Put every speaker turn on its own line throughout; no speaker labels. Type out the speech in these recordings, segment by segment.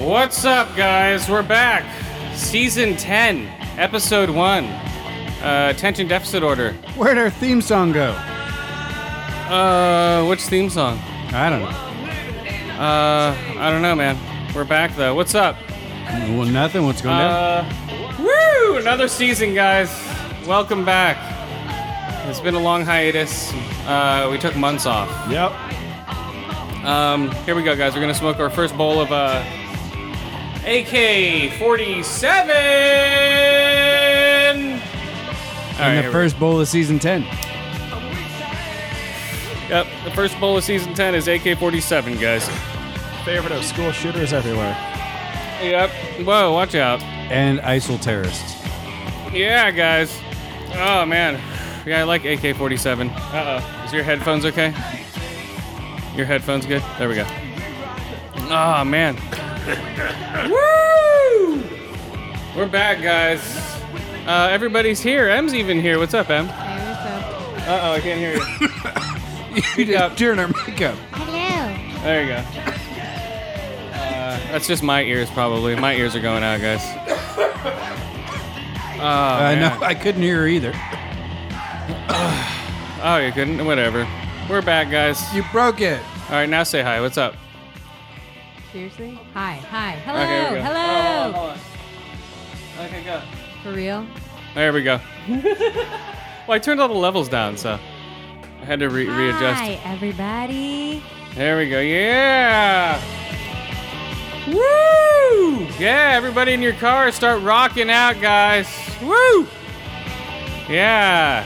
What's up, guys? We're back. Season 10, Episode 1. Uh, attention deficit order.
Where'd our theme song go?
Uh, which theme song?
I don't know.
Uh, I don't know, man. We're back, though. What's up?
Well, nothing. What's going on?
Uh, woo! Another season, guys. Welcome back. It's been a long hiatus. Uh, we took months off.
Yep.
Um, here we go, guys. We're gonna smoke our first bowl of uh, AK 47.
And the first bowl of season 10.
Yep, the first bowl of season 10 is AK 47, guys.
Favorite of school shooters everywhere.
Yep. Whoa, watch out.
And ISIL terrorists.
Yeah, guys. Oh, man. Yeah, I like AK 47. Uh oh. Is your headphones okay? Your headphones good? There we go. Oh, man. Woo! We're back, guys. Uh, everybody's here. M's even here. What's up, Em? Uh
Hello.
oh, I can't hear you.
You
Yep.
during our makeup.
There you go. Uh, that's just my ears, probably. My ears are going out, guys. Oh,
I
man.
know. Uh, I couldn't hear her either.
Oh, you couldn't? Whatever. We're back, guys.
You broke it.
All right, now say hi. What's up?
Seriously? Hi, hi. Hello,
Okay, here we go.
hello.
Okay, go.
For real?
There we go. well, I turned all the levels down, so I had to re- readjust.
Hi, everybody.
There we go. Yeah. Woo! Yeah, everybody in your car, start rocking out, guys. Woo! Yeah.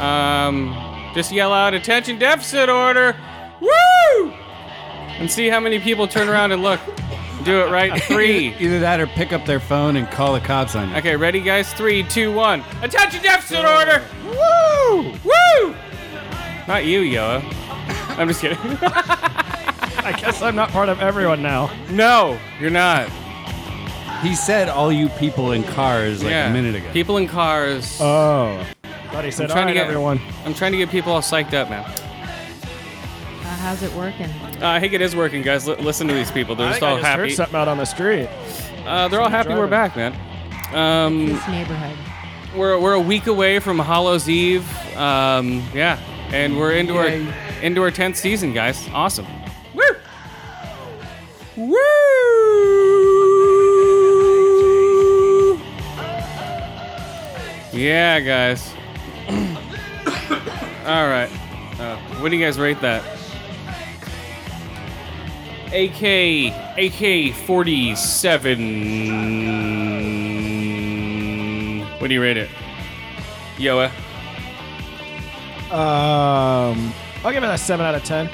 Um, just yell out attention deficit order. Woo! And see how many people turn around and look. Do it right. Three.
Either that or pick up their phone and call the cops on you.
Okay, ready, guys? Three, two, one. Attention deficit order. Woo! Woo! Not you, Yo. I'm just kidding.
I guess I'm not part of everyone now.
no, you're not.
He said all you people in cars like
yeah.
a minute ago.
People in cars.
Oh. Buddy said,
trying
all
to
right,
get-
everyone.
I'm trying to get people all psyched up, man.
Uh, how's it working?
Uh, I think it is working, guys. L- listen to these people. They're
I
just
think
all
I just heard
happy.
something out on the street.
Uh, they're all happy we're back, man. Um,
This neighborhood.
we're, we're a week away from Hollow's Eve. Um, yeah, and we're into our
Yay.
into our tenth season, guys. Awesome. Woo! Woo! Yeah, guys. all right. Uh, what do you guys rate that? AK AK 47. What do you rate it? eh? Yoa.
Um, I'll give it a 7 out of 10.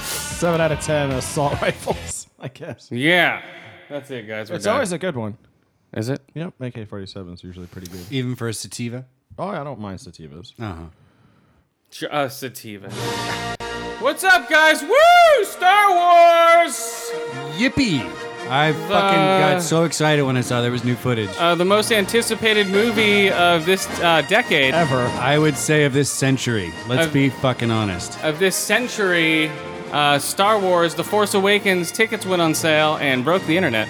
7 out of 10 assault rifles, I guess.
Yeah. That's it, guys. We're
It's
done.
always a good one.
Is it?
Yep, AK 47 is usually pretty good.
Even for a sativa?
Oh, yeah, I don't mind sativas.
Uh huh.
J- Uh, sativa. What's up, guys? Woo! Star Wars!
Yippee! I fucking got so excited when I saw there was new footage.
Uh, the most anticipated movie of this uh, decade,
Ever.
I would say of this century. Let's
I've-
be fucking honest.
of this century, uh, Star Wars The Force Awakens tickets went on sale and broke the internet.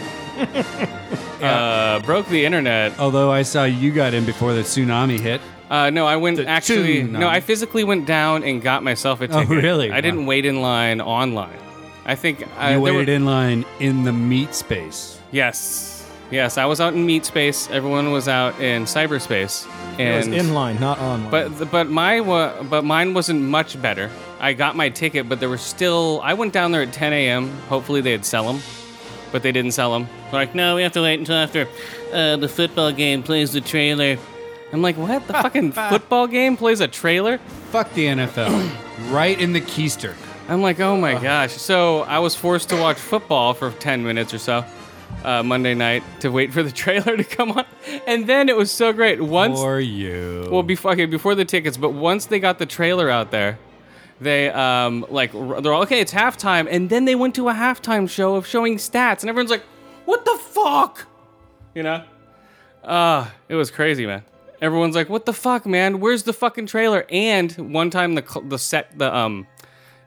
uh, broke the internet.
Although I saw you got in before the tsunami hit.
Uh, no, I went
The
actually.
tune,
No,
um,
I physically went down and got myself a
Oh,
ticket.
really?
I didn't wait in line online. I think uh, I
you waited in line in the meat space.
Yes, yes. I was out in meat space. Everyone was out in cyberspace.
It was
And
in line, not online.
but th- but my wa- but mine wasn't much better. I got my ticket, but there were still. I went down there at 10 a.m. Hopefully they'd sell them, but they didn't sell them. They're like, no, we have to wait until after uh, the football game plays the trailer. I'm like, what? The fucking football game plays a trailer?
Fuck the NFL. right in the keister.
I'm like, oh my gosh. So I was forced to watch football for 10 minutes or so uh, Monday night to wait for the trailer to come on. And then it was so great. Once,
For you.
well, before, okay, before the tickets, but once they got the trailer out there, they um like r- they're all, okay. It's halftime, and then they went to a halftime show of showing stats, and everyone's like, "What the fuck?" You know, uh, it was crazy, man. Everyone's like, "What the fuck, man? Where's the fucking trailer?" And one time the cl- the set the um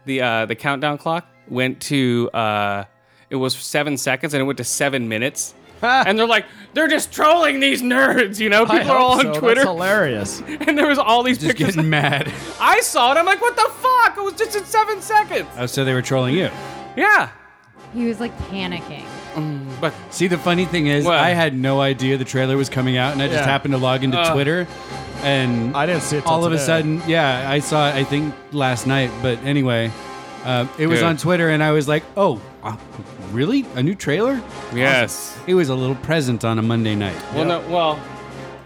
the uh the countdown clock went to uh it was seven seconds, and it went to seven minutes. and they're like, they're just trolling these nerds, you know?
I
People are
hope
all on
so.
Twitter,
That's hilarious.
and there was all these
just
pictures.
getting mad.
I saw it. I'm like, what the fuck? It was just in seven seconds.
Oh, so they were trolling you.
Yeah.
He was like panicking.
Mm, But
See, the funny thing is,
Well-
I had no idea the trailer was coming out, and I just
Yeah.
happened to log into
Uh,
Twitter, and
I didn't see it till
all of a
today.
sudden, yeah, I saw it. I think last night, but anyway, uh, it was
Dude.
on Twitter, and I was like, "Oh, uh, really? A new trailer?"
yes.
It was a little present on a Monday night.
Well, no. Well,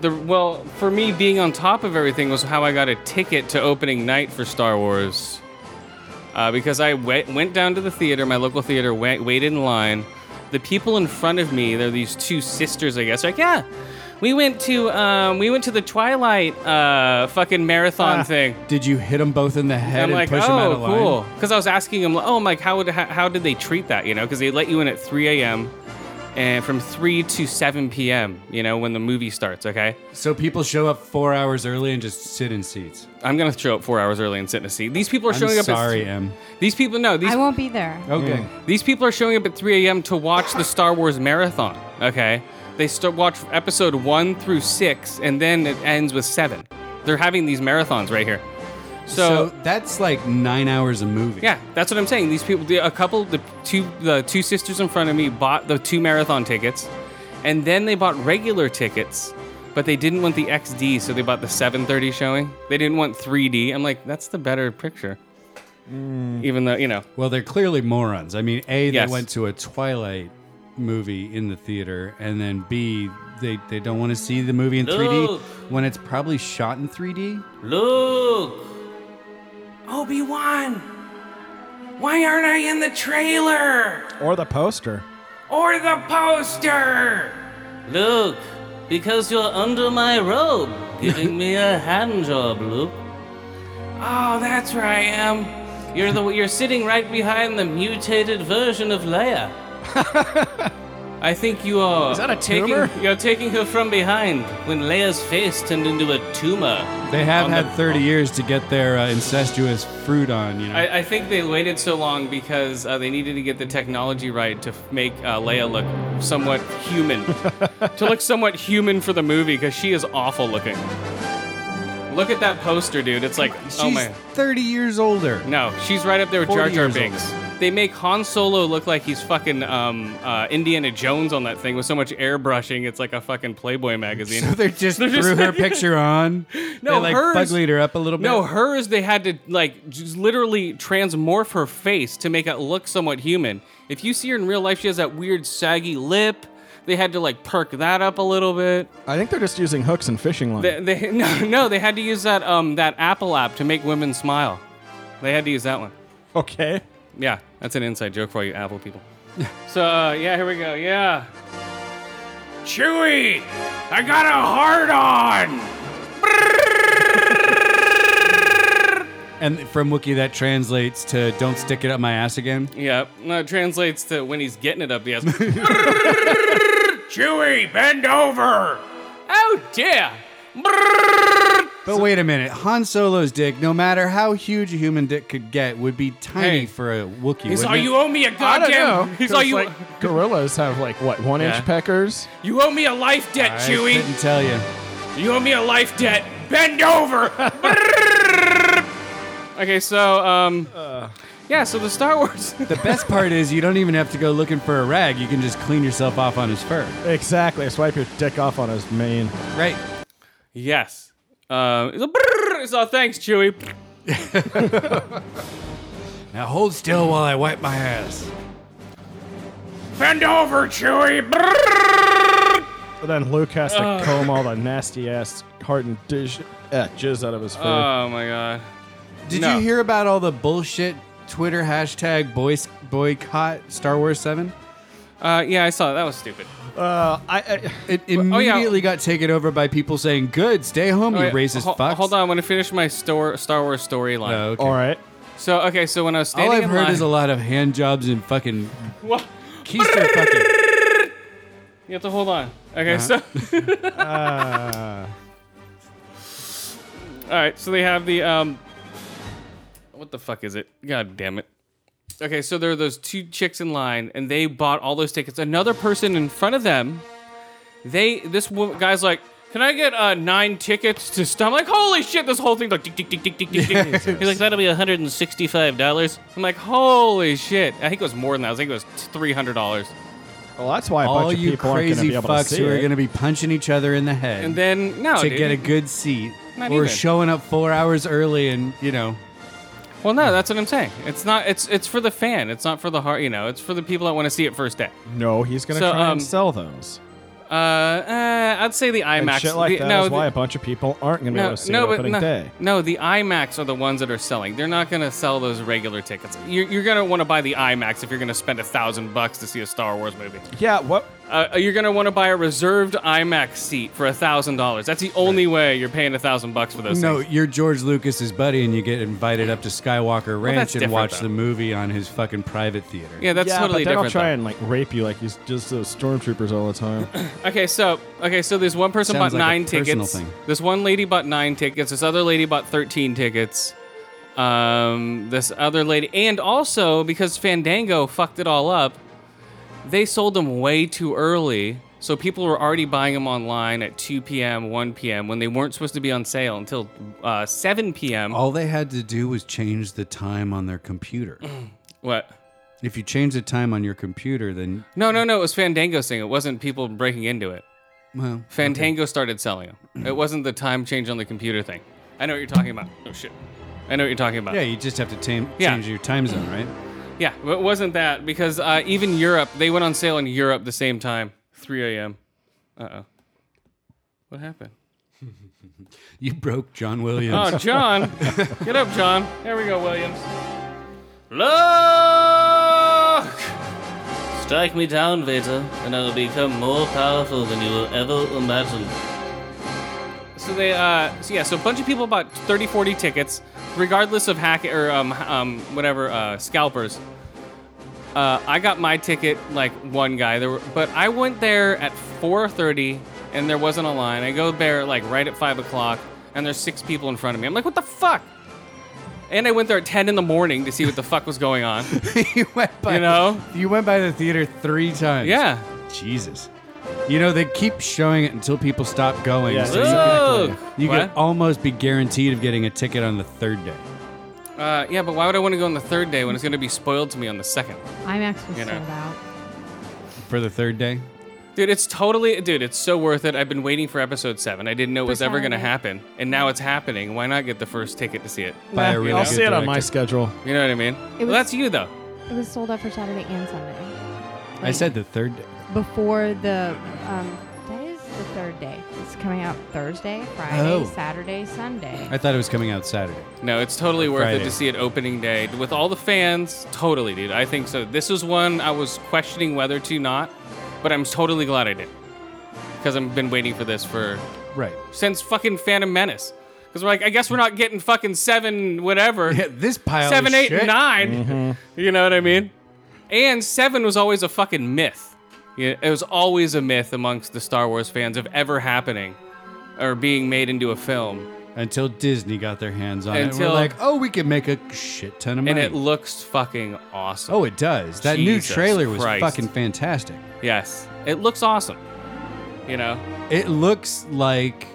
the well for me being on top of everything was how I got a ticket to opening night for Star Wars. Uh, because I went, went down to the theater, my local theater, wait, waited in line. The people in front of me, they're these two sisters, I guess. Like, yeah, we went to um, we went to the Twilight uh, fucking marathon thing.
Ah, Did you hit them both in the head
I'm
and
like,
push
oh,
them out of line?
cool. Because I was asking him, like, oh, I'm like, how would how, how did they treat that? You know, because they let you in at 3 a.m. and from 3 to 7 p.m. You know, when the movie starts. Okay,
So people show up four hours early and just sit in seats.
I'm gonna show up four hours early and sit in a seat. These people are
I'm
showing up.
sorry,
At,
Em.
these people, no, these Mm.
I won't be there.
Okay.
These people are showing up at 3 a.m. to watch the Star Wars marathon. Okay, they start watch episode one through six, and then it ends with seven. They're having these marathons right here.
So, that's like nine hours a movie.
Yeah, that's what I'm saying. These people, the- a couple, the two, the two sisters in front of me bought the two marathon tickets, and then they bought regular tickets, but they didn't want the XD, so they bought the 7:30 showing. They didn't want 3D. I'm like, that's the better picture, even though you know.
Well, they're clearly morons. I mean, A,
Yes.
they went to a Twilight movie in the theater, and then B, they, they don't want to see the movie in 3D
Look.
when it's probably shot in 3D.
Look, Obi Wan, why aren't I in the trailer?
Or the poster.
or the poster. Luke, because you're under my robe, giving me a hand job, Luke. Oh, that's where I am. You're the you're sitting right behind the mutated version of Leia. I think you are.
Is that a
taking,
tumor?
You're taking her from behind when Leia's face turned into a tumor.
They have
On
had
the-
30 years to get their uh, incestuous fruit on, you know.
I, I think they waited so long because uh, they needed to get the technology right to f- make uh, Leia look somewhat human. to look somewhat human for the movie because she is awful looking. Look at that poster, dude. It's like,
She's
oh my.
30 years older.
No, she's right up there with Jar
40
Jar
years
Binks. They make Han Solo look like he's fucking um, uh, Indiana Jones on that thing with so much airbrushing. It's like a fucking Playboy magazine.
So they just
They're
threw
just
her
like-
picture on.
No,
they, like
hers-
buglied her up a little bit.
No, hers they had to like just literally transmorph her face to make it look somewhat human. If you see her in real life, she has that weird saggy lip. They had to like perk that up a little bit.
I think they're just using hooks and fishing line.
They, they no, no, they had to use that um that Apple app to make women smile. They had to use that one.
okay.
Yeah, that's an inside joke for all you Apple people. so uh, yeah, here we go. Yeah. Chewie, I got a hard on.
And from Wookiee, that translates to "Don't stick it up my ass again."
Yep, no, it uh, translates to when he's getting it up the ass. Chewie, bend over. Oh dear.
But wait a minute, Han Solo's dick, no matter how huge a human dick could get, would be tiny
Hey.
for a Wookiee.
He's
wouldn't
all
it?
you owe me
I
a
don't know.
goddamn. He's all
'cause,
you.
like, gorillas have like what one
Yeah.
inch peckers.
You owe me a life debt,
I
Chewie.
couldn't tell you.
You owe me a life debt. Bend over. okay, so um, yeah, so the Star Wars.
The best part is you don't even have to go looking for a rag. You can just clean yourself off on his fur.
Exactly. Swipe your dick off on his mane.
Right.
yes. Um, it's a brrrr. It's all thanks, Chewie.
Now hold still Oh, while I wipe my ass.
Bend over, Chewie. Brrrr.
But then Luke has to comb all the nasty ass hardened dish eh, jizz out of his fur.
Oh my god.
Did
No.
you hear about all the bullshit Twitter hashtag boy- boycott Star Wars 7?
Uh, yeah, I saw it. that was stupid.
Uh, I, I
It
oh, yeah. Oh,
immediately got taken over by people saying, good, stay home, you
Wait,
racist
hol-
fucks.
Hold on, I want to finish my stor- Star Wars storyline.
Oh, okay.
all right.
So okay, so when I was
All
standing
I've
in
heard
line,
is a lot of hand jobs and fucking
What?
keister fucking.
you have to hold on. Okay, so all right, so they have the um, what the fuck is it? God damn it. Okay, so there are those two chicks in line, and they bought all those tickets. Another person in front of them, they this wo- guy's like, "Can I get uh, nine tickets to stop?" I'm like, "Holy shit!" This whole thing like, tick, tick, tick, tick, tick, tick, tick. he's like, "That'll be 165 dollars." I'm like, "Holy shit!" I think it was more than that. I think it was 300 dollars.
Well, that's why a
all
bunch of
you
people aren't going to
crazy
be able to
fucks
see
who are
it.
going to be punching each other in the head
And then no,
to
dude.
get a good seat
Not
or
even.
showing up four hours early and you know
Well, no, that's what I'm saying. It's not. It's it's for the fan. It's not for the heart. You know, it's for the people that want to see it first day.
No, he's going to
So,
try
um,
and sell those.
Uh, uh I'd say the
And
IMAX.
shit like
the-
that is
no,
why
the-
a bunch of people aren't going to be
no,
able to see
no,
it
but
opening
no,
day.
no, the IMAX are the ones that are selling. They're not gonna sell those regular tickets. You're, you're gonna want to buy the IMAX if you're gonna spend a thousand bucks to see a Star Wars movie.
Yeah, what?
Uh, you're gonna want to buy a reserved IMAX seat for a thousand dollars. That's the only way you're paying a thousand bucks for those.
no
things.
you're george lucas's buddy and you get invited up to skywalker ranch
that's
and
different,
watch
though.
the movie on his fucking private theater
yeah, that's
yeah,
totally
but they
different.
don't try
though.
and like rape you like he's just those stormtroopers all the time.
Okay, so okay, so there's one person
Sounds
bought
like a
nine
personal
tickets.
thing.
This one lady bought nine tickets. This other lady bought thirteen tickets. Um, this other lady, and also because Fandango fucked it all up, they sold them way too early. So people were already buying them online at 2 p.m., 1 p.m. when they weren't supposed to be on sale until uh, 7 p.m.
all they had to do was change the time on their computer
What?
if you change the time on your computer then
No, no, no. It was Fandango's thing. It wasn't people breaking into it.
well
Fandango started selling them. It wasn't the time change on the computer thing. I know what you're talking about. Oh shit. I know what you're talking about.
yeah you just have to tam-
Yeah.
change your time zone right
Yeah, but it wasn't that because uh, even Europe, they went on sale in Europe the same time, 3 a.m. Uh oh. What happened?
you broke john williams
Oh, John. Get up, John. There we go, Williams. Look! Strike me down, Vader, and I will become more powerful than you will ever imagine. So they, uh, so yeah, so a bunch of people bought 30, 40 tickets, regardless of hack or, um, um, whatever, uh, scalpers. Uh, I got my ticket like one guy there, were, but I went there at 4:30 and there wasn't a line. I go there like right at five o'clock and there's six people in front of me. I'm like, what the fuck? And I went there at 10 in the morning to see what the fuck was going on.
you went by
You know?
you went by the theater three times
Yeah.
jesus you know they keep showing it until people stop going
Yeah,
so you,
Look.
you
What?
could almost be guaranteed of getting a ticket on the third day
Uh, yeah, but why would I want to go on the third day when it's going to be spoiled to me on the second?
IMAX was
You know.
sold out.
for the third day
Dude, it's totally, dude, it's so worth it. I've been waiting for episode seven. I didn't know it was ever going to
Pretend.
happen. And now it's happening. Why not get the first ticket to see it?
By a
Nah,
really
I'll
good
see it on my
director.
schedule.
You know what I mean? well,
was-
that's you, though.
It was sold out for Saturday and Sunday.
i said the third day
before the um, that is the third day. It's coming out Thursday, Friday,
Oh.
Saturday, Sunday.
i thought it was coming out saturday
No, it's totally worth it
Friday.
to see it opening day with all the fans. Totally, dude. I think so. This was one I was questioning whether to not, but I'm totally glad I did. because I've been waiting for this for
Right.
since fucking Phantom Menace. Because we're like, I guess we're not getting fucking seven, whatever.
Yeah, this pile.
seven,
of
eight,
shit. Mm-hmm.
and 9 You know what I mean? And seven was always a fucking myth. Yeah, It was always a myth amongst the Star Wars fans of ever happening or being made into a film.
Until Disney got their hands on it, and
Until-
we're like, oh, we could make a shit ton of money.
And it looks fuking awesome.
oh, it does. That
Jesus
new trailer was
Christ.
fucking fantastic.
yes. It looks awesome. You know?
It looks like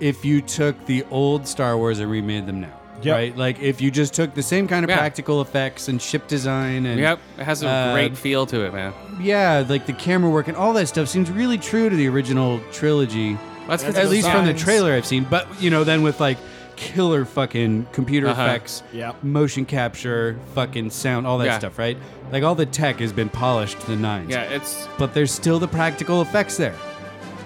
if you took the old Star Wars and remade them now.
Yep.
Right? Like if you just took the same kind of
Yeah.
practical effects and ship design and
Yep. It has a
uh,
great feel to it, man.
yeah, like the camera work and all that stuff seems really true to the original trilogy.
That's 'cause
at
of
least from the
designs.
trailer I've seen. But you know, then with like killer fucking computer
Uh-huh.
effects,
Yep.
motion capture, fucking sound, all that
Yeah.
stuff, right? Like all the tech has been polished to the nines.
Yeah, it's
But there's still the practical effects there.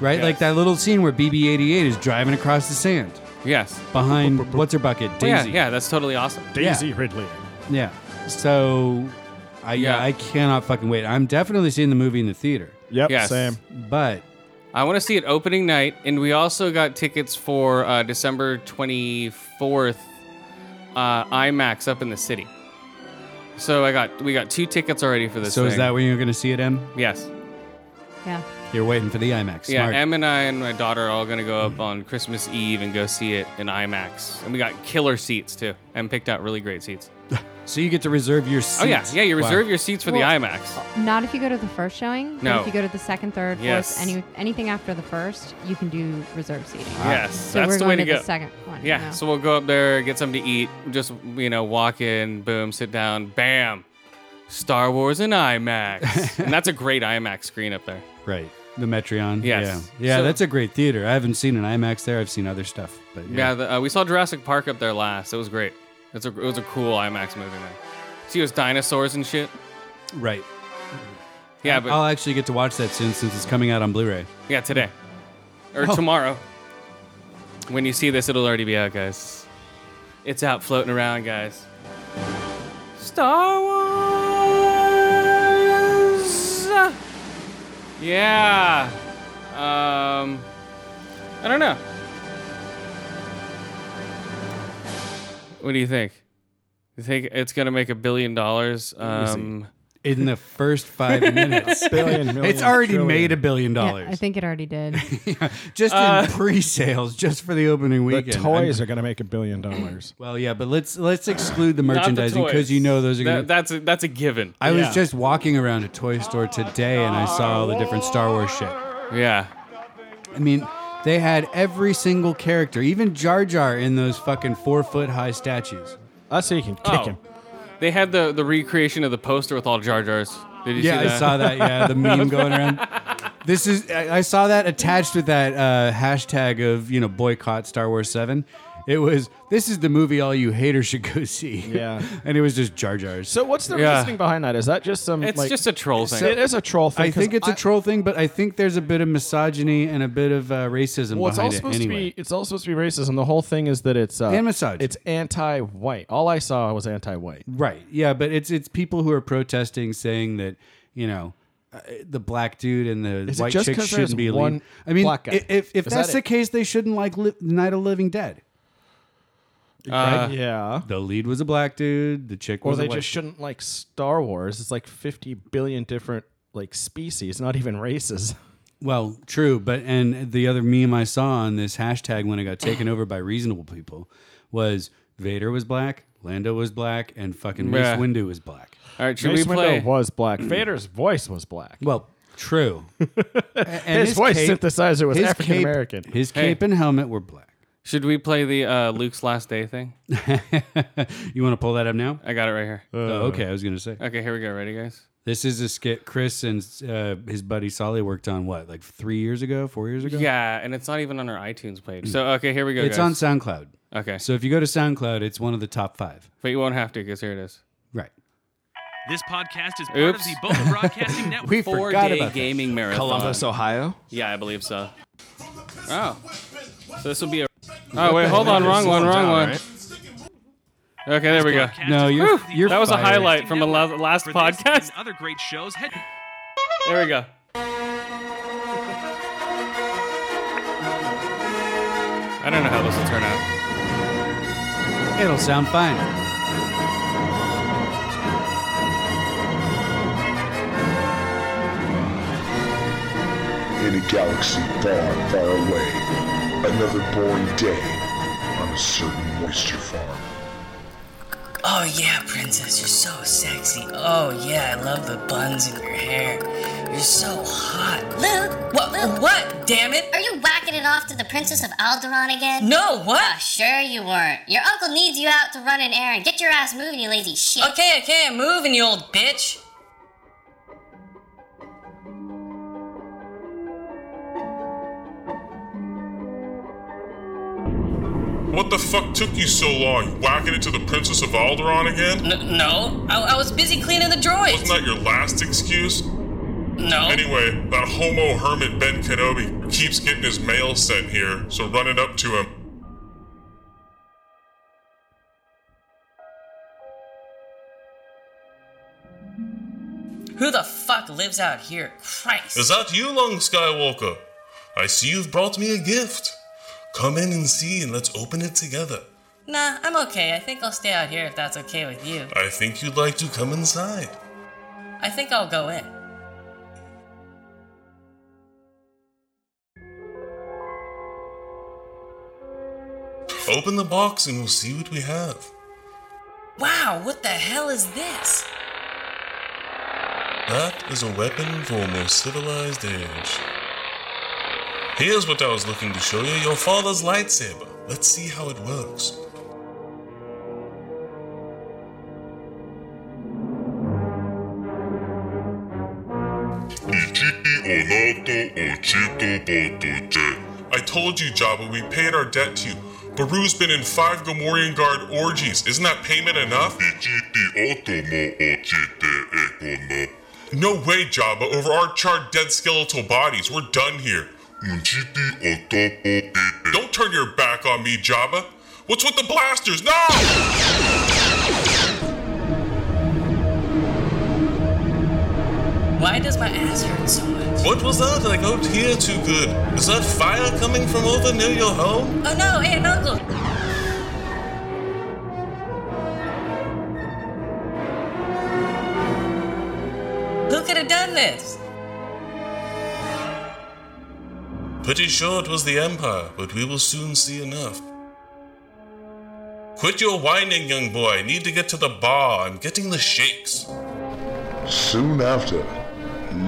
Right?
Yes.
Like that little scene where BB 88 is driving across the sand
yes.
behind what's her bucket? Daisy.
Well, yeah, yeah, that's totally awesome.
Daisy Ridley.
Yeah. So I yeah.
Yeah.
I cannot fucking wait. I'm definitely seeing the movie in the theater.
Yep,
Yes.
same.
But
I want to see it opening night, and we also got tickets for uh, December 24th uh, IMAX up in the city. So I got we got two tickets already for this.
so is
thing.
that when you're going to see it, Em?
yes?
Yeah.
You're waiting for the IMAX.
Yeah,
Smart.
Em and I and my daughter are all gonna go up on Christmas Eve and go see it in IMAX, and we got killer seats too. Em picked out really great seats.
so you get to reserve your seats.
Oh yeah, yeah, you
Wow.
reserve your seats for
Well,
the IMAX.
Not if you go to the first showing. but
No.
if you go to the second, third,
Yes.
fourth, any, anything after the first, you can do reserve seating.
yes,
So
that's
we're
the way
going
to
to
go.
the second one.
Yeah, so we'll go up there, get something to eat, just you know, walk in, boom, sit down, bam, Star Wars in IMAX, and that's a great IMAX screen up there.
Right. The Metreon.
Yes.
Yeah. Yeah,
So-
that's a great theater. I haven't seen an IMAX there. I've seen other stuff. But
Yeah,
yeah.
the, uh, we saw Jurassic Park up there last. It was great. It's a, it was a cool IMAX movie, man. See those dinosaurs and shit.
Right. Uh,
Yeah, but
I'll actually get to watch that soon since it's coming out on Blu ray.
yeah, today or
Oh.
tomorrow. When you see this, it'll already be out, guys. It's out floating around, guys. Star Wars. Yeah. Ah, Um. I don't know. What do you think? You think it's gonna make a billion dollars? Um,
In the first five minutes.
Billion,
It's
million,
already
trillion.
made a billion
Yeah,
dollars.
I think it already did.
just
Uh,
in pre-sales, just for the opening
The
weekend.
toys
I'm-
are going to make a billion dollars.
well, yeah, but let's let's exclude the
not the
merchandising because
toys.
you know those are
That-
going. to
that's a, that's a given.
I was
yeah.
just walking around a toy store today and I saw all the different Star Wars shit.
Yeah.
I mean, they had every single character, even Jar Jar, in those fucking four foot high statues.
I see you can kick
Oh.
him.
They had the, the recreation of the poster with all Jar Jars. Did you
Yeah,
see that?
I saw that. Yeah, the meme going around. This is I, I saw that attached with that uh, hashtag of you know boycott Star Wars Seven. It was this is the movie all you haters should go see.
Yeah.
and it was just Jar Jars.
So what's the
Yeah.
reasoning behind that? Is that just some?
It's
like-
just a troll thing.
It is a troll thing.
I
'cause
think it's a troll thing, but I think there's a bit of misogyny and a bit of uh, racism
Well, it's all
behind it
supposed
anyway.
to be. It's all supposed to be racism. The whole thing is that it's uh,
And misogyny.
It's anti-white. All I saw was anti-white.
right. Yeah, but it's it's people who are protesting saying that, you know, uh, the black dude and the
Is it
white
just
chick
'cause
shouldn't
there's
be lead-
one
I mean,
black guy?
i- if if
Is
that's
that
the
it?
case, they shouldn't like li- Night of the Living Dead.
Right? Uh, yeah.
The lead was a black dude. The chick
Or
was a
they
white-
just shouldn't like Star Wars. It's like 50 billion different like species, not even races.
Well, true, but and the other meme I saw on this hashtag when it got taken over by reasonable people was Vader was black, Lando was black, and fucking Mace
Yeah.
Windu was black.
all right, should
Mace
we play?
Windu was black. Vader's voice was black.
Well, true.
His, voice synthesizer was
his
African American.
cape- His cape and helmet were black.
Should we play the uh, Luke's last day thing?
you want to pull that up now?
I got it right here.
oh, okay, I was gonna say
Okay, here we go. Ready, guys?
this is a skit Chris and uh, his buddy Solly worked on. What, like three years ago, four years ago?
Yeah, and it's not even on our iTunes page. So okay, here we go.
Mm. it's on
guys.
SoundCloud.
Okay,
So if you go to SoundCloud, it's one of the top five.
but you won't have to because here it is.
Right.
This podcast is part
Oops.
of the Boba Broadcasting Network.
We forgot
Four-day
about that.
gaming marathon.
Ohio.
Yeah, I believe so. Oh, so this will be a. Oh wait, hold on, wrong one, wrong one. Okay, there we go.
Broadcast
No,
is
you're-
part of the
you're
Boba
That was a
fired.
highlight from the la-
Network.
last
For this and
podcast.
Other great shows. Head
There we go. I don't know how this will turn out.
It'll sound fine.
In a galaxy far, far away, another boring day on a certain moisture farm.
Oh yeah, princess, you're so sexy. Oh yeah, I love the buns in your hair. You're so hot.
Luke,
What? What? Damn it!
are you whacking it off to the Princess of Alderaan again?
No,
Ah,
what?
sure you weren't. Your uncle needs you out to run an errand. Get your ass moving, you lazy shit.
Okay, okay, I'm moving, you old bitch.
What the fuck took you so long? You whacking it to the Princess of Alderaan again?
N- no, I-, I was busy cleaning the
Wasn't
droids.
that your last excuse?
No.
Anyway, that homo hermit Ben Kenobi keeps getting his mail sent here, so run it up to him.
Who the fuck lives out here? Christ.
Is that you, Lung Skywalker? I see you've brought me a gift. Come in and see, and let's open it together.
Nah, I'm okay. I think I'll stay out here if that's okay with you.
I think you'd like to come inside.
I think I'll go in.
Open the box and we'll see what we have.
Wow, what the hell is this?
That is a weapon for a more civilized age. Here's what I was looking to show you your father's lightsaber. Let's see how it works. I told you, Jabba, we paid our debt to you. Baru's been in five Gamorrean Guard orgies. Isn't that payment enough? No way, Jabba. Over our charred dead skeletal bodies, we're done here. Don't turn your back on me, Jabba. What's with the blasters? No!
Why does my ass hurt so much?
What was that? I don't hear too good. Is that fire coming from over near your home?
Oh no, Aunt and Uncle! Who could have done this?
Pretty sure it was the Empire, but we will soon see enough. Quit your whining, young boy. I need to get to the bar. I'm getting the shakes.
Soon after,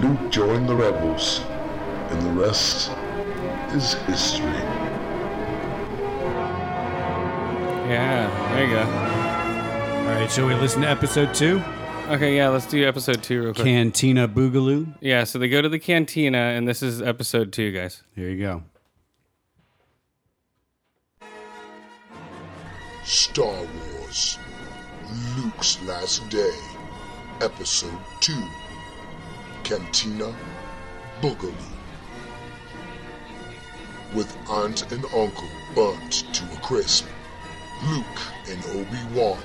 Luke joined the rebels, and the rest is history.
Yeah, there you go.
All right, shall we listen to episode two?
Okay, yeah, let's do episode two real quick.
Cantina Boogaloo.
yeah, so they go to the cantina, and this is episode two, guys.
Here you go.
Star Wars Luke's Last Day, Episode 2 Cantina Boogaloo. With Aunt and Uncle burnt to a crisp, Luke and Obi Wan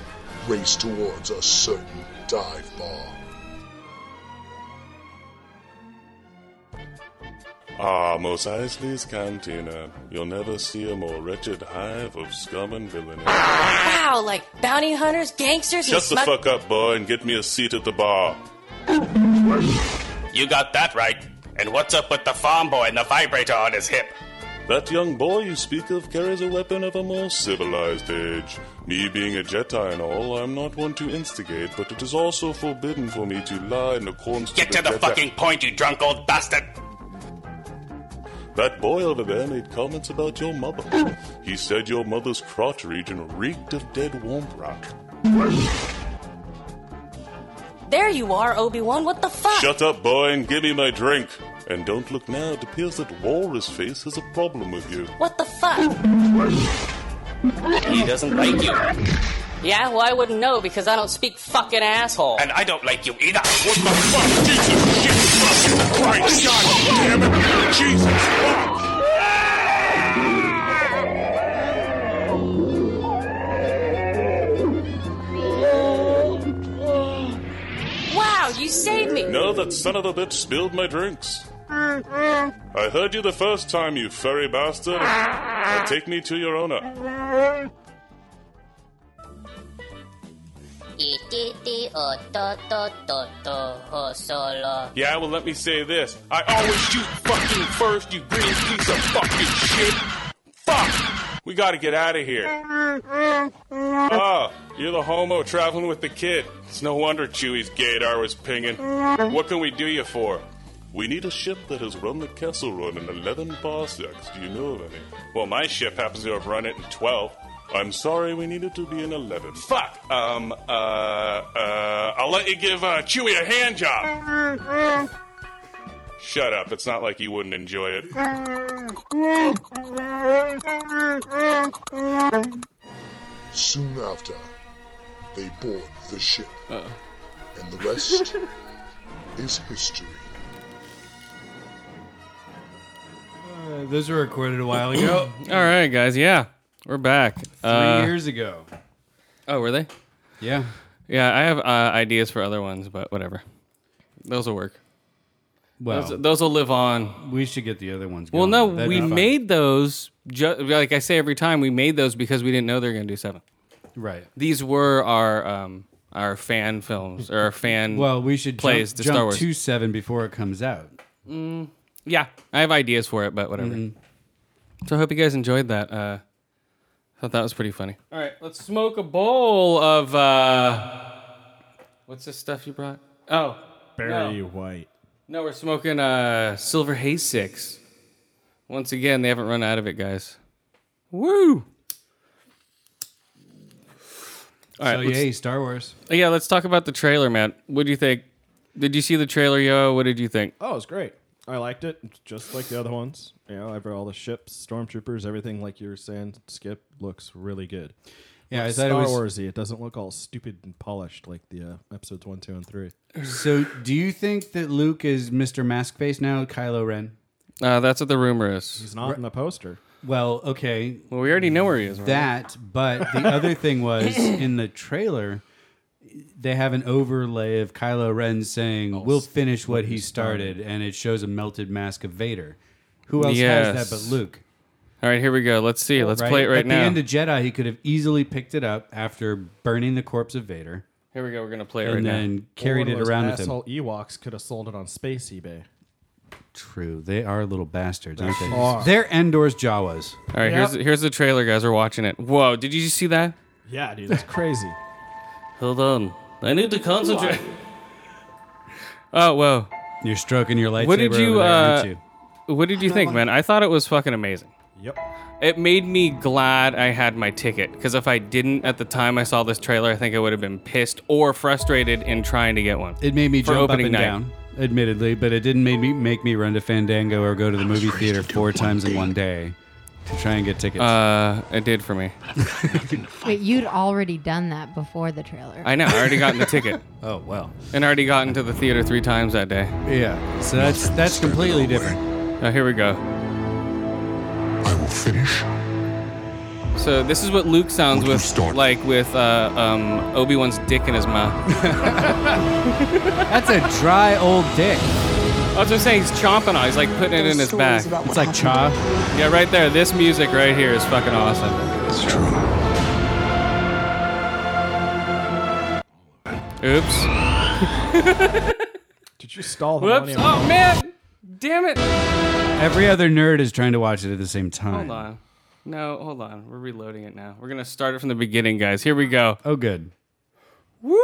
race towards a certain dive bar.
Ah, Mos Eisley's Cantina. You'll never see a more wretched hive of scum and villainy.
Wow, like bounty hunters, gangsters,
Shut the fuck up, boy, and get me a seat at the bar.
You got that right. And what's up with the farm boy and the vibrator on his hip?
That young boy you speak of carries a weapon of a more civilized age. Me being a Jedi and all, I'm not one to instigate, but it is also forbidden for me to lie in accordance
Get to
to
the
Jedi-
fucking point, you drunk old bastard!
That boy over there made comments about your mother. He said your mother's crotch region reeked of dead warm rock.
There you are, Obi Wan. What the fuck?
Shut up, boy, and give me my drink. And don't look now. It appears that Walrus Face has a problem with you.
what the fuck?
He doesn't like you.
Yeah, well, I wouldn't know because I don't speak fucking asshole.
And I don't like you either.
What the fuck? Jesus shit fucking Christ! God damn it! Jesus fuck!
Wow, you saved me.
No, that son of a bitch spilled my drinks.
Uh,
I heard you the first time, you furry bastard.
uh.
Now take me to your owner.
oh,
Yeah, well, let me say this. I always shoot fucking first, you green piece of fucking shit. Fuck! We gotta get out of here. Ah, you're the homo traveling with the kid. It's no wonder Chewie's gaydar was pinging. What can we do you for? We need a ship that has run the Kessel Run in 11 parsecs. Do you know of any? Well, my ship happens to have run it in 12. I'm sorry, we needed to be in 11. Fuck! Um, uh, uh, I'll let you give uh, Chewie a hand job. Shut up, it's not like you wouldn't enjoy it.
Soon after, they board the ship. And the rest is history.
Uh, those were recorded a while ago.
All right, guys. Yeah, we're back.
Three
Uh,
years ago.
Oh, were they?
Yeah.
Yeah, I have uh, ideas for other ones, but whatever. Those will work.
Well,
Those, those will live on.
we should get the other ones.
Well,
going.
no,
That'd
we
be fun.
made those. Ju- like I say every time, we made those because we didn't know they were going to do seven.
right.
These were our um, our fan films or our fan.
Well, we should
plays
jump,
to
jump
Star Wars.
to seven before it comes out.
Mm. Yeah, I have ideas for it, but whatever.
Mm-hmm.
So I hope you guys enjoyed that. Uh, thought that was pretty funny. All right, let's smoke a bowl of uh, what's this stuff you brought? Oh,
Barry White.
no, we're smoking uh, Silver Haze Six. Once again, they haven't run out of it, guys. Woo! All right,
so
let's-
yay, Star Wars.
yeah, let's talk about the trailer, man. What do you think? Did you see the trailer, yo? What did you think?
Oh, it's great. I liked it, It's just like the other ones. You know, every, all the ships, stormtroopers, everything like you were saying. Skip looks really good.
Yeah, I
It's
thought
Star
it was.
Warsy. It doesn't look all stupid and polished like the uh, episodes one, two, and three.
So, do you think that Luke is Mr. Maskface now, Kylo Ren?
Uh, that's what the rumor is.
He's not in the poster.
Well, okay,
Well, we already know where he is. Right?
that. But the other thing was in the trailer, they have an overlay of Kylo Ren
Oh,
saying, "We'll finish what he started," and it shows a melted mask of Vader. Who else has
Yes.
that but Luke?
All right, here we go. Let's see. Let's play it right
At
now.
the end of Jedi, he could have easily picked it up after burning the corpse of Vader
here we go. We're gonna play it
and
right
then
now.
carried
One of
it
those
around with him.
asshole Ewoks could have sold it on space eBay.
True, they are little bastards, aren't they?
are.
They're Endor's Jawas.
All right, here's here's the trailer, guys. We're watching it. Whoa! Did you see that?
Yeah, dude, that's crazy.
Hold on. I need to concentrate. oh whoa!
You're stroking your lightsaber.
What did you,
over there, aren't
uh,
you?
What did you think, man? I thought it was fucking amazing.
Yep.
It made me glad I had my ticket because if I didn't at the time I saw this trailer, I think I would have been pissed or frustrated in trying to get one.
It made me
for
jump up
opening
and
night.
down, admittedly, but it didn't make me make me run to Fandango or go to the movie theater four times in one day to try and get tickets.
uh, it did for me.
Wait, you'd already done that before the trailer.
I know. I already gotten the ticket
oh well,
and already gotten to the theater three times that day.
yeah. So that's that's completely different.
Uh, here we go.
I will finish
So this is what Luke sounds
Would you
with,
start?
like with uh, um, Obi Wan's dick in his mouth.
That's a dry old dick.
That's what I'm saying. He's chomping on. it. He's like putting it in his back.
It's like cha.
Yeah, right there. This music right here is fucking awesome.
It's true.
Oops.
Did you stall the money?
Whoops. Oh man. Damn it.
Every other nerd is trying to watch it at the same time.
Hold on. No, hold on. We're reloading it now. We're gonna start it from the beginning, guys. Here we go.
Oh, good.
Woo!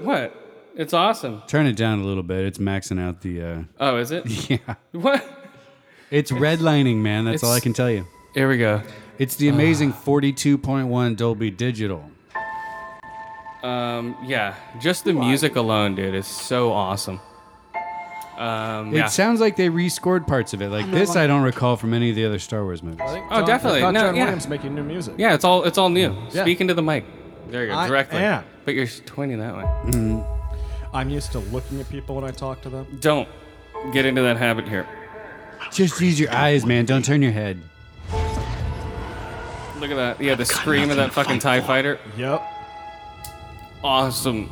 What? It's awesome.
Turn it down a little bit. It's maxing out the. Uh,
Oh, is it?
yeah.
What?
It's redlining, man. That's all I
it's-
can tell you.
Here we go.
It's the amazing 42.1 Dolby Digital.
Um, yeah. Just the music alone, dude, is so awesome. Um, yeah.
It sounds like they rescored parts of it. Like this, I don't recall from any of the other Star Wars movies.
Oh, definitely.
John
No, yeah.
Williams making new music.
Yeah, it's all it's all new.
Yeah.
Speaking to the mic. There you go,
I
directly.
am.
But you're pointing that way.
I'm used to looking at people when I talk to them.
Don't get into that habit here.
Just use your eyes, man. Don't turn your head.
Look at that. Yeah, the scream of that fucking TIE fighter.
Yep.
Awesome.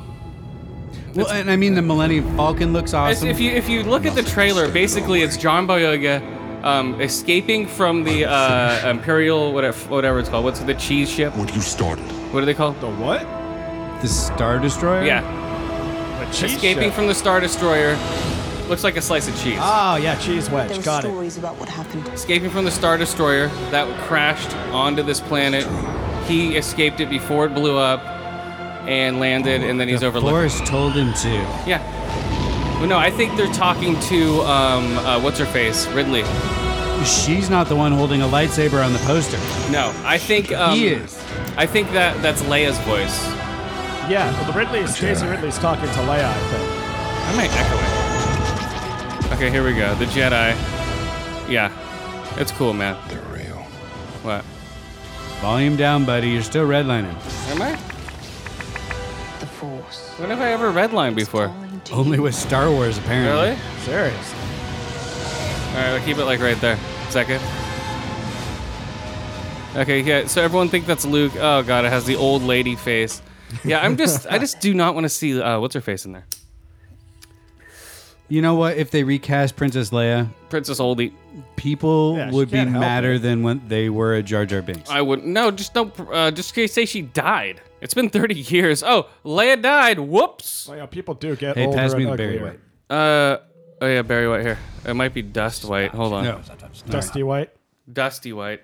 Well, and I mean the Millennium Falcon looks
As
awesome.
if you if you look at the trailer, basically it's John Boyega um, escaping from the uh, Imperial whatever whatever it's called. What's the cheese ship? What you started? What are they called? The what?
the Star Destroyer.
Yeah.
cheese
escaping
ship.
from the Star Destroyer. Looks like a slice of cheese.
Oh yeah, cheese
There
wedge.
were
Got it.
stories about what happened.
Escaping from the Star Destroyer that crashed onto this planet. He escaped it before it blew up and landed, and then he's
the
overlooked.
Forest told him to.
Yeah. Well, no, I think they're talking to um, uh, what's her face, Ridley.
She's not the one holding a lightsaber on the poster.
No, I think um,
He is.
I think that that's Leia's voice.
Yeah, well, the Ridley is Jason Ridley's talking to Leia. I think.
I might echo it. Okay, here we go. The Jedi. Yeah, it's cool, man. They're real. What?
Volume down, buddy. You're still redlining.
Am I?
The Force.
When have I ever redlined before?
Only with Star Wars, apparently.
Really? Serious. All right, I'll keep it like right there. Second. Okay, yeah. So everyone think that's Luke. Oh god, it has the old lady face. Yeah, I'm just, I just do not want to see uh, what's her face in there.
You know what? If they recast Princess Leia,
Princess Oldie.
people
Yeah, she
would be
can't help
madder
it. Uh,
than when they were at Jar Jar Binks.
I wouldn't. No, just don't. Uh, just say she died. It's been 30 years. Oh, Leia died. Whoops.
Well, yeah, people do get
Hey,
older
pass me
and
the
ugly.
barrier.
Uh, oh yeah, Barry White here. It might be Dust White. Hold on.
No.
Dusty White.
Dusty White.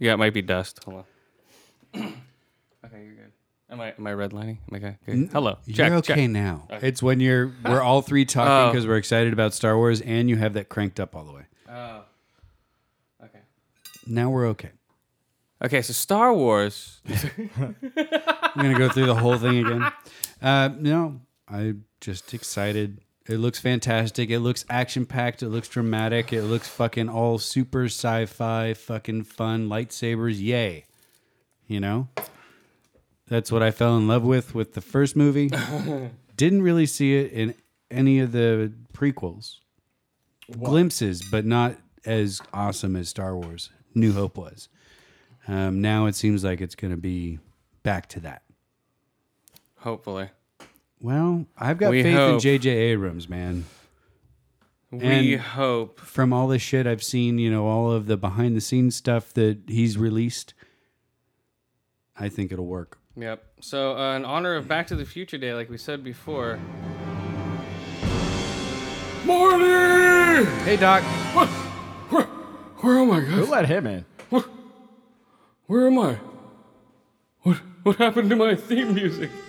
Yeah, it might be Dust. Hold on. okay, you're good. Am I am I redlining? Am I okay? Good. Hello. Check.
you're
check.
okay now. It's when you're we're all three talking
Oh.
because we're excited about Star Wars, and you have that cranked up all the way.
Oh. Okay.
Now we're okay.
Okay, so Star Wars.
I'm gonna go through the whole thing again. Uh, no, I'm just excited. It looks fantastic. It looks action packed. It looks dramatic. It looks fucking all super sci fi, fucking fun. Lightsabers, yay! You know, that's what I fell in love with with the first movie. Didn't really see it in any of the prequels. Glimpses, but not as awesome as Star Wars New Hope was. Um, now it seems like it's going to be back to that.
Hopefully.
Well, I've got
We
faith in
hope.
J.J. Abrams, man.
We hope.
From all the shit I've seen, you know, all of the behind the scenes stuff that he's released, I think it'll work.
Yep. So uh, in honor of Back to the Future Day, like we said before. Morty.
Hey, Doc.
What? Where? Where am I, guys?
Who let him in?
Where am I? What? What happened to my theme music?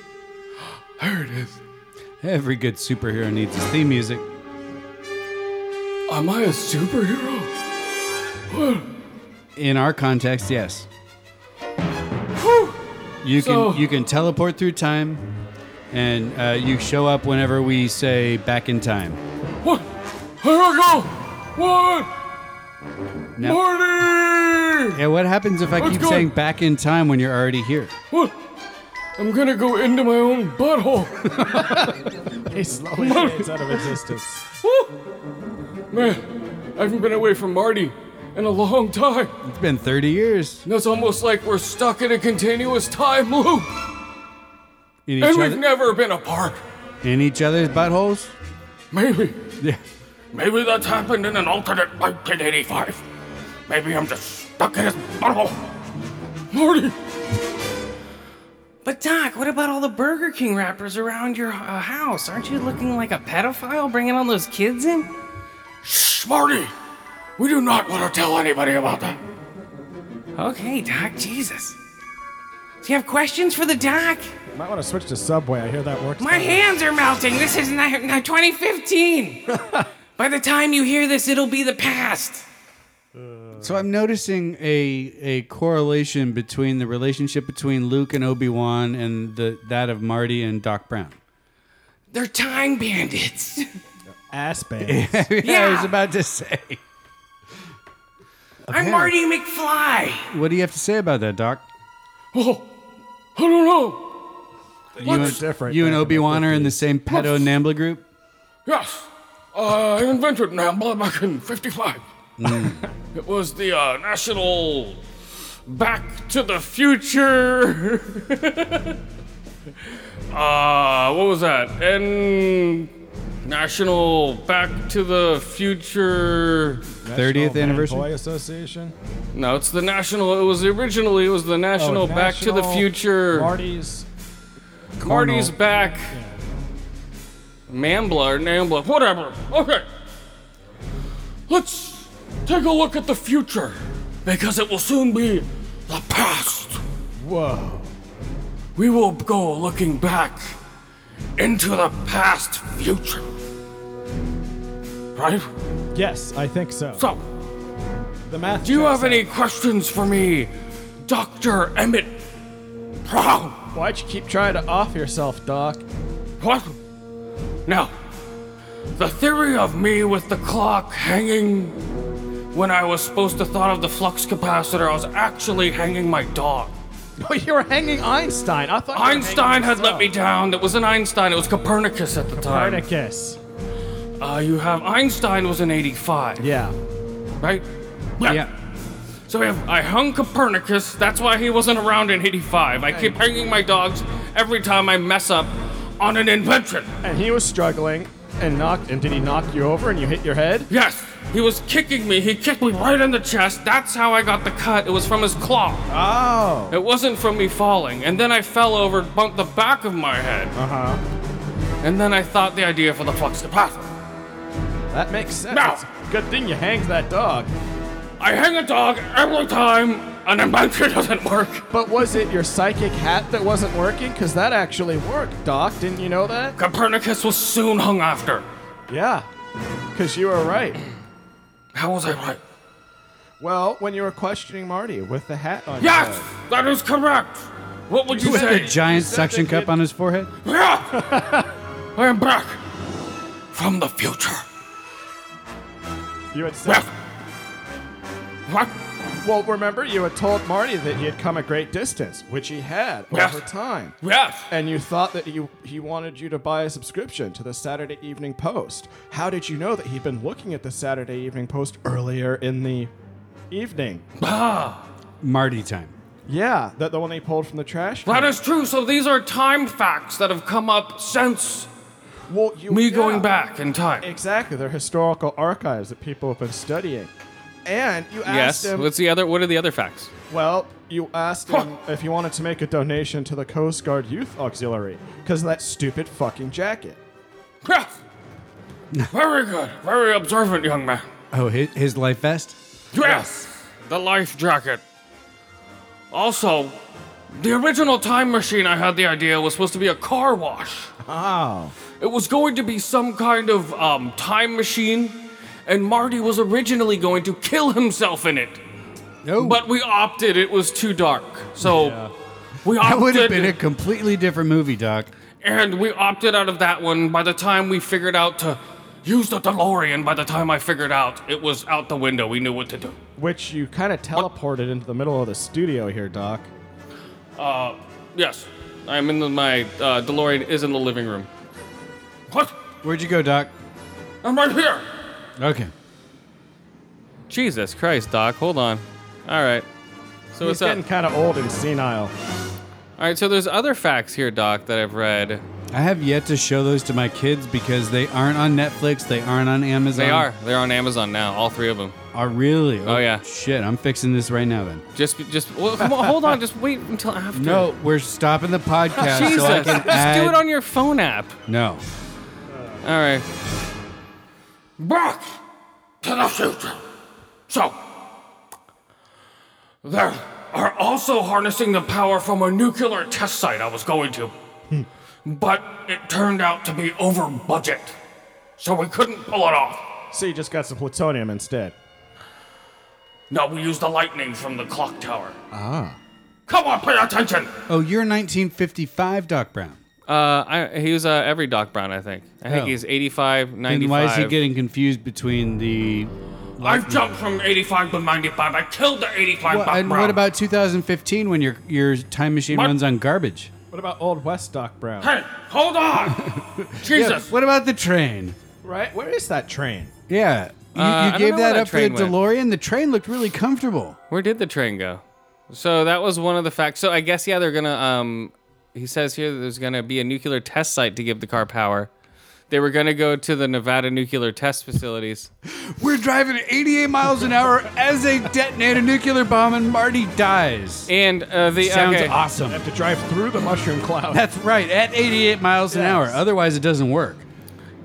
There it is.
Every good superhero needs his theme music.
Am I a superhero? What?
In our context, yes.
Whew.
You
So-
can you can teleport through time, and uh, you show up whenever we say back in time.
What? Here I go. What?
Now-
Morty.
Yeah, what happens if I
Let's
keep
go.
saying back in time when you're already here?
What? I'm gonna go into my own butthole.
He slowly fades Oh, out of existence.
Man, I haven't been away from Marty in a long time.
It's been 30 years.
And it's almost like we're stuck in a continuous time loop.
In
and
each,
we've
other,
never been apart.
in each other's buttholes?
Maybe.
Yeah.
Maybe that's happened in an alternate 1985. Maybe I'm just stuck in his butthole. Marty! But Doc, what about all the Burger King wrappers around your uh, house? Aren't you looking like a pedophile bringing all those kids in? Shh, Marty! We do not want to tell anybody about that. Okay, Doc, Jesus. Do you have questions for the Doc?
Might want to switch to Subway. I hear that works.
My
better.
hands are melting. This is not, not 2015. By the time you hear this, it'll be the past.
So I'm noticing a a correlation between the relationship between Luke and Obi Wan and the that of Marty and Doc Brown.
They're time bandits.
Ass bands.
I was
Yeah.
about to say.
I'm Marty McFly.
What do you have to say about that, Doc?
Oh, I don't know.
You and, you and Obi Wan are in the same pedo Nambla group.
Yes, I invented NAMBLA back in 55. It was the uh, National Back to the Future.
Uh, what was that? And National Back to the Future.
30th National anniversary? Fanboy
Association. No, it's the National. It was originally it was the National Back to the
Oh, National
Future.
Marty's.
Marty's
Cornell.
back. Mambler, Nambler, whatever. Okay. Let's take a look at the future because it will soon be the past. Whoa. We will go looking back into the past future. Right?
Yes, I think so.
So,
the math.
Do you have any questions for me, Dr. Emmett Brown?
Why'd you keep trying to off yourself, Doc?
What? Now, the theory of me with the clock hanging when I was supposed to thought of the flux capacitor, I was actually hanging my dog.
Oh, you were hanging Einstein. I thought you were hanging
Einstein had
yourself.
let me down. It wasn't Einstein, it was Copernicus at the time.
Copernicus.
Uh, you have Einstein was in 85.
Yeah.
Right? Yeah. So we have, I hung Copernicus. That's why he wasn't around in 85. I keep hanging my dogs every time I mess up on an invention.
And he was struggling and knocked. And did he knock you over and you hit your head?
Yes, he was kicking me. He kicked me right in the chest. That's how I got the cut. It was from his claw.
Oh.
It wasn't from me falling. And then I fell over, bumped the back of my head.
Uh huh. Uh-huh.
And then I thought the idea for the flux capacitor.
That makes sense.
Now-
It's a good thing you hanged that dog.
I hang a dog every time an invention doesn't work.
But was it your psychic hat that wasn't working? Because that actually worked, Doc. Didn't you know that?
Copernicus was soon hung after.
Yeah. Because you were right.
How was I right?
Well, when you were questioning Marty with the hat on.
Yes, that is correct. What would you
With
say?
the giant suction cup on his forehead?
Yeah! I am back from the future.
You had said.
What?
Well, remember you had told Marty that he had come a great distance, which he had
Yes.
over time.
Yes.
And you thought that you he wanted you to buy a subscription to the Saturday Evening Post. How did you know that he'd been looking at the Saturday Evening Post earlier in the evening?
Ah,
Marty time.
Yeah, that the one he pulled from the trash.
that
can.
is true. So these are time facts that have come up since
well, you,
me
yeah.
going back in time.
Exactly, they're historical archives that people have been studying. And you asked him.
the other? What are the other facts?
Well, you asked him if he wanted to make a donation to the Coast Guard Youth Auxiliary because of that stupid fucking jacket.
Yes. Very good. Very observant, young man.
Oh, his, his life vest?
Yes. The life jacket. Also, the original time machine I had the idea was supposed to be a car wash.
Oh.
It was going to be some kind of um, time machine, and Marty was originally going to kill himself in it.
No.
But we opted, it was too dark. So we opted.
That would have been a completely different movie, Doc.
And we opted out of that one by the time we figured out to use the DeLorean. By the time I figured out, it was out the window. We knew what to do.
Which you kind of teleported into the middle of the studio here, Doc.
Uh, yes. I'm in the, my uh, DeLorean is in the living room. What?
Where'd you go, Doc?
I'm right here.
Okay.
Jesus Christ, Doc. Hold on. All right. So
He's
what's up?
getting kind of old and senile.
All right. So there's other facts here, Doc, that I've read.
I have yet to show those to my kids because they aren't on Netflix. They aren't on Amazon.
They are. They're on Amazon now. All three of them.
Are really?
Oh, yeah.
Shit, I'm fixing this right now then.
Just, just. Well, come on. Hold on. Just wait until after.
No, we're stopping the podcast.
Jesus.
So I can
just
add...
do it on your phone app.
No.
All right. Back to the future. So, they are also harnessing the power from a nuclear test site I was going to.
Hmm.
But it turned out to be over budget. So we couldn't pull it off.
So you just got some plutonium instead.
No, we used the lightning from the clock tower.
Ah.
Come on, pay attention!
Oh, you're 1955, Doc Brown.
Uh, I, he was uh, every Doc Brown, I think. I
think Oh.
he's 85,
Then why is he getting confused between the?
I jumped from 85 to 95. I killed the 85
Well,
Doc
and
Brown.
what about 2015 when your your time machine
What?
runs on garbage?
What about Old West Doc Brown?
Hey, hold on! Jesus!
Yeah, what about the train?
Right? Where is that train?
Yeah, you,
Uh, I
you
don't
gave
know where
that
that
up for the
train went.
DeLorean. The train looked really comfortable.
Where did the train go? So that was one of the facts. So I guess yeah, they're gonna um
He says here that there's going to be a nuclear test site to give the car power. They were going to go to the Nevada nuclear test facilities.
We're driving at 88 miles an hour as they detonate a nuclear bomb, and Marty dies.
And uh, the
sounds
okay.
awesome.
have to drive through the mushroom cloud.
That's right, at 88 miles an hour. Otherwise, it doesn't work.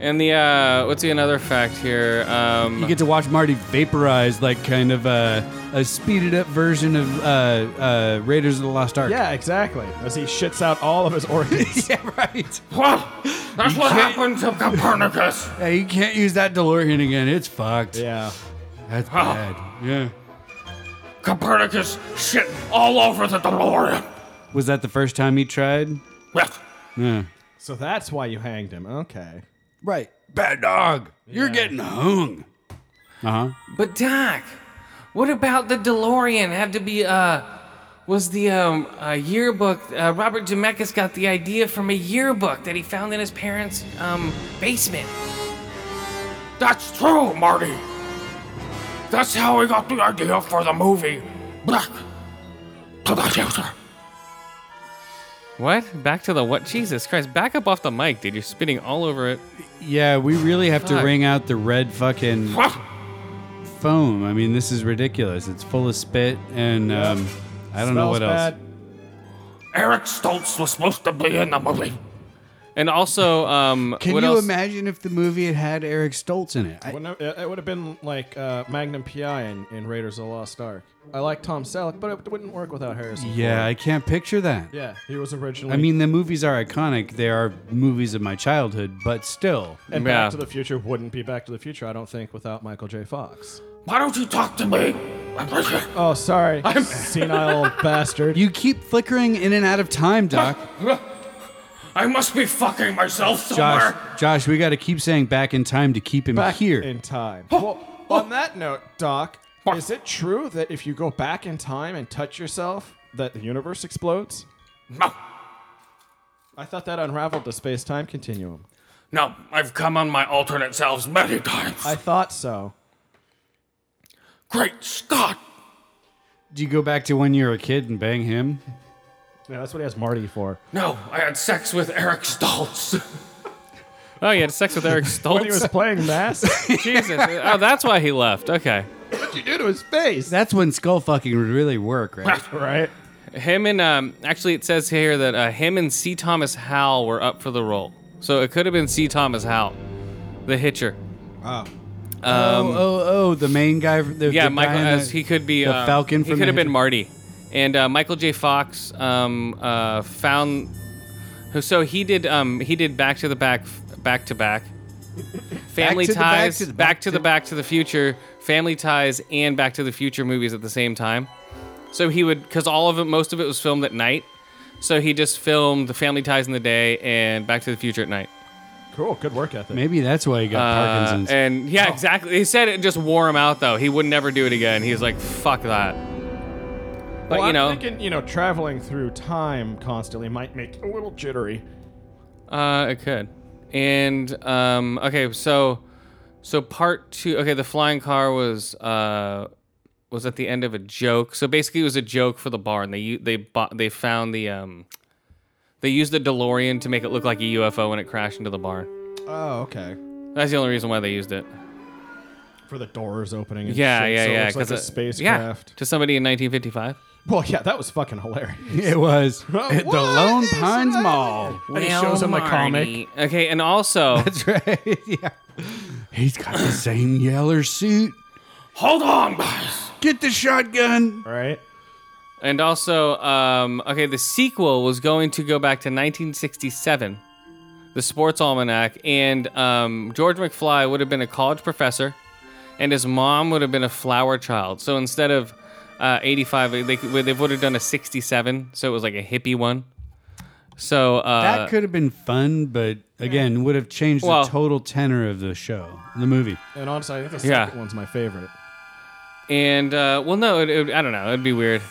And the uh, what's the another fact here? Um,
You get to watch Marty vaporize, like kind of a, a speeded up version of uh, uh, Raiders of the Lost Ark.
Yeah, exactly. As he shits out all of his organs.
yeah, right.
That's what happened to Copernicus.
Yeah, you can't use that DeLorean again. It's fucked.
Yeah.
That's bad. Yeah.
Copernicus shit all over the DeLorean.
Was that the first time he tried? Yeah.
So that's why you hanged him. Okay.
Right. Bad dog. You're getting hung. Uh huh.
But Doc, what about the DeLorean? Had to be uh, was the um uh, yearbook? Uh, Robert Zemeckis got the idea from a yearbook that he found in his parents' um basement.
That's true, Marty. That's how we got the idea for the movie Black to the Future.
What? Back to the what? Jesus Christ! Back up off the mic, dude. You're spitting all over it.
Yeah, we really have
Fuck.
to wring out the red fucking foam. I mean, this is ridiculous. It's full of spit and um, I don't know what else.
Eric Stoltz was supposed to be in the movie.
And also, um,
Can
what
you
else?
imagine if the movie had had Eric Stoltz in it? I-
Wouldn't it it would have been like uh, Magnum PI in, in Raiders of the Lost Ark. I like Tom Selleck, but it wouldn't work without Harrison.
yeah, I can't picture that.
Ford. Yeah, he was originally.
I mean, the movies are iconic. They are movies of my childhood, but still.
and
yeah.
Back to the Future wouldn't be Back to the Future, I don't think, without Michael J. Fox.
Why don't you talk to me? I'm right here.
Oh, sorry, senile bastard.
You keep flickering in and out of time, Doc.
I must be fucking myself somewhere.
Josh, Josh, we got to keep saying back in time to keep him
back
here.
in time. Well, on that note, Doc, is it true that if you go back in time and touch yourself, that the universe explodes?
No,
I thought that unraveled the space-time continuum.
no, I've come on my alternate selves many times.
I thought so.
Great Scott!
Do you go back to when you were a kid and bang him?
Yeah, that's what he has Marty for.
No, I had sex with Eric Stoltz.
Oh, you had sex with Eric
When he was
Stoltz.
playing mass,
Jesus. Oh, that's why he left. Okay.
what you do to his face?
That's when skull fucking would really work, right?
right.
Him and um, actually, it says here that uh, him and C. Thomas Howell were up for the role, so it could have been C. Thomas Howell, the hitcher. Um,
oh, oh, oh, the main guy. The,
Yeah,
the
Michael.
guy in
As
the-
he could be
the
uh,
Falcon.
He
from
could have
the-
been Marty, and uh, Michael J. Fox um, uh, found. So he did. Um, he did back to the back, back to back, Family
to the back,
Ties,
to the
back to the Back to the Future, Family Ties, and Back to the Future movies at the same time. So he would, because all of it, most of it was filmed at night. So he just filmed the Family Ties in the day and Back to the Future at night.
Cool. Good work ethic.
Maybe that's why he got
Uh,
Parkinson's.
and yeah, exactly. He said it just wore him out though. He would never do it again. He was like, "Fuck that." But
Well,
you
I'm
know,
thinking, you know, traveling through time constantly might make you a little jittery.
uh, it could. And um, okay, so so part two. Okay, the flying car was uh was at the end of a joke. So basically, it was a joke for the bar, and they u- they bought they found the um they used the DeLorean to make it look like a UFO when it crashed into the barn.
Oh, okay.
That's the only reason why they used it.
For the doors opening. And
Yeah,
shit,
yeah,
so
yeah.
It's like a
it-
spacecraft.
Yeah, to somebody in 1955.
Well, yeah, that was fucking hilarious.
it was
What
at the Lone
is
Pines
that?
Mall.
And he shows him the comic.
Okay, and also,
That's right. yeah. He's got the same yeller suit.
Hold on, guys.
Get the shotgun.
Right.
and also, um, okay, the sequel was going to go back to 1967, the Sports Almanac, and um, George McFly would have been a college professor, and his mom would have been a flower child. So instead of uh, 85, they, could- they would have done a 67, so it was like a hippie one. So uh,
That could have been fun, but again, would have changed
Well-
the total tenor of the show, the movie.
And honestly, I think the
Yeah.
second one's my favorite.
And uh, well, no, it, it, I don't know. It'd be weird.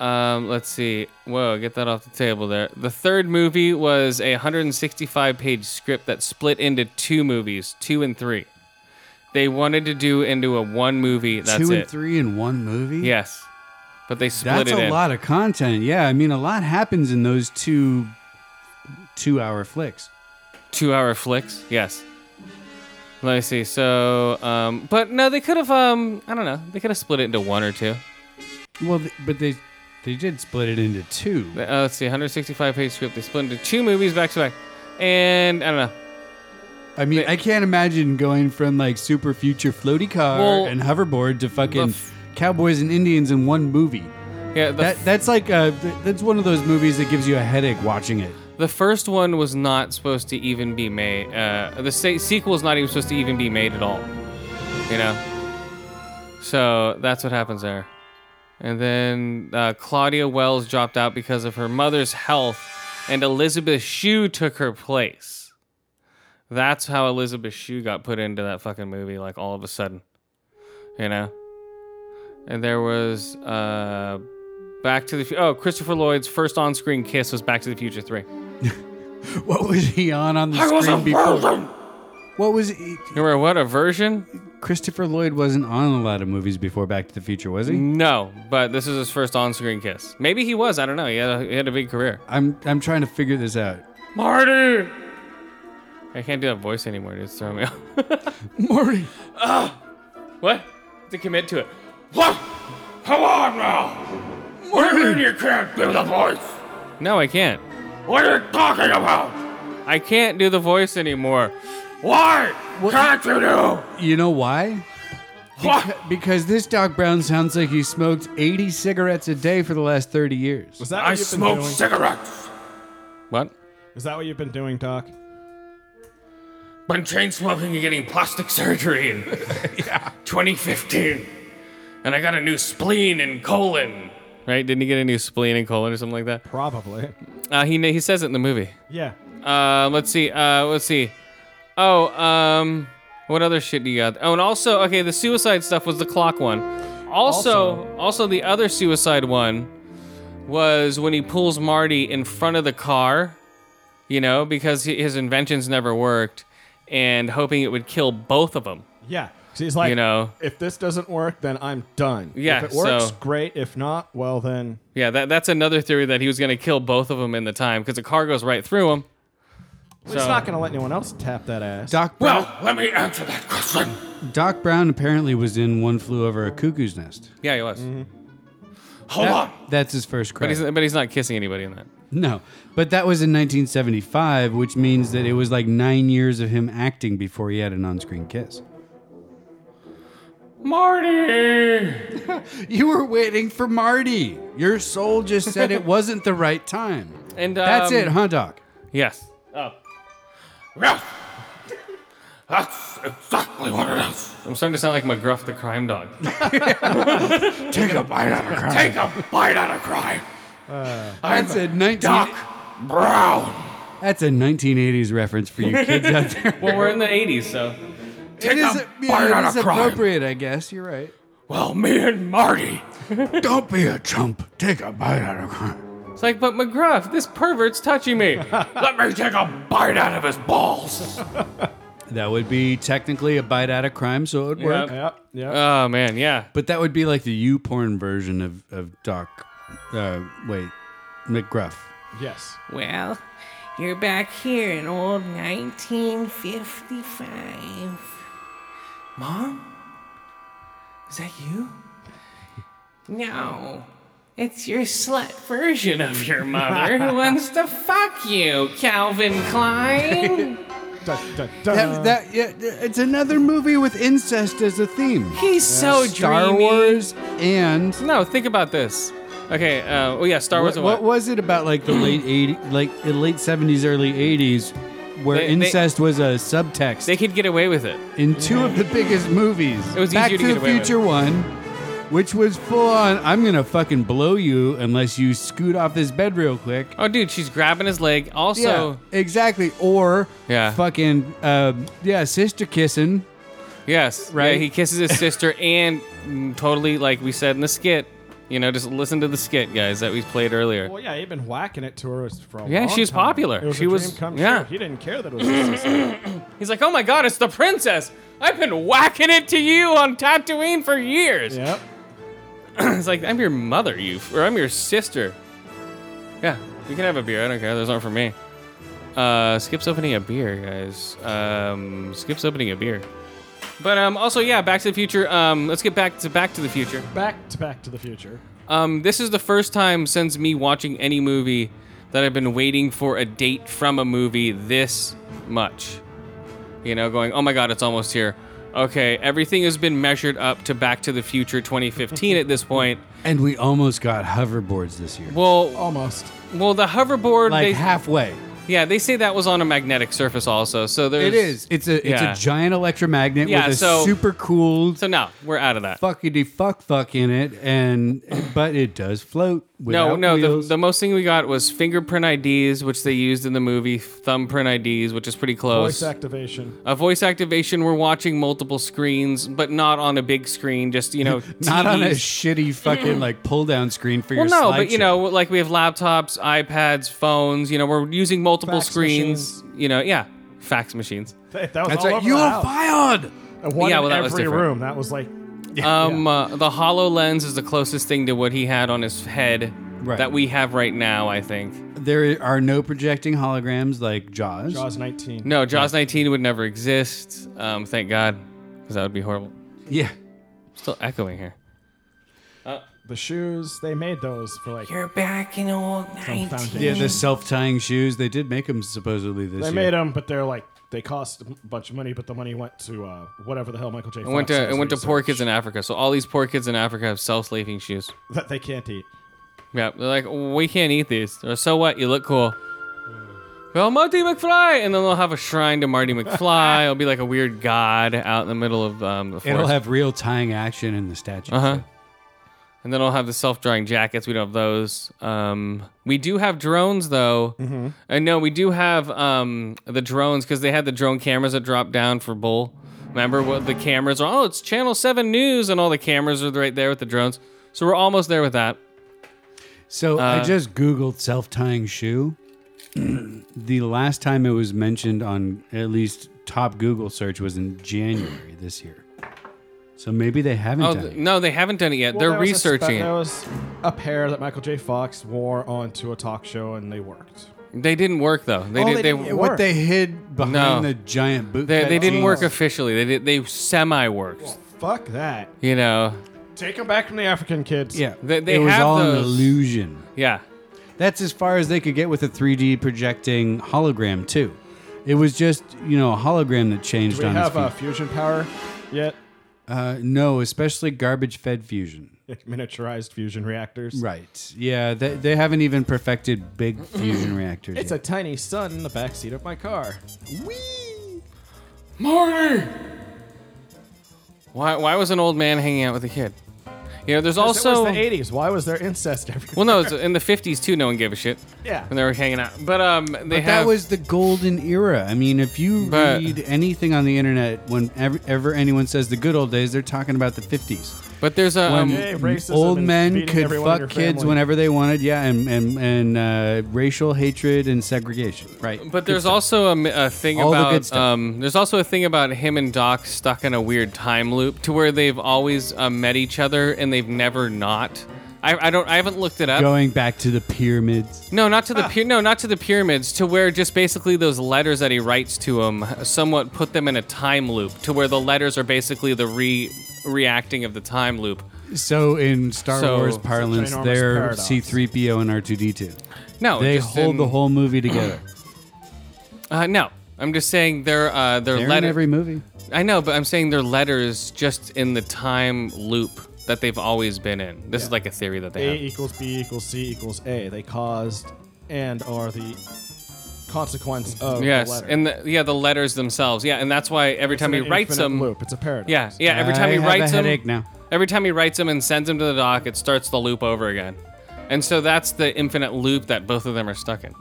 Um, let's see. Whoa, get that off the table there. The third movie was a 165-page script that split into two movies, two and three. They wanted to do into a one movie. That's
Two
it.
and three in one movie?
Yes. But they split
That's
it
a
in.
lot of content. Yeah, I mean, a lot happens in those two two-hour flicks.
Two-hour flicks, yes. Let me see. So, um, but no, they could have. Um, I don't know. They could have split it into one or two.
Well, th- but they they did split it into two.
Uh, let's see, 165 page script. They split into two movies back to back, and I don't know.
I mean, I can't imagine going from like super future floaty car
Well,
and hoverboard to fucking
the f-
cowboys and Indians in one movie.
Yeah, the,
That that's like uh th- that's one of those movies that gives you a headache watching it.
the first one was not supposed to even be made. Uh, the se- sequel is not even supposed to even be made at all. You know. So that's what happens there. And then uh, Claudia Wells dropped out because of her mother's health, and Elizabeth Shue took her place. That's how Elizabeth Shue got put into that fucking movie, like all of a sudden. You know? And there was uh, Back to the Future. Oh, Christopher Lloyd's first on screen kiss was Back to the Future 3.
What was he on on the
I was
screen
a
before?
virgin!
What was he?
Remember what a version?
Christopher Lloyd wasn't on a lot of movies before Back to the Future, was he?
No, but this is his first on screen kiss. Maybe he was. I don't know. He had a, he had a big career.
I'm I'm trying to figure this out.
Marty! I can't do that voice anymore. dude. It's throwing me off.
Marty!
What? To commit to it. What? Come on
now! What do you mean you can't do the voice?
No, I can't.
What are you talking about?
I can't do the voice anymore.
Why can't you do?
You know why? Beca- because this Doc Brown sounds like he smoked 80 cigarettes a day for the last 30 years.
Was that
I
what you've been
smoke
doing?
cigarettes.
What?
Is that what you've been doing, Doc?
Been chain smoking and getting plastic surgery in 2015. And I got a new spleen and colon.
Right? Didn't he get a new spleen and colon or something like that?
Probably.
Uh, he he says it in the movie.
Yeah.
Uh, let's see. Uh, let's see. Oh, um, what other shit do you got? Oh, and also, okay, the suicide stuff was the clock one. Also, also, the other suicide one was when he pulls Marty in front of the car, you know, because he, his inventions never worked, and hoping it would kill both of them.
Yeah. 'Cause he's like,
You know.
if this doesn't work, then I'm done.
Yeah,
If it works,
so-
great. If not, well, then
Yeah, that, that's another theory that he was going to kill both of them in the time because the car goes right through him.
it's not going to let anyone else tap that ass.
Doc Brown,
Well, let me answer that question.
Doc Brown apparently was in One Flew Over a Cuckoo's Nest.
Yeah, he was.
Hold
Mm-hmm. That-
on.
That's his first
But
credit.
he's, but he's not kissing anybody in that.
no, but that was in 1975, which means that it was like nine years of him acting before he had an on-screen kiss.
Marty!
You were waiting for Marty. Your soul just said it wasn't the right time.
And
That's
um,
it, huh, Doc?
Yes.
Oh. Yes! That's exactly what it is.
I'm starting to sound like McGruff the crime dog.
Take a bite out of crime. Take a bite out of crime. I'm
That's a 19-
Doc Brown.
That's a 1980s reference for you kids out there.
Well, we're in the 80s, so.
Take
It is,
a
yeah,
bite
it
out
is
of crime.
appropriate, I guess. You're right.
Well, me and Marty.
Don't be a chump. Take a bite out of crime.
It's like, but McGruff, this pervert's touching me.
Let me take a bite out of his balls.
That would be technically a bite out of crime, so it would work.
Yep. Oh, man, yeah.
But that would be like the U porn version of, of Doc. Uh, wait, McGruff.
Yes.
Well, you're back here in old 1955. Mom? Is that you? No. It's your slut version of your mother who wants to fuck you, Calvin Klein.
Dun, dun, dun.
That, that, yeah, it's another movie with incest as a theme.
He's so
Star
dreamy.
Wars and
No, think about this. Okay, uh, oh, yeah, Star Wars
what, what
and
was it about like the late 80, like uh, late seventies, early eighties, where
They- they-
incest was a subtext
They could get away with it.
in two of the biggest movies?
It was
Back
easier
to
to get
the
away with.
Future one, which was full on. I'm gonna fucking blow you unless you scoot off this bed real quick.
Oh, dude, she's grabbing his leg. Also,
yeah, exactly. Or
Yeah.
fucking um yeah, sister kissing.
yes, right.
Right.
he kisses his sister, and mm, totally, like we said in the skit, you know, just listen to the skit, guys, that we played earlier.
Well, yeah, he'd been whacking it to her for a
Yeah,
long
she was
time.
popular.
It was
She
a
was-
dream come
yeah.
true. He didn't care that it was his sister.
He's like, oh my god, it's the princess. I've been whacking it to you on Tatooine for years.
yep.
it's like I'm your mother, you, or I'm your sister. Yeah, you can have a beer. I don't care. Those aren't for me. Uh, skips opening a beer, guys. Um, skips opening a beer. But um, also, yeah, Back to the Future. Um, let's get back to Back to the Future.
Back to Back to the Future.
Um, this is the first time since me watching any movie that I've been waiting for a date from a movie this much. You know, going, oh my God, it's almost here. Okay, everything has been measured up to Back to the Future 2015 at this point.
And we almost got hoverboards this year.
Well, almost. Well, the hoverboard,
Like
they-
halfway.
yeah, they say that was on a magnetic surface also. So there's
It is. It's a it's
Yeah.
a giant electromagnet
Yeah,
with a
so-
super cool
So no, we're out of that.
fuckity fuck fuck in it, and but it does float.
No,
Without
no. The,
wheels.
the most thing we got was fingerprint IDs, which they used in the movie, thumbprint IDs, which is pretty close.
Voice activation.
a voice activation. We're watching multiple screens, but not on a big screen. Just you know,
not on a
TVs.
shitty fucking like pull down screen for
Well,
your.
no, but you
slideshow.
know, like we have laptops, iPads, phones. You know, we're using multiple
Fax
screens. You know, yeah, fax machines.
That was
That's
all
right.
over
You
the
are
house.
fired!
And one
Yeah,
in
well, that was
every
different.
room. That was like
um, Uh, the Hololens is the closest thing to what he had on his head
Right.
that we have right now. I think.
there are no projecting holograms like Jaws.
Jaws 19.
No, Jaws 19 would never exist. Um, thank God, because that would be horrible.
Yeah.
Still echoing here.
The shoes, they made those for like.
You're back in old night.
Yeah, the self tying shoes. They did make them supposedly this
They
year.
made them, but they're like they cost a bunch of money, but the money went to uh, whatever the hell Michael J.
It
Fox
went to
does
it went to
research
poor kids in Africa. So all these poor kids in Africa have self-slaving shoes.
that they can't eat.
Yeah, they're like, we can't eat these. Or so what? You look cool.
Hmm.
Well, Marty McFly, and then they'll have a shrine to Marty McFly. It'll be like a weird god out in the middle of um, the forest.
It'll have real tying action in the statue.
Uh huh. And then I'll have the self-drying jackets. We don't have those. Um, we do have drones though,
Mhm.
and no, we do have um, the drones because they had the drone cameras that dropped down for Bull. Remember what the cameras are? Oh, it's Channel Seven News, and all the cameras are right there with the drones. So we're almost there with that.
So I
Uh,
just Googled self tying shoe. the last time it was mentioned on at least top Google search was in January this year. So maybe they haven't
Oh
done
th-
it.
no, they haven't done it yet. They're
there was a spe-
researching
There
it.
was a pair that Michael J. Fox wore onto a talk show, and they worked.
They didn't work though. They
Oh,
did.
they
They,
didn't get
What
work.
they hid
No.
behind the giant boot.
they,
cut
they didn't work
jeans.
officially. They did. They semi worked.
Fuck that.
You know.
Take them back from the African kids.
Yeah,
They- they
it was
have
all an
those.
illusion.
Yeah.
That's as far as they could get with a 3D projecting hologram too. It was just you know a hologram that
Do
changed
we
on his
have
feet.
uh, fusion power yet?
uh, no, especially garbage fed fusion.
Miniaturized fusion reactors.
Right. Yeah, they, they haven't even perfected big fusion reactors.
It's a
yet.
tiny sun in the backseat of my car.
Marty! Why, why was an old man hanging out with a kid? You know, there's also.
it was the 80s. Why was there incest everywhere?
well, no, it's in the 50s too, no one gave a shit.
Yeah.
When they were hanging out. But um, they
but
have.
that was the golden era. I mean, if you
But-
read anything on the internet, whenever ever anyone says the good old days, they're talking about the 50s.
but there's a.
when
Um,
Hey, racism
old
and
men
beating
could
everyone in
fuck
your
kids
family.
whenever they wanted, yeah, and and, and uh, racial hatred and segregation, right?
but there's also a, m- a thing
All the
about
good stuff.
um there's also a thing about him and Doc stuck in a weird time loop to where they've always uh, met each other and they've never not. I, I don't I haven't looked it up.
going Ah. back to the pyramids.
No, not to the pyra- no, not to the pyramids. To where just basically those letters that he writes to him, somewhat put them in a time loop. To where the letters are basically the re reacting of the time loop.
So in Star
So-
Wars
It's a
parlance,
ginormous
they're
paradox.
C-3PO and R2D2.
No,
they
just
hold
in-
the whole movie together.
Uh, no, I'm just saying their uh, their
they're in
letter.
every movie.
I know, but I'm saying their letters just in the time loop that they've always been in. This is like a theory
A
that they have.
equals B equals C equals A. They caused and are the consequence of the
Yes,
letter.
and the, yeah, the letters themselves. Yeah, and that's why every
It's
time
an
he writes
infinite
them,
loop. It's a paradox.
yeah, yeah. Every time
I
he
have a
writes them,
headache now.
Every time he writes them and sends them to the doc, it starts the loop over again, and so that's the infinite loop that both of them are stuck in.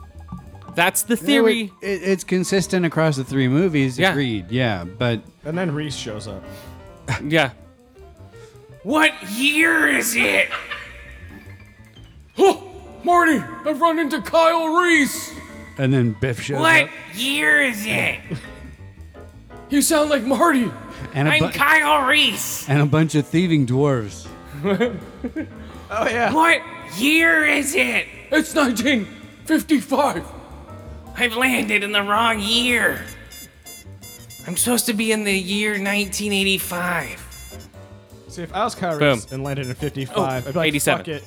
That's the theory.
No, it- it- it's consistent across the three movies.
Yeah.
Agreed. Yeah, but
And then Reese shows up.
yeah.
What year is it?
Oh, Marty, I've run into Kyle Reese.
and then Biff shows
What
up,
year is it?
You sound like Marty.
and a,
I'm
bu-
Kyle Reese.
and a bunch of thieving dwarves.
Oh, yeah.
What year is it?
It's 1955.
I've landed in the wrong year. I'm supposed to be in the year 1985.
See, if I was Kyrus
Boom.
and landed in 55,
Oh,
I'd be like,
87.
fuck it.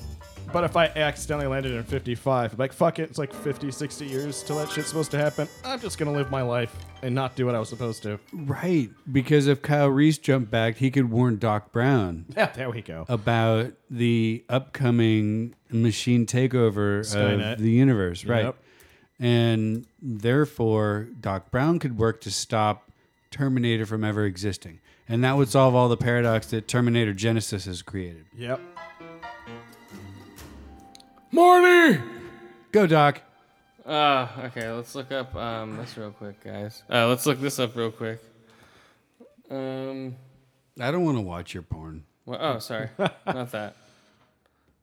But if I accidentally landed in 55, I'd be like, fuck it, it's like 50, 60 years till that shit's supposed to happen. I'm just going to live my life and not do what I was supposed to.
Right, because if Kyle Reese jumped back, he could warn Doc Brown.
Yeah, there we go.
About the upcoming machine takeover
Skynet.
of the universe, right?
Yep.
And therefore, Doc Brown could work to stop Terminator from ever existing, and that would solve all the paradox that Terminator Genesis has created.
Yep.
Marty!
Go, Doc.
Uh, okay, let's look up um, this real quick, guys. Uh, let's look this up real quick. Um,
I don't want to watch your porn.
well, oh, sorry, not that.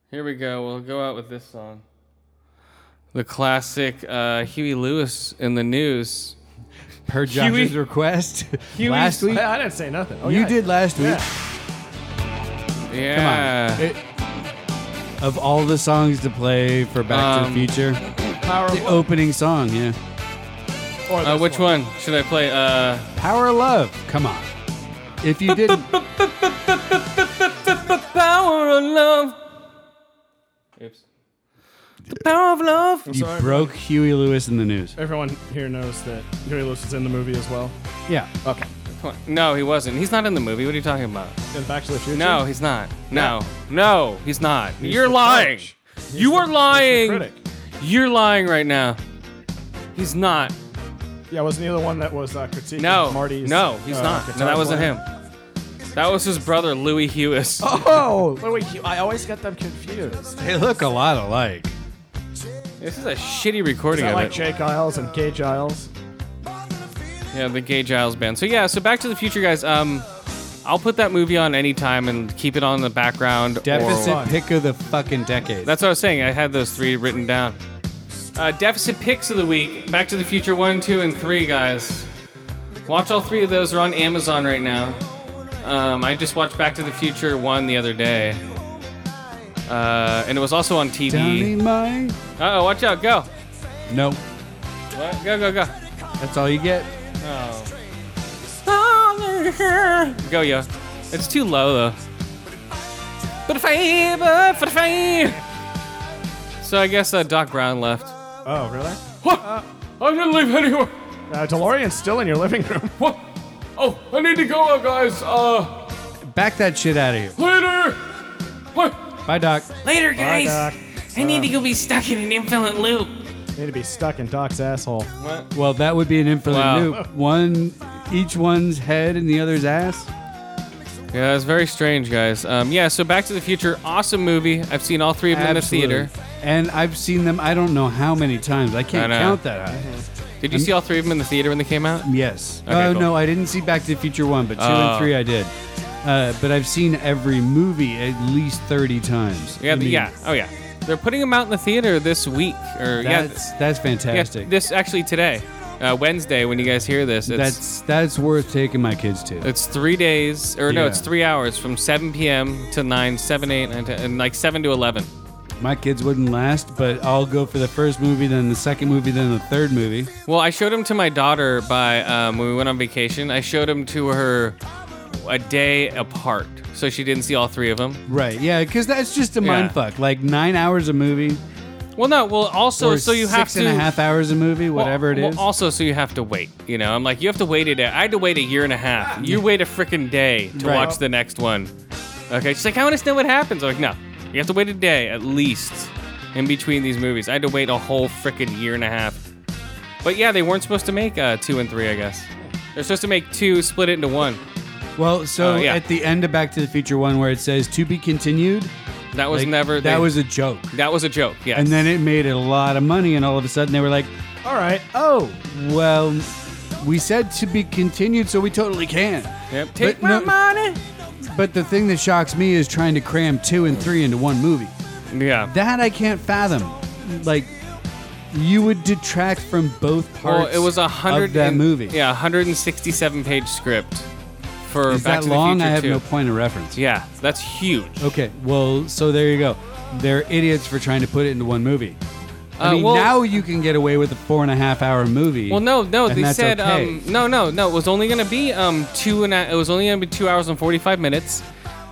Here we go. We'll go out with this song. The classic uh, Huey Lewis in the news.
Per Josh's request
Huey's-
last week.
I, I didn't say nothing. Oh,
you
yeah.
did last week.
Yeah.
Yeah.
Of all the songs to play for Back
Um,
to the Future,
Power
the opening song, yeah.
Uh, which one. should I play? Uh,
Power of Love. Come on. If you didn't,
the power of love. Oops. The power of love.
you broke Huey Lewis in the news.
Everyone here knows that Huey Lewis is in the movie as well.
Yeah.
Okay.
Come on. No, he wasn't. He's not in the movie. What are you talking about?
In Back to the Future?
No, he's not. No, no, he's not.
He's
You're
the
lying.
coach.
You are lying.
critic.
You're lying right now. He's not.
Yeah, wasn't he the one that was uh, critiquing
No,
Marty's?
no, he's
uh,
not. No,
guitar
that wasn't
player?
him. That was his brother, Louis Hewis.
Oh, wait, wait, I always get them confused.
They look a lot alike.
This is a shitty recording
Is that
of
like
it.
Jake Isles and Gage Isles?
Yeah, the Gay Giles band. So yeah, so Back to the Future, guys. Um, I'll put that movie on anytime and keep it on in the background. or-
Deficit pick of the fucking decade.
That's what I was saying. I had those three written down. Uh, deficit picks of the week: Back to the Future one, two, and three, guys. Watch all three of those. They're on Amazon right now. Um, I just watched Back to the Future one the other day, uh, and it was also on
Downey
TV.
Mine.
Uh oh, watch out! Go,
Nope.
What? go, go, go!
That's all you get.
Oh. Go, yo. It's too low, though. But if I, but if I. So I guess uh, Doc Brown left.
Oh, really?
What? I didn't leave anywhere.
Uh, DeLorean's still in your living room.
What? Oh, I need to go, uh, guys. Uh,
Back that shit out of here.
later. What?
Bye, Doc.
Later,
Bye,
guys.
Doc. Uh.
I need to go be stuck in an infinite loop.
Need to be stuck in Doc's asshole.
Well, that would be an infinite
Wow.
loop. One, each one's head and the other's ass.
Yeah, it's very strange, guys. Um, yeah, so Back to the Future, awesome movie. I've seen all three of them in the
Absolutely.
theater.
And I've seen them. I don't know how many times. I can't
I know. Mm-hmm.
count that high.
Did you see all three of them in the theater when they came out?
Yes.
Okay,
oh
cool.
no, I didn't see Back to the Future one, but two
Oh.
and three I did. Uh, but I've seen every movie at least thirty times.
Yeah,
I mean,
yeah. Oh, yeah. They're putting them out in the theater this week. Or yeah, th-
That's that's fantastic.
Yeah, this actually today, uh, Wednesday, when you guys hear this. It's,
that's that's worth taking my kids to.
It's three days, or no,
Yeah.
it's three hours from 7 p.m. to 9, 7, 8, 9, 10, and like 7 to 11.
My kids wouldn't last, but I'll go for the first movie, then the second movie, then the third movie.
Well, I showed him to my daughter by um, when we went on vacation. I showed him to her a day apart, so she didn't see all three of them.
Right? Yeah, because that's just a
Yeah.
mind fuck. Like nine hours a movie,
Well, no, well, also,
or
so you
six
have to.
and a half hours a movie, whatever it
well,
is.
also, so you have to wait. You know, I'm like, you have to wait it. I had to wait a year and a half. You wait a freaking day to
Right.
watch the next one. Okay, she's like, I want to know what happens. I'm like, no, you have to wait a day at least in between these movies. I had to wait a whole freaking year and a half. But yeah, they weren't supposed to make uh, two and three, I guess. They're supposed to make two, split it into one.
Well, so
Oh, yeah.
at the end of Back to the Future one, where it says to be continued,
That was
like,
never.
that
they-
was a joke.
that was a joke. Yeah.
And then it made a lot of money, and all of a sudden they were like,
All right. Oh,
well, we said to be continued, so we totally can.
Yep. Take
But
my
no-
money.
But the thing that shocks me is trying to cram two and three into one movie.
Yeah.
That I can't fathom. Like, you would detract from both parts
Well, it was a hundred
of that
and-
movie.
Yeah, 167 page script for
Is
Back
that
to
long?
the
I
Future
have
too.
no point of reference.
Yeah, that's huge.
Okay, well, so there you go. They're idiots for trying to put it into one movie. I
Uh,
mean,
well-
now you can get away with a four and a half hour movie.
Well, no, no,
and
they
that's
said
okay.
um, no, no, no. It was only gonna be um two and a, it was only gonna be two hours and forty five minutes,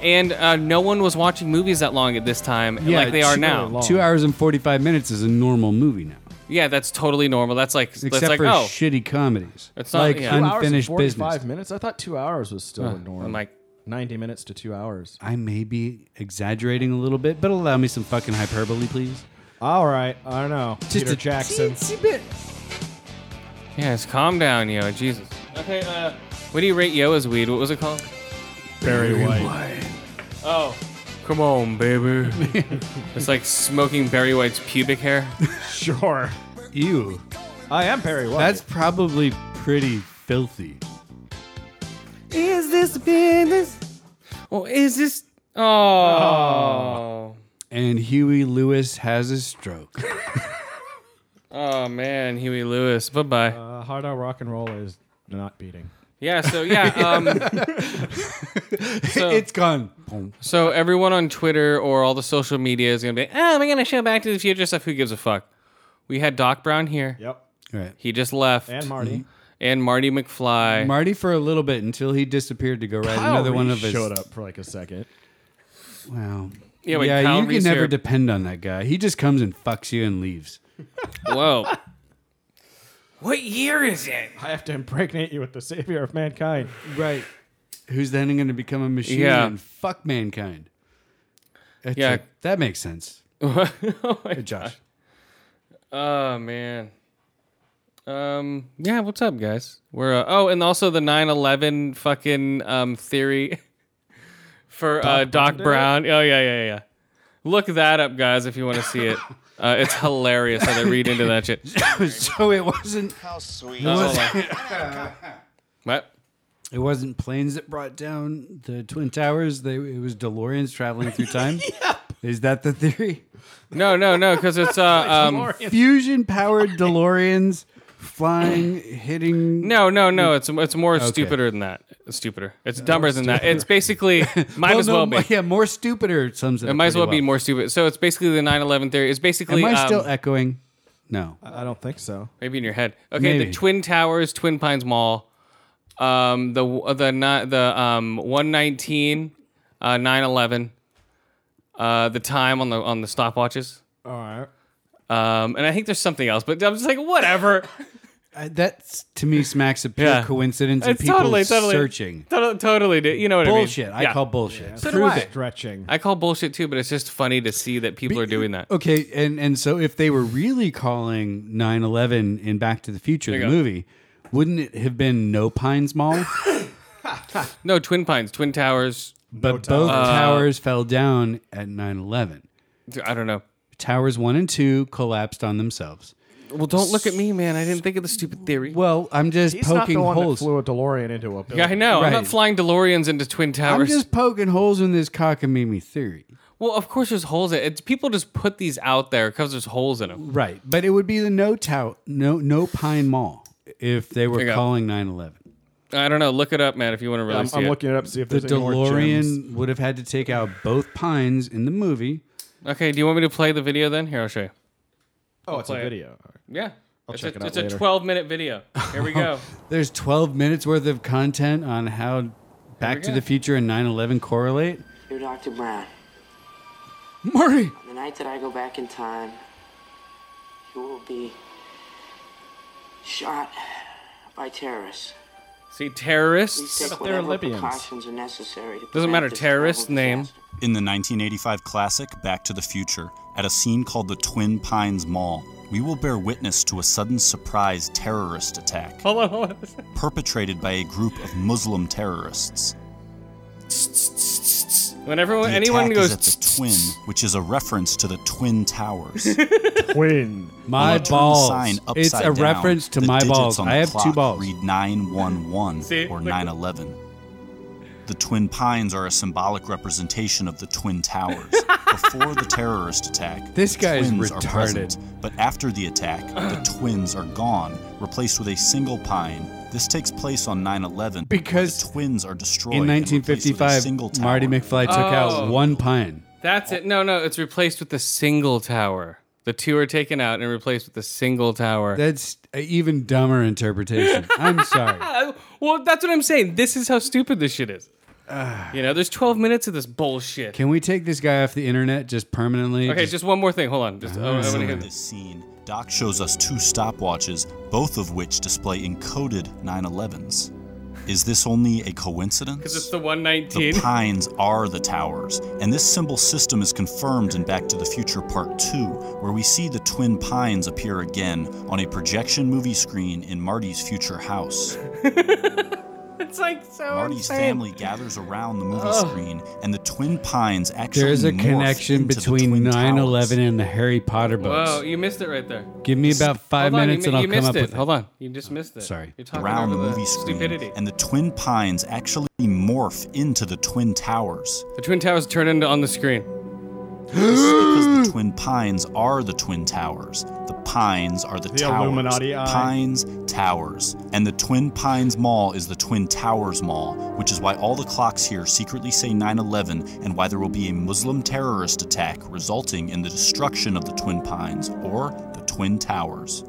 and uh, no one was watching movies that long at this time, like they are
two-
now.
Two hours and forty five minutes is a normal movie now,
Yeah, that's totally normal. That's like
except
that's like
for
oh,
shitty comedies.
It's not-
like
yeah.
Two hours and
unfinished
45
business.
minutes? I thought two hours was still
Uh,
a norm.
I'm
like 90 minutes to two hours.
I may be exaggerating a little bit, but allow me some fucking hyperbole, please.
All right. I don't know.
Just
Peter
a
Jackson.
teensy bit.
yes, calm down, yo, Jesus. Okay, uh, what do you rate yo as weed? What was it called?
Barry White.
Oh, come on, baby. it's like smoking Barry White's pubic hair.
Sure.
Ew.
I am Barry White.
That's probably pretty filthy.
Is this business? Or is this? Oh.
And Huey Lewis has a stroke.
Oh man, Huey Lewis. Bye bye.
Uh, hard out rock and roll is not beating.
Yeah. So yeah. Um,
It's gone.
So everyone on Twitter or all the social media is gonna be, oh, we're gonna show Back to the Future stuff. Who gives a fuck? We had Doc Brown here.
Yep.
Right.
He just left. Mm-hmm.
And Marty. Mhm.
And Marty McFly.
Marty for a little bit until he disappeared to go write
Kyle
another one
Reese
of his.
showed up for like a second.
Wow.
Yeah, wait, Kyle
you
Reese
can never
here.
depend on that guy. He just comes and fucks you and leaves.
Whoa.
What year is it?
I have to impregnate you with the savior of mankind.
Right. Who's then going to become a machine
Yeah.
and fuck mankind? That's
Yeah.
it. that makes sense.
oh my
Good Josh.
Oh man. Um. Yeah. What's up, guys? We're. Uh, oh, and also the 9/11 fucking um theory for uh, Doc Brown. Oh yeah, yeah, yeah. Look that up, guys, if you want to see it. Uh, it's hilarious how they read into that shit.
so it wasn't.
How sweet.
It
Oh,
wasn't,
What?
it wasn't planes that brought down the Twin Towers. They, it was DeLoreans traveling through time. Is that the theory?
No, no, no, because it's uh um.
Fusion powered DeLoreans flying, hitting.
No, no, no. It's it's more
Okay.
stupider than that. It's stupider. It's dumber than that. It's basically might as well
no,
be.
Yeah, more stupider sums it
It
up
might as
pretty
well be more stupid. So it's basically the 9/11 theory. It's basically
Am I
um,
still echoing? No.
I don't think so.
Maybe in your head. Okay,
Maybe.
the Twin Towers, Twin Pines Mall, um, the the ni- the um 119, uh, 911, uh, the time on the on the stopwatches.
All right.
Um, and I think there's something else, but I'm just like whatever.
Uh, that's to me smacks of pure
Yeah.
coincidence and
It's
people
totally, totally
searching.
Totally, totally. di- You know what
Bullshit.
I mean?
I
Yeah.
call bullshit.
So do
Prove
I.
it.
Stretching.
I call bullshit too, but it's just funny to see that people are doing that.
Okay, and and so if they were really calling 9/11 in Back to the Future
There
the
you go.
movie, wouldn't it have been No Pines Mall?
No, Twin Pines, Twin Towers.
But both towers fell down at 9/11.
Uh, I don't know.
Towers 1 and 2 collapsed on themselves.
Well, don't look at me, man. I didn't think of the stupid theory.
Well, I'm just
He's not
poking
the one
holes.
that flew a DeLorean into a building.
yeah, I know. I'm not
Right.
flying DeLoreans into Twin Towers.
I'm just poking holes in this cockamamie theory.
Well, of course, there's holes. In it. It's, people just put these out there because there's holes in them.
Right, but it would be the no tow no no Pine Mall if they
There
were
you go.
calling 9/11.
I don't know. Look it up, man, if you want to really
I'm,
see
I'm
it.
looking it up to see if
The
there's any more gems.
DeLorean would have had to take out both pines in the movie.
Okay, do you want me to play the video then? Here, I'll show you.
Oh, it's a
play it.
video.
Yeah,
I'll
it's
check
a,
it out
It's
later.
a 12 minute video. Here we go.
There's 12 minutes worth of content on how Back to
go.
the Future and 9/11 correlate.
Dear Dr. Brown,
Murray,
on the night that I go back in time, you will be shot by terrorists.
see,
Please
terrorists.
take whatever precautions are necessary to
Doesn't
prevent
matter
this
terrorist name.
In the 1985 classic Back to the Future, at a scene called the Twin Pines Mall, we will bear witness to a sudden surprise terrorist attack
Hold on, hold on.
perpetrated by a group of Muslim terrorists.
When everyone,
the
anyone
attack
goes,
is at the twin, which is a reference to the Twin Towers.
Twin.
My
On the turn
balls.
sign
It's
upside
a
down,
reference to
the
my
digits
balls.
on the
I have two
clock
balls.
Read 911
See?
or
Look.
911. The Twin Pines are a symbolic representation of the Twin Towers, Before the terrorist attack,
This guy is
twins
retarded.
Are present, but after the attack, the twins are gone, replaced with a single pine. This takes place on 9/11 because the twins are destroyed.
In
and replaced with a
1955,
single tower.
Marty McFly took
Oh.
out one pine.
That's it. No, no, it's replaced with a single tower. The two are taken out and replaced with a single tower.
That's an even dumber interpretation. I'm sorry.
Ah, well, that's what I'm saying. This is how stupid this shit is.
Ah.
you know, there's 12 minutes of this bullshit.
Can we take this guy off the internet just Ah. permanently?
Okay, just, one more thing. Hold on. Just, oh, I
So
wanna hear
in this scene, Doc shows us two stopwatches, both of which display encoded 911s. Is this only a coincidence?
Because it's the 119.
The pines are the towers, and this symbol system is confirmed in Back to the Future Part 2, where we see the twin pines appear again on a projection movie screen in Marty's future house.
It's like so
Marty's
insane.
family gathers around the movie
Ugh.
screen, and the twin pines actually
There's a
morph
connection
into the
between
twin
9
towers.
11 and the Harry Potter books.
Whoa, you missed it right there.
Give me about five
Hold on, you
minutes
mi-
and I'll
you
come
missed
up
it.
with it.
Hold on. You just missed it.
Sorry.
You're talking
around the
over
movie screen,
stupidity.
and the twin pines actually morph into the twin towers.
The Twin Towers turn into on the screen.
This is because the twin pines are the twin towers. The pines are the,
The
towers.
Illuminati eye.
Pines, towers, and the Twin Pines Mall is the Twin Towers Mall, which is why all the clocks here secretly say 9/11, and why there will be a Muslim terrorist attack resulting in the destruction of the Twin Pines or the Twin Towers.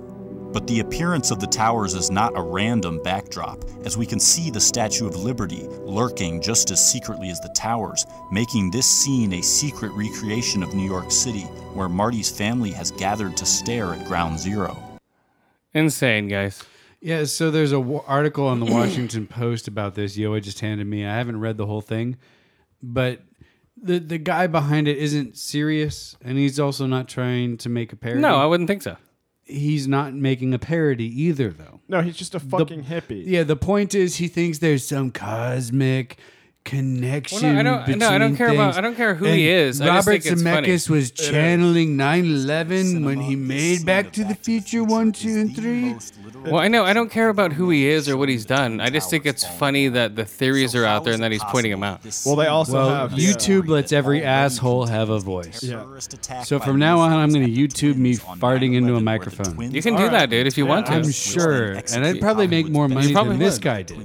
But the appearance of the towers is not a random backdrop, as we can see the Statue of Liberty lurking just as secretly as the towers, making this scene a secret recreation of New York City, where Marty's family has gathered to stare at Ground Zero.
Insane, guys.
Yeah, so there's a w- article on the Washington Post about this. Yoa just handed me. I haven't read the whole thing, but the the guy behind it isn't serious, and he's also not trying to make a parody.
No, I wouldn't think so.
He's not making a parody either, though.
No, he's just a fucking hippie.
Yeah, the point is he thinks there's some cosmic connection.
Well, no, I don't- no, I don't
between
care about-
things.
I don't care who
And
he is. I just
Robert
think it's funny.
Zemeckis was
It is.
channeling 9/11 when he made Back to the Future one, two, and three.
Well, I know I don't care about who he is or what he's done. I just think it's funny that the theories are out there and that he's pointing them out.
Well, they also
well,
have
YouTube lets every asshole have a voice.
attack
So from now on, I'm going to YouTube me farting into a microphone.
You can do that, dude, if you want to.
I'm sure, and I'd probably make more money than this guy did.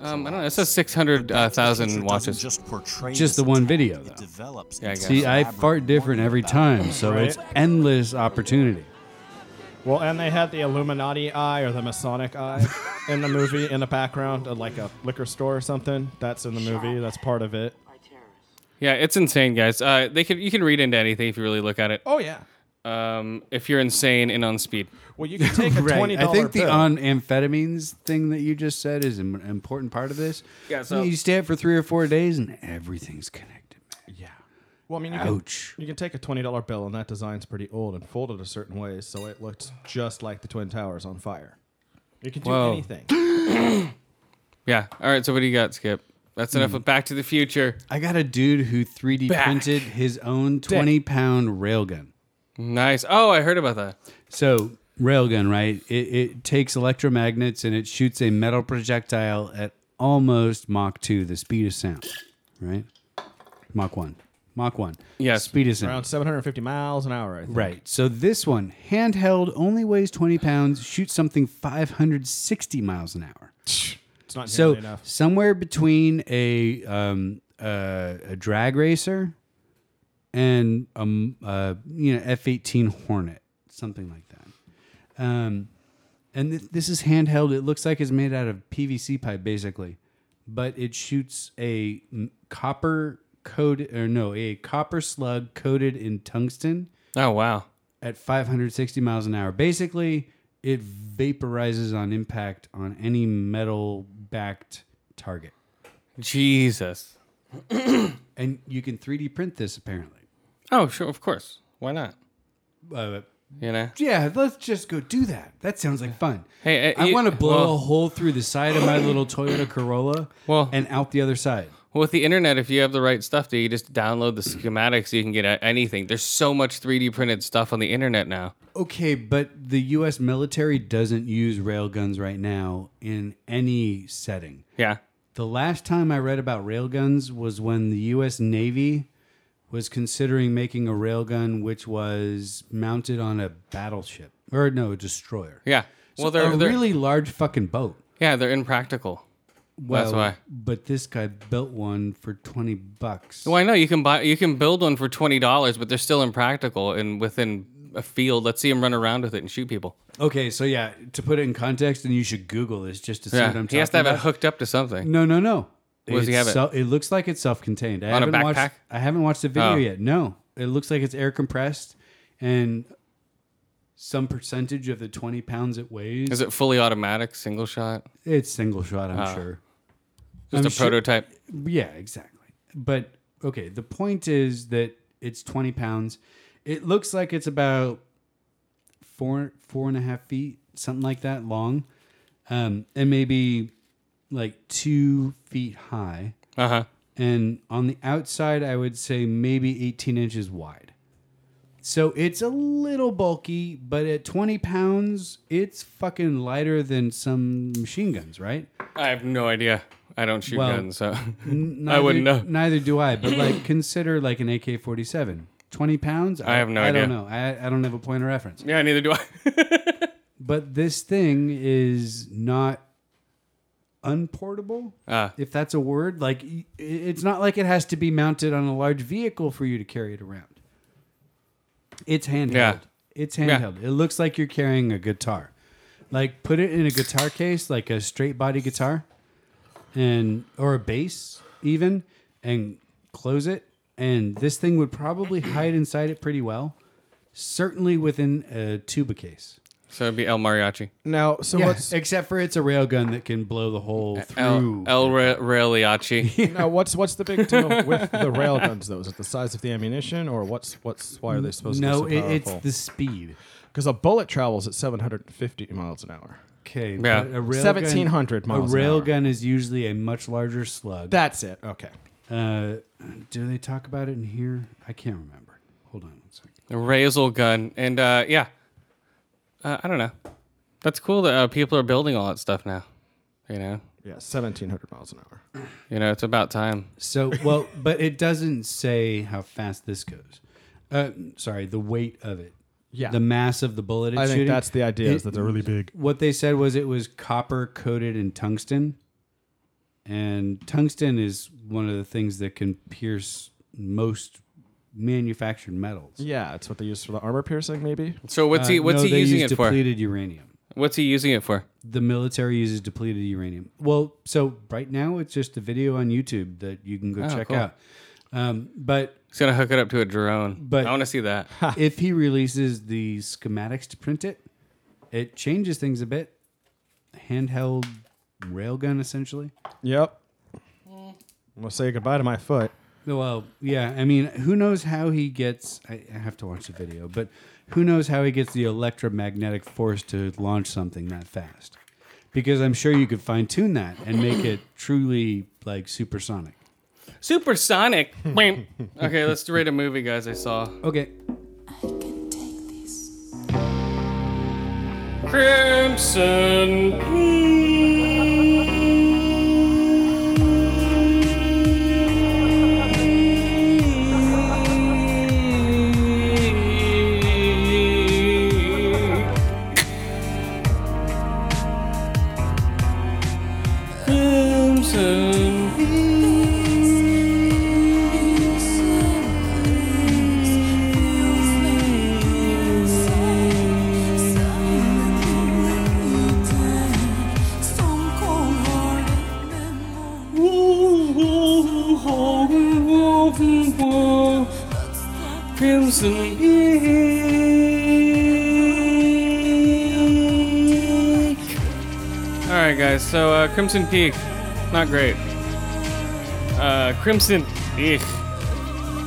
Um, I don't know. It says 600,000 watches.
Just portray
Just the one video, though.
develops.
Yeah, I guess.
See, I fart different every time, so
Right.
it's endless opportunity.
Well, and they had the Illuminati eye or the Masonic eye in the movie in the background, of like a liquor store or something. That's in the movie. That's part of it.
Yeah, it's insane, guys. Uh, they can you can read into anything if you really look at it.
Oh yeah.
Um, if you're insane and on speed.
Well, you can take a
Right.
twenty
I
dollar
think the
bill.
on amphetamines thing that you just said is an important part of this.
Yeah, so-
you stay up for three or four days, and everything's connected.
well, I mean, you
Ouch.
Can, you can take a twenty dollar bill, and that design's pretty old and folded a certain way, so it looks just like the Twin Towers on fire. You can do
Whoa.
anything.
Yeah. All right. So what do you got, Skip? That's enough of Back to the Future.
I got a dude who 3D
Back.
printed his own 20 pound railgun.
Nice. Oh, I heard about that.
So railgun, right? It, it takes electromagnets and it shoots a metal projectile at almost Mach two, the speed of sound, right? Mach one, Mach one.
Yes.
speed of sound.
Around seven hundred and fifty miles an hour. I think.
Right. So this one, handheld, only weighs 20 pounds, shoots something 560 miles an hour.
It's not
so
nearly enough.
somewhere between a um, uh, a drag racer and um, uh, you know F-18 Hornet, something like that. Um, and th- this is handheld. It looks like it's made out of PVC pipe, basically, but it shoots a m- copper coated or no, a copper slug coated in tungsten.
Oh wow!
At 560 miles an hour, basically, it vaporizes on impact on any metal-backed target.
Jesus.
and you can 3D print this apparently.
Oh sure, of course. Why not?
Uh,
you know.
Yeah, let's just go do that. That sounds like fun.
Hey, uh,
I
you-
want to blow
well-
a hole through the side of my little Toyota Corolla
Well-
and out the other side.
Well, with the internet, if you have the right stuff, do you just download the schematics? You can get a- anything. There's so much 3D printed stuff on the internet now.
Okay, but the U.S. military doesn't use railguns right now in any setting.
Yeah.
The last time I read about railguns was when the U.S. Navy was considering making a railgun which was mounted on a battleship or no, a destroyer.
Yeah.
So
Well, they're-
a
they're-
really large fucking boat.
Yeah, they're impractical. That's why.
But this guy built one for twenty bucks.
Well, I know you can buy, you can build one for twenty dollars, but they're still impractical and within a field. Let's see him run around with it and shoot people.
Okay, so yeah, to put it in context, and you should Google this just to see
Yeah,
what I'm talking
he has to have
about.
it hooked up to something.
No, no, no.
What does he
It's
have it?
self- it looks like it's self-contained. I
On a
haven't
backpack?
Watched, I haven't watched the video
Oh.
yet. No, it looks like it's air compressed, and some percentage of the twenty pounds it weighs.
Is it fully automatic, single shot?
It's single shot. I'm
Ah.
sure.
Just
I'm
a
sure-
prototype.
Yeah, exactly. But okay, the point is that it's twenty pounds. It looks like it's about four four and a half feet, something like that, long, um, and maybe like two feet high.
Uh huh.
And on the outside, I would say maybe eighteen inches wide. So it's a little bulky, but at twenty pounds, it's fucking lighter than some machine guns, right?
I have no idea. I don't shoot
Well,
guns, so
N-
I wouldn't know.
neither- Neither do I. But like, consider like an AK forty-seven. Twenty pounds.
I have no
I
idea.
don't know. I, I don't have a point of reference.
Yeah, neither do I.
But this thing is not unportable,
Ah.
if that's a word. Like, y- i- it's not like it has to be mounted on a large vehicle for you to carry it around. It's handheld.
Yeah.
It's
Yeah.
handheld. It looks like you're carrying a guitar. Like, put it in a guitar case, like a straight body guitar, and or a bass even, and close it. And this thing would probably hide inside it pretty well. Certainly within a tuba case.
so it'd be El Mariachi.
Now, so
Yeah,
what's
except for it's a railgun that can blow the hole
El
through.
El Re- Reliachi.
now what's what's the big deal with the railguns though? Is it the size of the ammunition, or what's what's why are they supposed
No,
to be so
it- it's
powerful?
the speed.
Because a bullet travels at 750 miles an hour.
Okay,
Yeah.
but a railgun-
1700 miles
A
an hour.
railgun is usually a much larger slug.
That's it. Okay.
Uh, do they talk about it in here? I can't remember. Hold on one second.
A Razel gun, and uh, yeah, uh, I don't know. That's cool that uh, people are building all that stuff now. You know,
Yeah, 1700 miles an hour.
you know, it's about time.
So, well, but it doesn't say how fast this goes. Uh, sorry, the weight of it.
Yeah.
The mass of the bullet. It's
I think
shooting.
that's the idea, is that they're really big.
What they said was it was copper coated in tungsten, and tungsten is one of the things that can pierce most manufactured metals.
Yeah, it's what they use for the armor piercing, maybe.
So what's he- what's
Uh, no,
he
they
using
use
it for?
Depleted uranium.
What's he using it for?
The military uses depleted uranium. Well, so right now it's just a video on YouTube that you can go
Oh,
check
cool.
out. Um, but
He's gonna hook it up to a drone.
But-
I want to see that.
if he releases the schematics to print it, it changes things a bit. Handheld railgun, essentially.
Yep. I'm gonna say goodbye to my foot.
Well, yeah. I mean, who knows how he gets? I I have to watch the video, but who knows how he gets the electromagnetic force to launch something that fast? Because I'm sure you could fine tune that and make it truly like supersonic.
Supersonic. Wham. okay, let's rate a movie, guys. I saw.
Okay.
Crimson. Crimson. Crimson All right, guys. So uh, Crimson Peak, not great. Uh, Crimson Peak.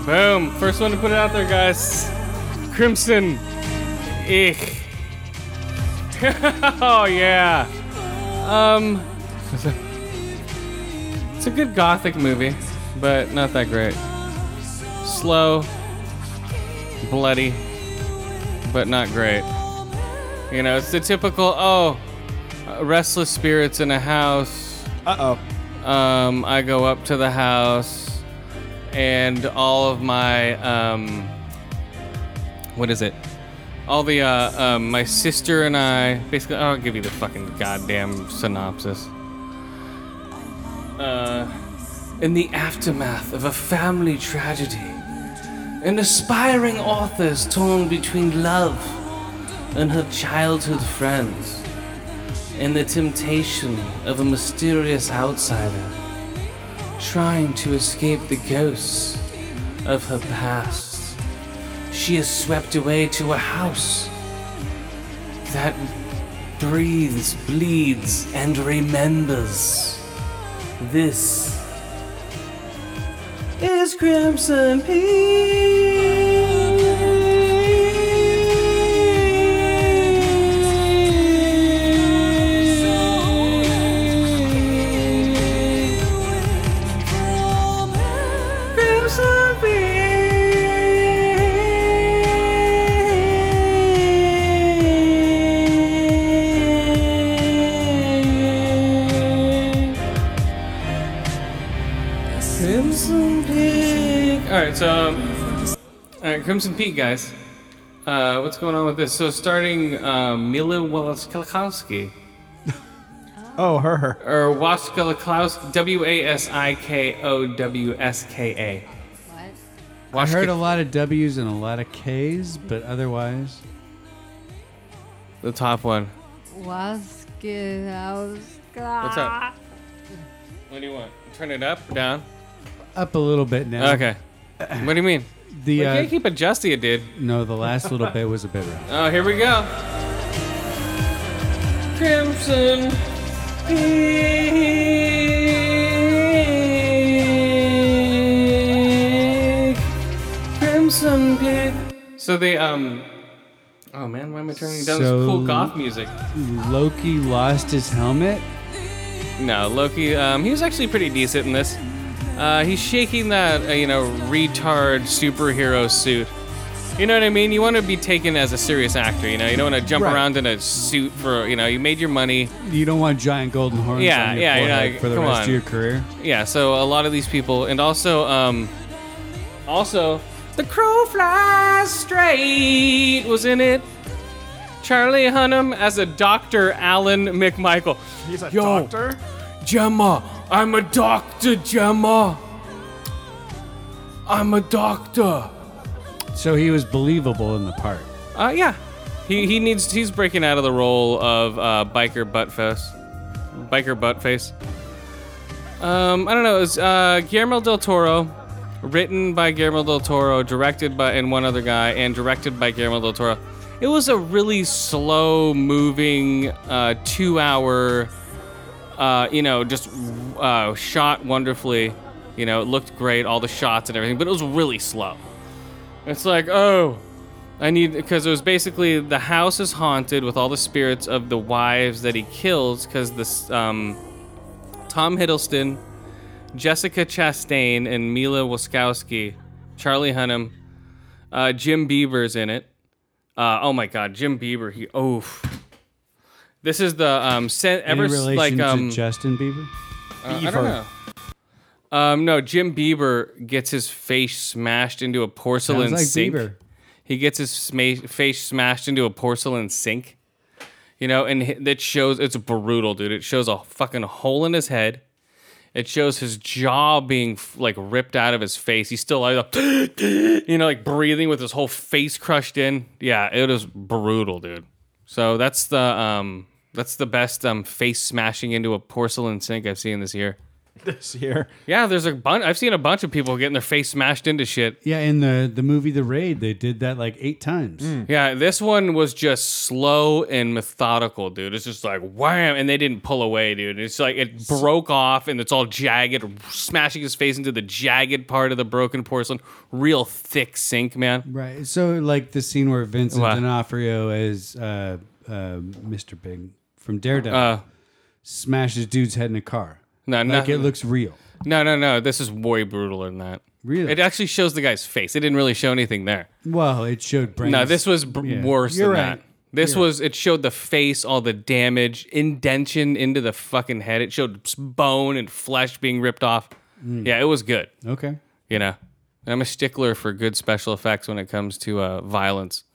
Boom. First one to put it out there, guys. Crimson Ich. oh yeah. Um, it's a, it's a good gothic movie, but not that great. Slow, bloody, but not great. You know, it's the typical oh, uh, restless spirits in a house.
Uh
oh. Um, I go up to the house and all of my um, what is it? All the uh, um, my sister and I basically. I'll give you the fucking goddamn synopsis.
Uh, in the aftermath of a family tragedy, an aspiring author is torn between love and her childhood friends and the temptation of a mysterious outsider trying to escape the ghosts of her past. She is swept away to a house that breathes, bleeds, and remembers. This is Crimson Crimson Crimson Peak.
All right, so um, all right, Crimson Peak, guys. Uh, what's going on with this? So starting uh, Mila Wasikowski
Oh, her, her.
or Wasikowski, W A S I K O W S K
I heard a lot of W's and a lot of K's, but otherwise,
A. The top one.
What's
up? What do you want? Turn it up, down.
up a little bit now.
Okay. What do you mean?
The,
we
uh,
can't keep adjusting it, dude.
No, the last little bit was a bit rough.
Oh, here we go. Crimson
Peak. Crimson Peak.
So they um. Oh man, why am I turning down
So-
this cool goth music?
Loki lost his helmet.
No, Loki. Um, he was actually pretty decent in this. Uh, he's shaking that uh, you know retard superhero suit. You know what I mean? You want to be taken as a serious actor. You know, you don't want to jump
Right.
around in a suit for you know. You made your money.
You don't want giant golden horns
Yeah,
on your
yeah, you're
forehead
like,
for the
come
rest
on.
of your career.
Yeah. So a lot of these people, and also um, also
The crow flies straight.
Pete was in it. Charlie Hunnam as a Dr. Alan McMichael.
He's a
Yo.
doctor?
Gemma, I'm a doctor, Gemma. I'm a doctor.
So he was believable in the part.
Uh, yeah. He, he needs he's breaking out of the role of uh, biker buttface, biker buttface. Um, I don't know. It was uh, Guillermo del Toro, written by Guillermo del Toro, directed by and one other guy, and directed by Guillermo del Toro. It was a really slow moving uh, two hour, uh, you know, just uh, shot wonderfully. You know, it looked great, all the shots and everything, but it was really slow. It's like, oh, I need because it was basically the house is haunted with all the spirits of the wives that he kills because this um, Tom Hiddleston, Jessica Chastain, and Mila Wasikowski, Charlie Hunnam, uh, Jim Bieber's in it. Uh, oh my God, Jim Bieber, he oof. This is the um sent ever
Any
s-
relation
like um
to Justin Bieber?
uh, I don't know. Um, no, Jim Bieber gets his face smashed into a porcelain
Sounds like
sink.
Bieber.
He gets his sma- face smashed into a porcelain sink. You know, and hi- that shows it's brutal, dude. It shows a fucking hole in his head. It shows his jaw being f- like ripped out of his face. He's still like, you know, like breathing with his whole face crushed in. Yeah, it was brutal, dude. So that's the um, that's the best um, face smashing into a porcelain sink I've seen this year.
This year.
Yeah, there's a bunch. I've seen a bunch of people getting their face smashed into shit.
Yeah, in the the movie The Raid, they did that like eight times.
Yeah, this one was just slow and methodical, dude. It's just like wham, and they didn't pull away, dude. It's like it broke off, and it's all jagged, smashing his face into the jagged part of the broken porcelain. Real thick sink, man.
Right. So like the scene where Vincent
What?
D'Onofrio as uh, uh, Mr. Big from Daredevil
Uh.
smashes dude's head in a car.
No,
like
nothing-
it looks real.
No, no, no. This is way brutaler than that.
Really?
It actually shows the guy's face. It didn't really show anything there.
Well, it showed brains.
No, this was b-
Yeah.
worse
You're
than
right.
that. This was it showed the face, all the damage, indention into the fucking head. It showed s- bone and flesh being ripped off. Yeah, it was good.
Mm. Okay.
You know, I'm a stickler for good special effects when it comes to uh, violence.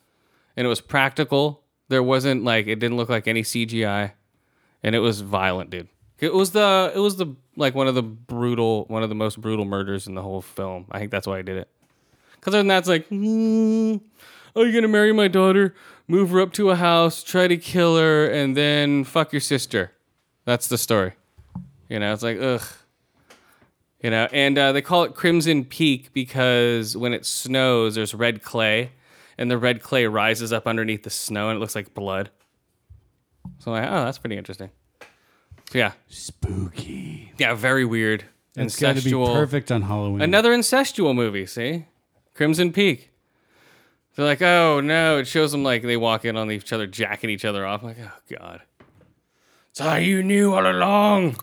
And it was practical. There wasn't like it didn't look like any CGI, and it was violent, dude. It was the it was the like one of the brutal one of the most brutal murders in the whole film. I think that's why I did it. Because other than that, it's like, mm, are you gonna marry my daughter? Move her up to a house, try to kill her, and then fuck your sister. That's the story. You know, it's like ugh. You know, and uh, they call it Crimson Peak because when it snows, there's red clay, and the red clay rises up underneath the snow, and it looks like blood. So I'm like, oh, that's pretty interesting. So, yeah, spooky. Yeah, very weird.
It's gotta be
Incestual.
perfect on Halloween.
Another incestual movie, see? Crimson Peak. They're like, oh no, it shows them like they walk in on each other, jacking each other off. I'm like, oh god. So you knew all along.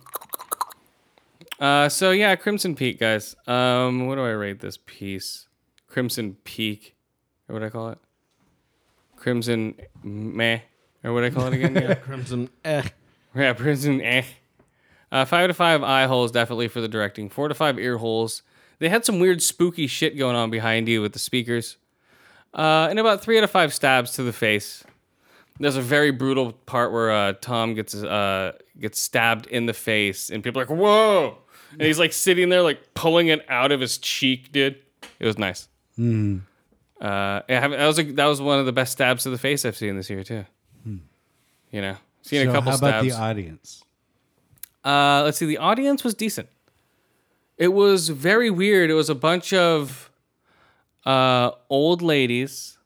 Uh, so yeah, Crimson Peak, guys. Um, what do I rate this piece? Crimson Peak, or what do I call it? Crimson Meh, or what do I call it again? Yeah.
Crimson Eh.
Yeah, Crimson Eh. Uh, five to five eye holes definitely for the directing. Four to five ear holes. They had some weird spooky shit going on behind you with the speakers. Uh, and about three out of five stabs to the face. There's a very brutal part where uh, Tom gets uh, gets stabbed in the face, and people are like, "Whoa!" And he's like sitting there, like pulling it out of his cheek, dude. It was nice.
Hmm.
Uh, I haven't- that was a, that was one of the best stabs to the face I've seen this year too.
Hmm.
You know, seen
So
a couple
How about
stabs.
the audience?
Uh, let's see. The audience was decent. It was very weird. It was a bunch of uh, old ladies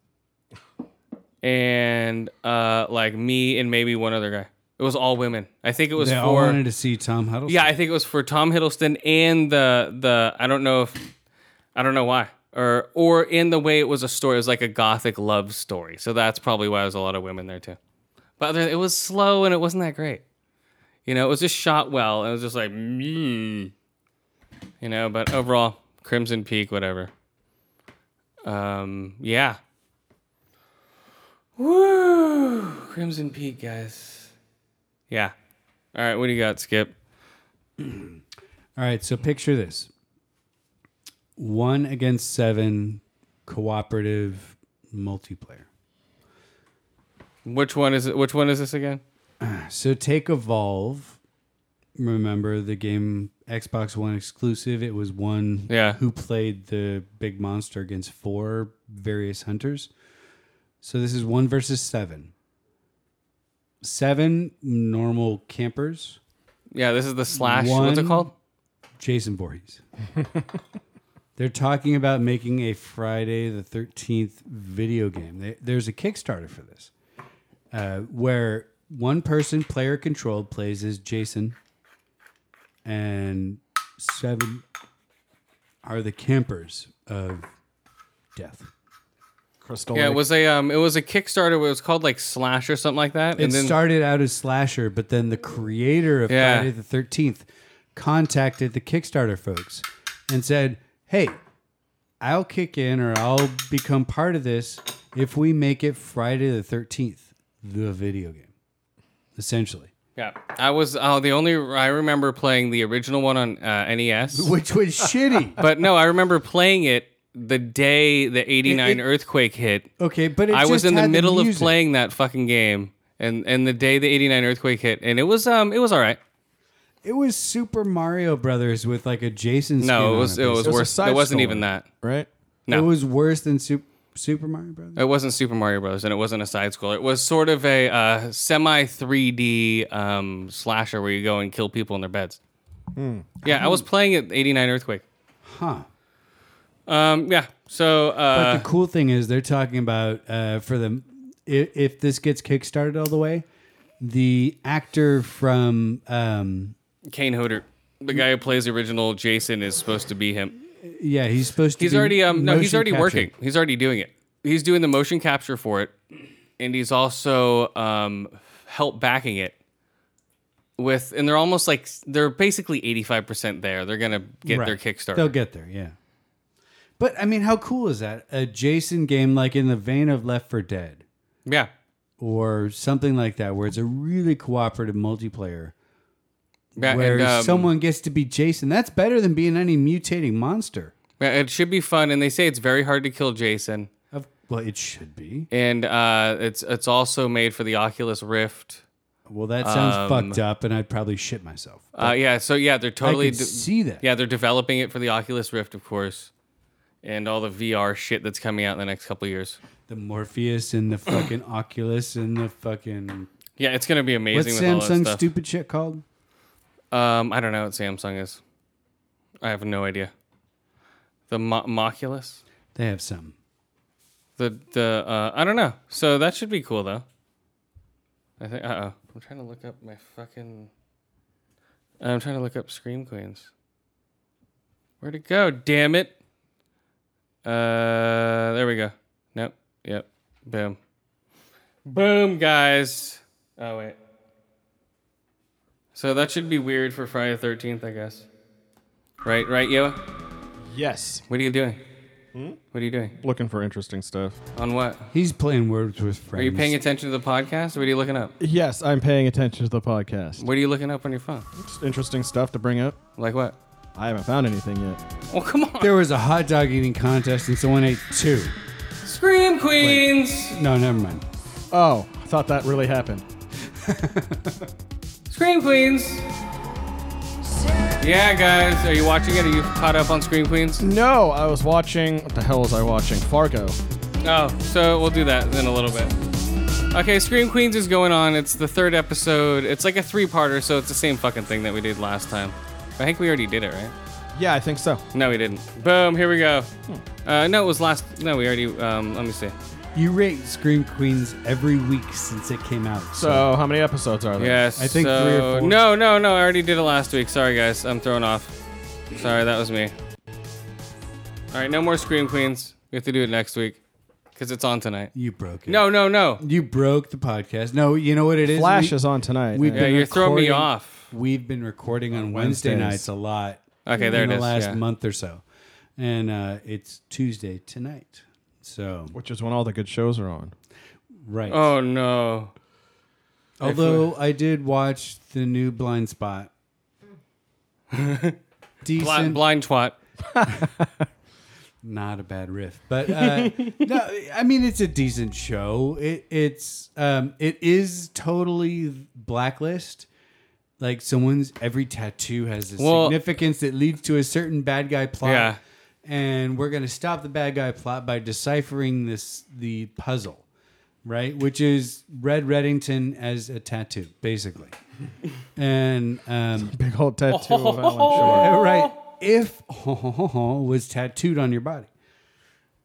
and uh, like me and maybe one other guy. It was all women. I think it was
they
for
all wanted to see Tom Huddleston.
yeah. I think it was for Tom Hiddleston and the the I don't know if I don't know why or or in the way it was a story. It was like a gothic love story. So that's probably why there was a lot of women there too. But other, it was slow and it wasn't that great. You know, it was just shot well. And it was just like me. You know, but overall, Crimson Peak, whatever. Um, yeah. Woo! Crimson Peak, guys. Yeah. All right, what do you got, Skip?
All right, so picture this one against seven cooperative multiplayer.
Which one is it? Which one is this again?
So take Evolve. Remember the game Xbox One exclusive? It was one
Yeah.
who played the big monster against four various hunters. So this is one versus seven. Seven normal campers.
Yeah, this is the slash. What's it called?
Jason Voorhees. They're talking about making a Friday the 13th video game. They, there's a Kickstarter for this uh, where one person, player controlled, plays as Jason, and seven are the campers of death.
Crystal.
Yeah, it was a um, it was a Kickstarter. It was called like slash or something like that.
It started out as slasher, but then the creator of
Yeah.
Friday the Thirteenth contacted the Kickstarter folks and said, "Hey, I'll kick in or I'll become part of this if we make it Friday the Thirteenth, the video game, essentially,
Yeah, I was oh the only I remember playing the original one on uh, NES,
which was shitty."
but no, I remember playing it the day the '89
It- it-
earthquake hit.
Okay, but it
I was
just
in the
had the
middle of
music.
playing that fucking game, and and the day the '89 earthquake hit, and it was um it was all right.
It was Super Mario Brothers with like a Jason. skin
No,
on
it was it was
basically.
worse. It wasn't even that.
right?
No.
It was worse than Super Super Mario Brothers.
It wasn't Super Mario Bros. and it wasn't a side scroller. It was sort of a uh, semi 3D um, slasher where you go and kill people in their beds.
Hmm.
Yeah, I was playing at 89 Earthquake.
Huh.
Um, yeah. So
But
uh,
the cool thing is they're talking about uh, for them if, if this gets kickstarted all the way, the actor from um,
Kane Hodder, the guy who plays the original Jason, is supposed to be him.
yeah, he's supposed to.
He's
be
already um no, he's
motion
already
captured.
working. He's already doing it. He's doing the motion capture for it, and he's also um help backing it with. And they're almost like they're basically 85 percent there. They're gonna get their
Right.
Kickstarter.
They'll get there, yeah. But I mean, how cool is that? A Jason game like in the vein of Left for Dead.
Yeah.
Or something like that, where it's a really cooperative multiplayer.
Yeah,
where
and, um,
someone gets to be Jason. That's better than being any mutating monster.
Yeah, It should be fun, and they say it's very hard to kill Jason.
Well, it should be.
And uh, it's it's also made for the Oculus Rift.
Well, that sounds
Um,
fucked up, and I'd probably shit myself.
Uh, yeah, so yeah, they're totally
could see that.
Yeah, they're developing it for the Oculus Rift, of course, and all the VR shit that's coming out in the next couple of years.
The Morpheus and the fucking Oculus and the fucking
Yeah, it's gonna be amazing.
what's
with all that
Samsung
stuff.
stupid shit called?
Um, I don't know what Samsung is. I have no idea. The Mo- Moculus.
They have some.
The the uh, I don't know. So that should be cool though. I think. Uh oh. I'm trying to look up my fucking. I'm trying to look up Scream Queens. Where'd it go? Damn it. Uh, there we go. Nope. Yep. Boom. Boom, guys. Oh wait. So that should be weird for Friday the 13th, I guess. Right, right, Yoa?
Yes.
What are you doing?
Hmm?
What are you doing?
Looking for interesting stuff.
On what?
He's playing words with friends.
Are you paying attention to the podcast? Or what are you looking up?
Yes, I'm paying attention to the podcast.
What are you looking up on your phone?
Just interesting stuff to bring up.
Like what?
I haven't found anything yet.
Well, come on.
There was a hot dog eating contest, and someone ate two.
Scream Queens!
No, never mind.
Oh, I thought that really happened.
Scream Queens! Yeah, guys. Are you watching it? Are you caught up on Scream Queens?
No, I was watching. What the hell was I watching? Fargo.
Oh, so we'll do that in a little bit. Okay, Scream Queens is going on. It's the third episode. It's like a three parter, so it's the same fucking thing that we did last time. I think we already did it, right?
Yeah, I think so.
No, we didn't. Boom, here we go. Uh, no, it was last. No, we already. Um, let me see.
You rate Scream Queens every week since it came out.
So, how many episodes are there?
Yes.
I think
so,
three or four.
No, no, no. I already did it last week. Sorry, guys. I'm thrown off. Sorry, that was me. All right, no more Scream Queens. We have to do it next week because it's on tonight.
You broke it.
No, no, no.
You broke the podcast. No, you know what it is?
Flash
is on tonight.
Yeah, you're throwing me
recording-
off.
We've been recording on Wednesday
Wednesdays.
nights a lot.
Okay, there
in
it
the
is,
last
yeah.
month or so. And uh, it's Tuesday tonight. So,
Which is when all the good shows are on.
right.
Oh no.
Although I did watch the new Blind Spot.
blind,
Decent.
blind twat.
Not a bad riff, but uh, no, I mean it's a decent show. It it's um, it is totally blacklist. Like someone's every tattoo has a
Well-
significance that leads to a certain bad guy plot.
Yeah.
And we're gonna stop the bad guy plot by deciphering this the puzzle, right? Which is Red Reddington as a tattoo, basically. And um,
big old tattoo of Alan
Yeah,
Shore.
right. If was tattooed on your body.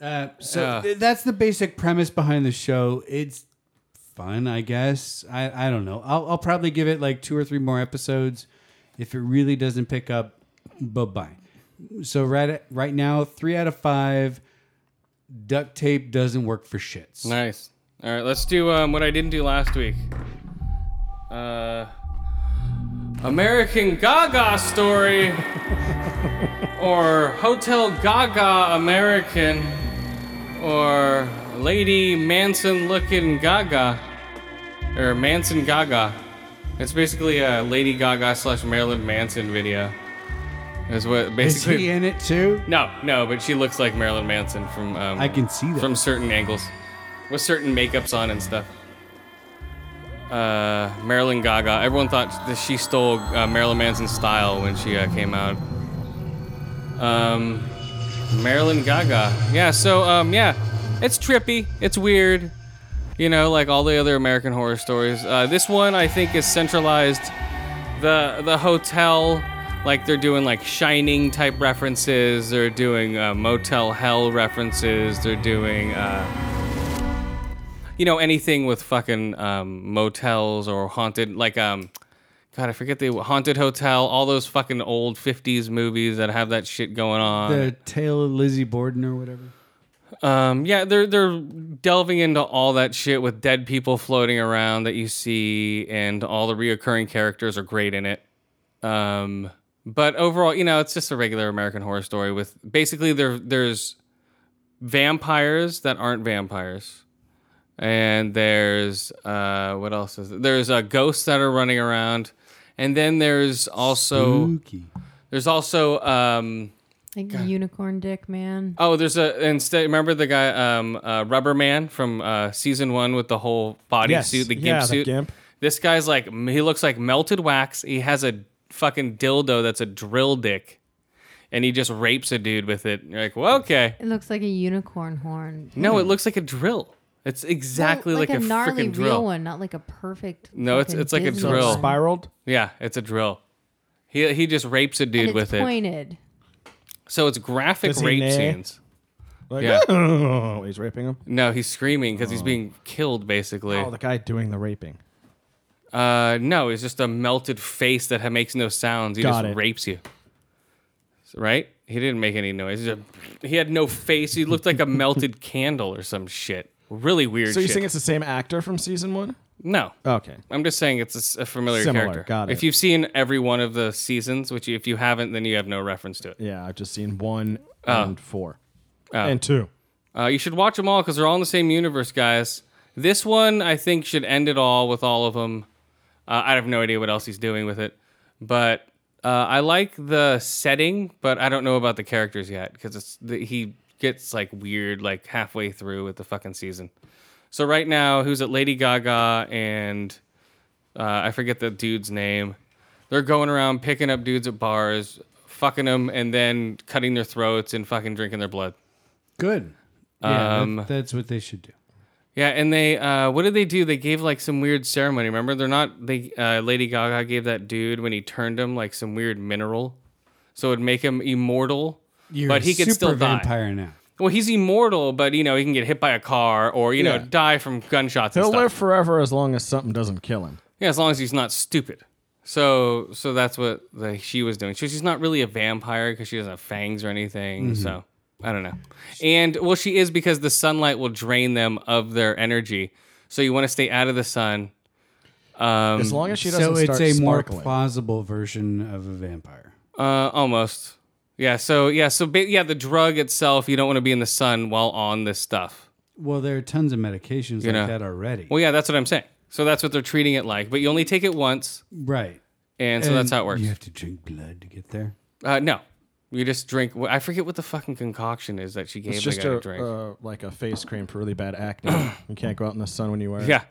Uh, so
Yeah.
th- that's the basic premise behind the show. It's fun, I guess. I, I don't know. I'll, I'll probably give it like two or three more episodes. If it really doesn't pick up, bye bye. So right at- right now, three out of five. Duct tape doesn't work for shits.
Nice. All right, let's do um, what I didn't do last week. Uh, American Gaga story or Hotel Gaga American or Lady Manson looking Gaga or Manson Gaga. It's basically a Lady Gaga slash Marilyn Manson video. Is what
Is
basically
he in it too?
no, no, but she looks like Marilyn Manson from. Um,
I can see that.
from certain angles, with certain makeups on and stuff. Uh, Marilyn Gaga. Everyone thought that she stole uh, Marilyn Manson's style when she uh, came out. Um, Marilyn Gaga. Yeah. So um, yeah, it's trippy. It's weird. You know, like all the other American horror stories. Uh, this one I think is centralized. The the hotel, like they're doing like Shining type references. They're doing uh, Motel Hell references. They're doing. Uh, you know anything with fucking um, motels or haunted like um god i forget the haunted hotel all those fucking old 50s movies that have that shit going on
The tale of Lizzie Borden or whatever.
um, yeah, they're they're delving into all that shit with dead people floating around that you see, and all the reoccurring characters are great in it. Um, but overall, you know, it's just a regular American horror story with basically there there's vampires that aren't vampires, and there's uh, what else is there? there's uh, ghosts that are running around, and then there's also there's also um,
Like unicorn dick man.
Oh, there's a instead. Remember the guy, um, uh, Rubber Man from uh, season one with the whole bodysuit,
Yes.
the gimp
Yeah, the
suit.
gimp.
This guy's like m- he looks like melted wax. He has a fucking dildo that's a drill dick, and he just rapes a dude with it. You're like, well, okay.
It looks like a unicorn horn.
No,
Hmm.
it looks like a drill. It's exactly
Well,
like, a,
gnarly
freaking
real
drill.
one, not like a perfect.
No, it's
fucking
it's like a
Disney
drill.
one.
Yeah, it's a drill. He he just rapes a dude
And it's
with it.
pointed.
So it's graphic
Does he
rape
neigh?
scenes.
Like,
yeah.
"Oh," he's raping him.
No, he's screaming because he's being killed, basically.
Oh, the guy doing the raping.
Uh, no, it's just a melted face that ha- makes no sounds. He
Got
just
it.
rapes you. So- Right? He didn't make any noise. He, just, he had no face. He looked like a melted candle or some shit. Really weird
so you
shit.
think it's the same actor from season one?
No.
Okay.
I'm just saying it's a s- a, familiar
Similar,
character.
got it.
If you've seen every one of the seasons, which you, if you haven't, then you have no reference to it.
Yeah, I've just seen one
Oh.
and four.
Oh.
And two.
Uh, you should watch them all because they're all in the same universe, guys. This one, I think, should end it all with all of them. Uh, I have no idea what else he's doing with it, but uh, I like the setting, but I don't know about the characters yet because it's the, he gets like weird like halfway through with the fucking season. So right now, who's at Lady Gaga and uh, I forget the dude's name. They're going around picking up dudes at bars, fucking them, and then cutting their throats and fucking drinking their blood.
Good. Yeah,
Um,
that- that's what they should do.
Yeah, and they uh, what did they do? They gave like some weird ceremony. Remember, they're not. They uh, Lady Gaga gave that dude when he turned him like some weird mineral, so it'd make him immortal.
You're
but
a
he could
super
still die.
vampire now.
Well, he's immortal, but you know he can get hit by a car or you know
Yeah.
die from gunshots. and
He'll
stuff.
live forever as long as something doesn't kill him.
Yeah, as long as he's not stupid. So, so that's what the, she was doing. She, she's not really a vampire because she doesn't have fangs or anything.
Mhm.
So, I don't know. And well, she is because the sunlight will drain them of their energy. So you want to stay out of the sun. Um,
As long as she
So
doesn't
it's
start
a more
sparkling.
plausible version of a vampire.
Uh, almost. Yeah. So yeah. So ba- yeah, the drug itself, you don't want to be in the sun while on this stuff.
Well, there are tons of medications
You
like
know.
that already.
Well, yeah, that's what I'm saying. So that's what they're treating it like. But you only take it once,
Right.
and so that's how it works.
You have to drink blood to get there.
Uh, no, you just drink. I forget what the fucking concoction is that she gave.
It's just
the guy to
a,
drink.
uh, like a face cream for really bad acne. you can't go out in the sun when you wear it.
yeah,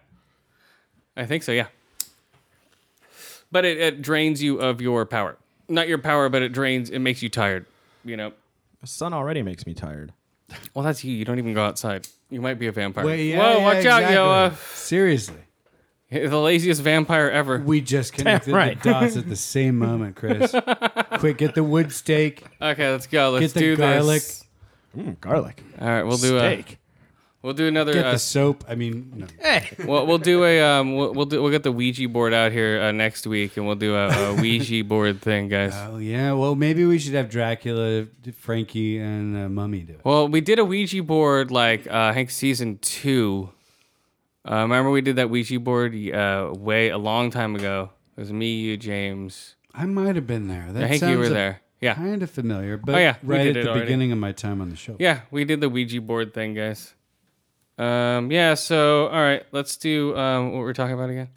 I think so. Yeah, but it, it drains you of your power. Not your power, but it drains. It makes you tired. You know.
The sun already makes me tired.
Well, that's you. You don't even go outside. You might be a vampire.
Wait, yeah,
Whoa,
yeah,
watch
exactly.
out,
Seriously.
Yoa! The laziest vampire ever.
We just connected the dots at the same moment, Chris. Quick, get the wood stake.
Okay, let's go.
get
Let's
the
do
garlic.
this.
Mm, garlic.
All right, we'll do a.
Steak.
We'll do another.
Get
uh,
the soap. I mean, no.
Well, we'll do a um, we'll we'll, do, we'll get the Ouija board out here uh, next week, and we'll do a, a Ouija board thing, guys.
Oh yeah. Well, maybe we should have Dracula, Frankie, and uh, Mummy do it.
Well, we did a Ouija board like uh, I think season two. Uh, remember we did that Ouija board uh, way a long time ago. It was me, you, James.
I might have been there. That
I think you
sounds
were
a-
there. Yeah.
Kind of familiar, but
Oh, yeah, we
right at
did it
the
already.
beginning of my time on the show.
Yeah, we did the Ouija board thing, guys. Um, yeah. So all right, let's do um, what we're talking about again.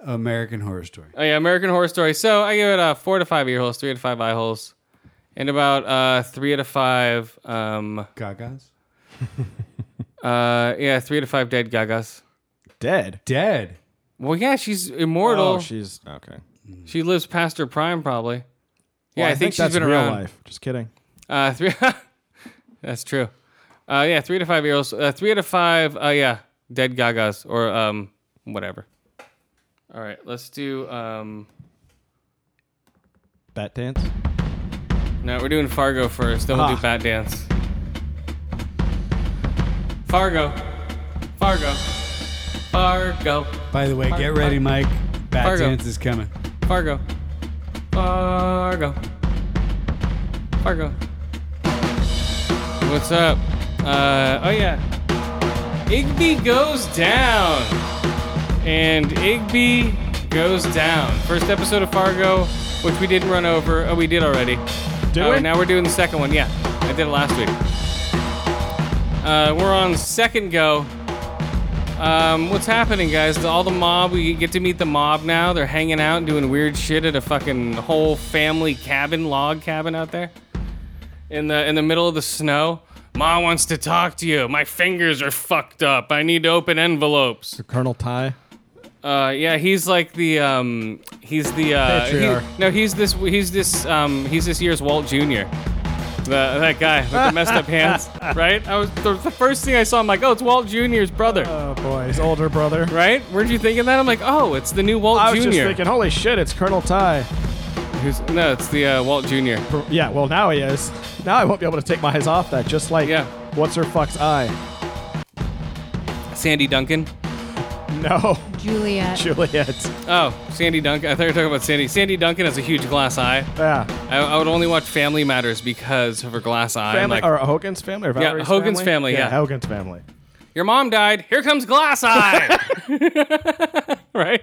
American Horror Story.
Oh yeah, American Horror Story. So I give it uh, four to five ear holes, three to five eye holes, and about uh, three out of five. Um,
Gagas.
uh, yeah, three out of five dead Gagas.
Dead.
Dead.
Well, yeah, she's immortal.
Oh, she's okay.
She lives past her prime, probably. Yeah,
Well,
I, think, she's
that's
been
real
around.
life. Just kidding.
Uh, three. that's true. Uh, yeah, three to five year olds. Uh, three out of five. Uh, yeah, dead Gagas or um, whatever. All right, let's do. Um,
Bat dance.
no, we're doing Fargo first. Then we'll do
Ah.
Bat Dance. Fargo, Fargo, Fargo,
By the way,
Far-
get ready,
Far-
Mike. Bat
Fargo.
dance is coming.
Fargo, Fargo, Fargo. What's up? Uh, oh yeah. Igby goes down. And Igby goes down. First episode of Fargo, which we didn't run over. Oh, we did already.
Did
Oh,
we?
Now we're doing the second one. Yeah, I did it last week. Uh, we're on second go. Um, what's happening, guys? All the mob, we get to meet the mob now. They're hanging out and doing weird shit at a fucking whole family cabin, log cabin out there in the in the middle of the snow. Ma wants to talk to you. My fingers are fucked up. I need to open envelopes.
Colonel Ty.
Uh, yeah, he's like the um, he's the uh, he-
Patriarch.
no, he's this he's this um, he's this year's Walt Jr. The, that guy with the messed up hands, right? I was the, the first thing I saw. I'm like, oh, it's Walt Jr.'s brother. Oh
boy, his older brother.
Right? Weren't you thinking that? I'm like, oh, it's the new Walt
I
Jr.
was just thinking, holy shit, it's Colonel Ty.
Who's, no, it's the uh, Walt Jr.
Yeah, well now he is. Now I won't be able to take my eyes off that. Just like what's her fuck's eye?
Sandy Duncan.
No.
Juliet.
Juliet.
Oh, Sandy Duncan. I thought you were talking about Sandy. Sandy Duncan has a huge glass eye.
Yeah.
I, I would only watch Family Matters because of her glass eye. I'm
Family
like,
or Hogan's family or
Yeah,
Valerie's
Hogan's family, yeah.
Hogan's family.
Your mom died. Here comes glass eye. right?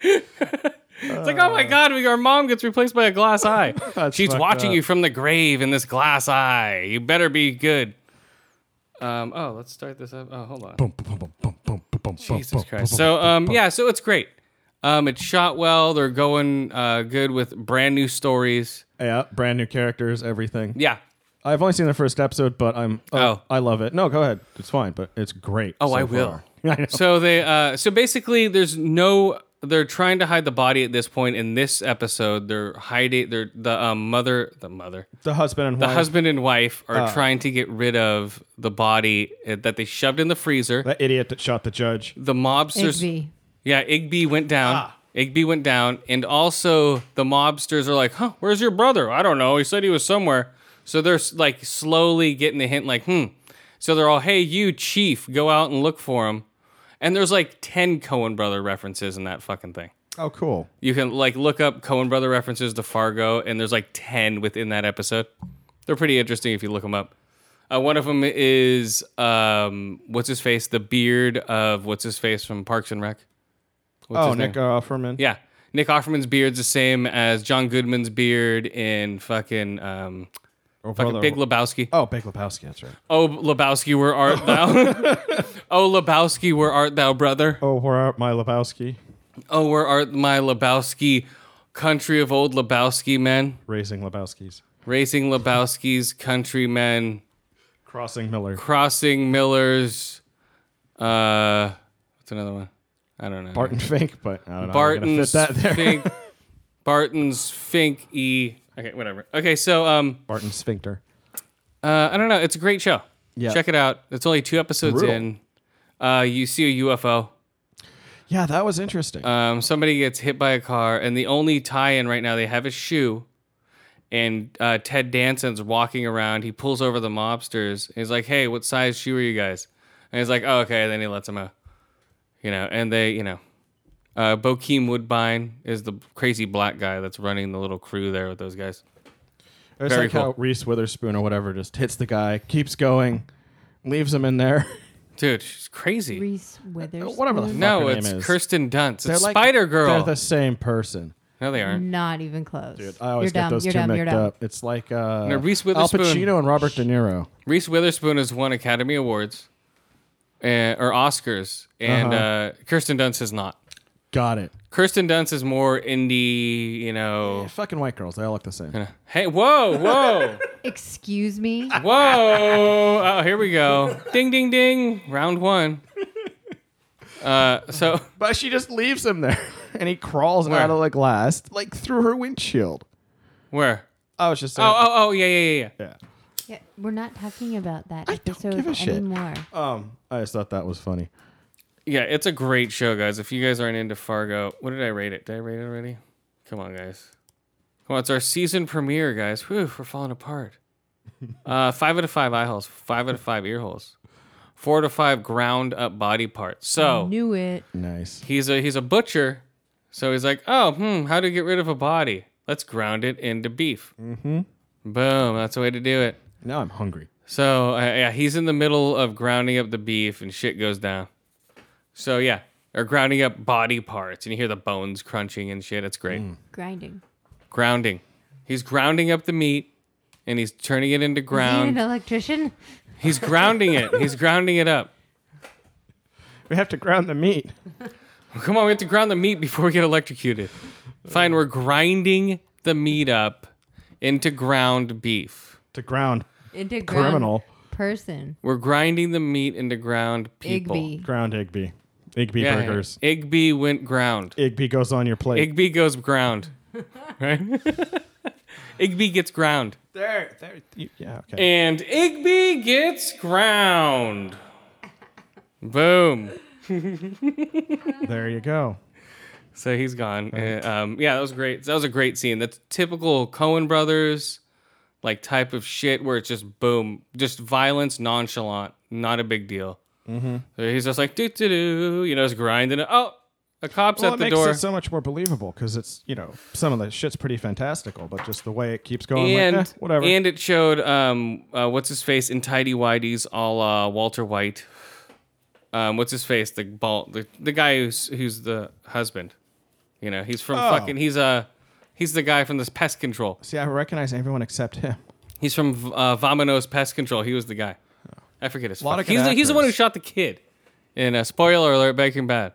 it's like, oh my God, we- our mom gets replaced by a glass eye. She's
fucked
watching
up.
you from the grave in this glass eye. You better be good. Um, oh, let's start this up. Oh, hold on. Jesus Christ. So um, yeah, so it's great. Um, it's shot well. They're going uh, good with brand new stories.
Yeah, brand new characters, everything.
Yeah.
I've only seen the first episode, but I'm oh,
Oh.
I love it. No, go ahead. It's fine, but it's great.
Oh,
so
I will.
far. I know.
So they uh, so basically, there's no. They're trying to hide the body at this point in this episode. They're hiding. They're the um, mother, the mother,
The husband and
the
wife.
husband and wife are
Ah.
trying to get rid of the body uh, that they shoved in the freezer.
That idiot that shot the judge. Ah.
The mobsters.
Igby.
Yeah, Igby went down. Igby went down, and also the mobsters are like, "Huh, where's your brother? I don't know. He said he was somewhere." So they're s- like slowly getting the hint, like, "Hmm." So they're all, "Hey, you chief, go out and look for him." And there's like ten Cohen brother references in that fucking thing.
Oh, cool.
You can like look up Cohen brother references to Fargo, and there's like ten within that episode. They're pretty interesting if you look them up. Uh, one of them is um, what's his face, the beard of what's his face from Parks and Rec. What's
oh,
his
Nick
name?
Offerman.
Yeah. Nick Offerman's beard's the same as John Goodman's beard in fucking um fucking
brother.
Big Lebowski.
Oh, Big Lebowski. That's right.
Oh Lebowski, where art thou? oh Lebowski, where art thou, brother?
Oh, where art my Lebowski?
Oh, where art my Lebowski, country of old Lebowski men,
Raising Lebowski's.
raising Lebowski's countrymen,
Crossing Miller.
crossing Millers. Uh, what's another one? I don't know.
Barton Fink, but I don't know. how we're gonna
Barton's
fit that there.
Fink. Barton's Fink E. Okay, whatever. Okay, so um,
Barton Sphincter.
Uh, I don't know. It's a great show.
Yeah.
Check it out. It's only two episodes
Brutal.
in. Uh, you see a UFO.
Yeah, that was interesting.
Um, somebody gets hit by a car, and the only tie-in right now they have is shoe. And uh, Ted Danson's walking around. He pulls over the mobsters. He's like, "Hey, what size shoe are you guys?" And he's like, "Oh, okay." And then he lets them out. You know, and they, you know, uh, Bokeem Woodbine is the crazy black guy that's running the little crew there with those guys.
It's
Very
like
cool.
how Reese Witherspoon or whatever just hits the guy, keeps going, leaves him in there.
Dude, she's crazy.
Reese Witherspoon.
Uh, Whatever the fuck
No,
her name
it's
is.
Kirsten Dunst.
They're
It's
like-
Spider Girl.
They're the same person.
no, they aren't.
Not even close. Dude,
I always
you're
get
dumb,
those
you're
two
dumb, you're
mixed
dumb.
up. It's like uh,
No, Reese
Al
Witherspoon-
Pacino and Robert De Niro.
Reese Witherspoon has won Academy Awards eh, or Oscars, and uh
Uh-huh.
Kirsten Dunst has not.
Got it.
Kirsten Dunst is more indie, you know.
Fucking white girls. They all look the same.
Hey, whoa, whoa,
Excuse me.
whoa! Oh, here we go. Ding, ding, ding. Round one. Uh, so
But she just leaves him there, and he crawls
Where? Oh,
out of the glass, like through her windshield.
where?
I was just
Oh,
saying.
oh, oh, yeah, yeah, yeah, yeah.
Yeah, we're not talking about that I don't
give a shit.
anymore.
oh.
Um, I just thought that was funny.
Yeah, it's a great show, guys. If you guys aren't into Fargo, what did I rate it? Did I rate it already? Come on, guys. Come on, it's our season premiere, guys. Whew, we're falling apart. Uh, five out of five eye holes, five out of five ear holes, four out of five ground up body parts. So
Knew it.
Nice.
he's a he's a butcher, so he's like, oh, hmm, how to get rid of a body? Let's ground it into beef.
Mm-hmm.
Boom, that's the way to do it.
Now I'm hungry.
So uh, yeah, he's in the middle of grounding up the beef, and shit goes down. So yeah, or grounding up body parts, and you hear the bones crunching and shit. It's great.
Mm.
Grinding.
Grounding. He's grounding up the meat, and he's turning it
Is he
into
an
ground.
electrician?
He's grounding it. He's grounding it up.
We have to ground the meat.
Come on, we have to ground the meat before we get electrocuted. Fine, we're grinding the meat up into ground beef.
To ground.
Into ground
Criminal.
person.
We're grinding the meat into ground people.
Igby.
Ground Igby. Igby
Yeah,
burgers.
Igby went ground.
Igby goes on your plate.
Igby goes ground. Right? Igby gets ground.
There, there. You, yeah, okay.
And Igby gets ground. Boom.
there you go.
So he's gone. Uh, um, yeah, that was great. That was a great scene. That's typical Cohen brothers like type of shit where it's just boom, just violence, nonchalant, not a big deal.
Mhm.
So he's just like doo doo doo, you know, just grinding it. Oh, a cop's
well,
at
it
the
makes
door.
it so much more believable because it's you know some of the shit's pretty fantastical, but just the way it keeps going, like,
and
eh, whatever.
and it showed um uh, what's his face in tidy whities a la Walter White. Um, what's his face? The bald the, the guy who's who's the husband. You know, he's from
Oh.
fucking he's uh he's the guy from this pest control.
See, I recognize everyone except him.
He's from uh, Vamanos Pest Control. He was the guy. I forget his.
Lot of
fuck- He's
good
the, he's the one who shot the kid. In a spoiler alert, Breaking Bad.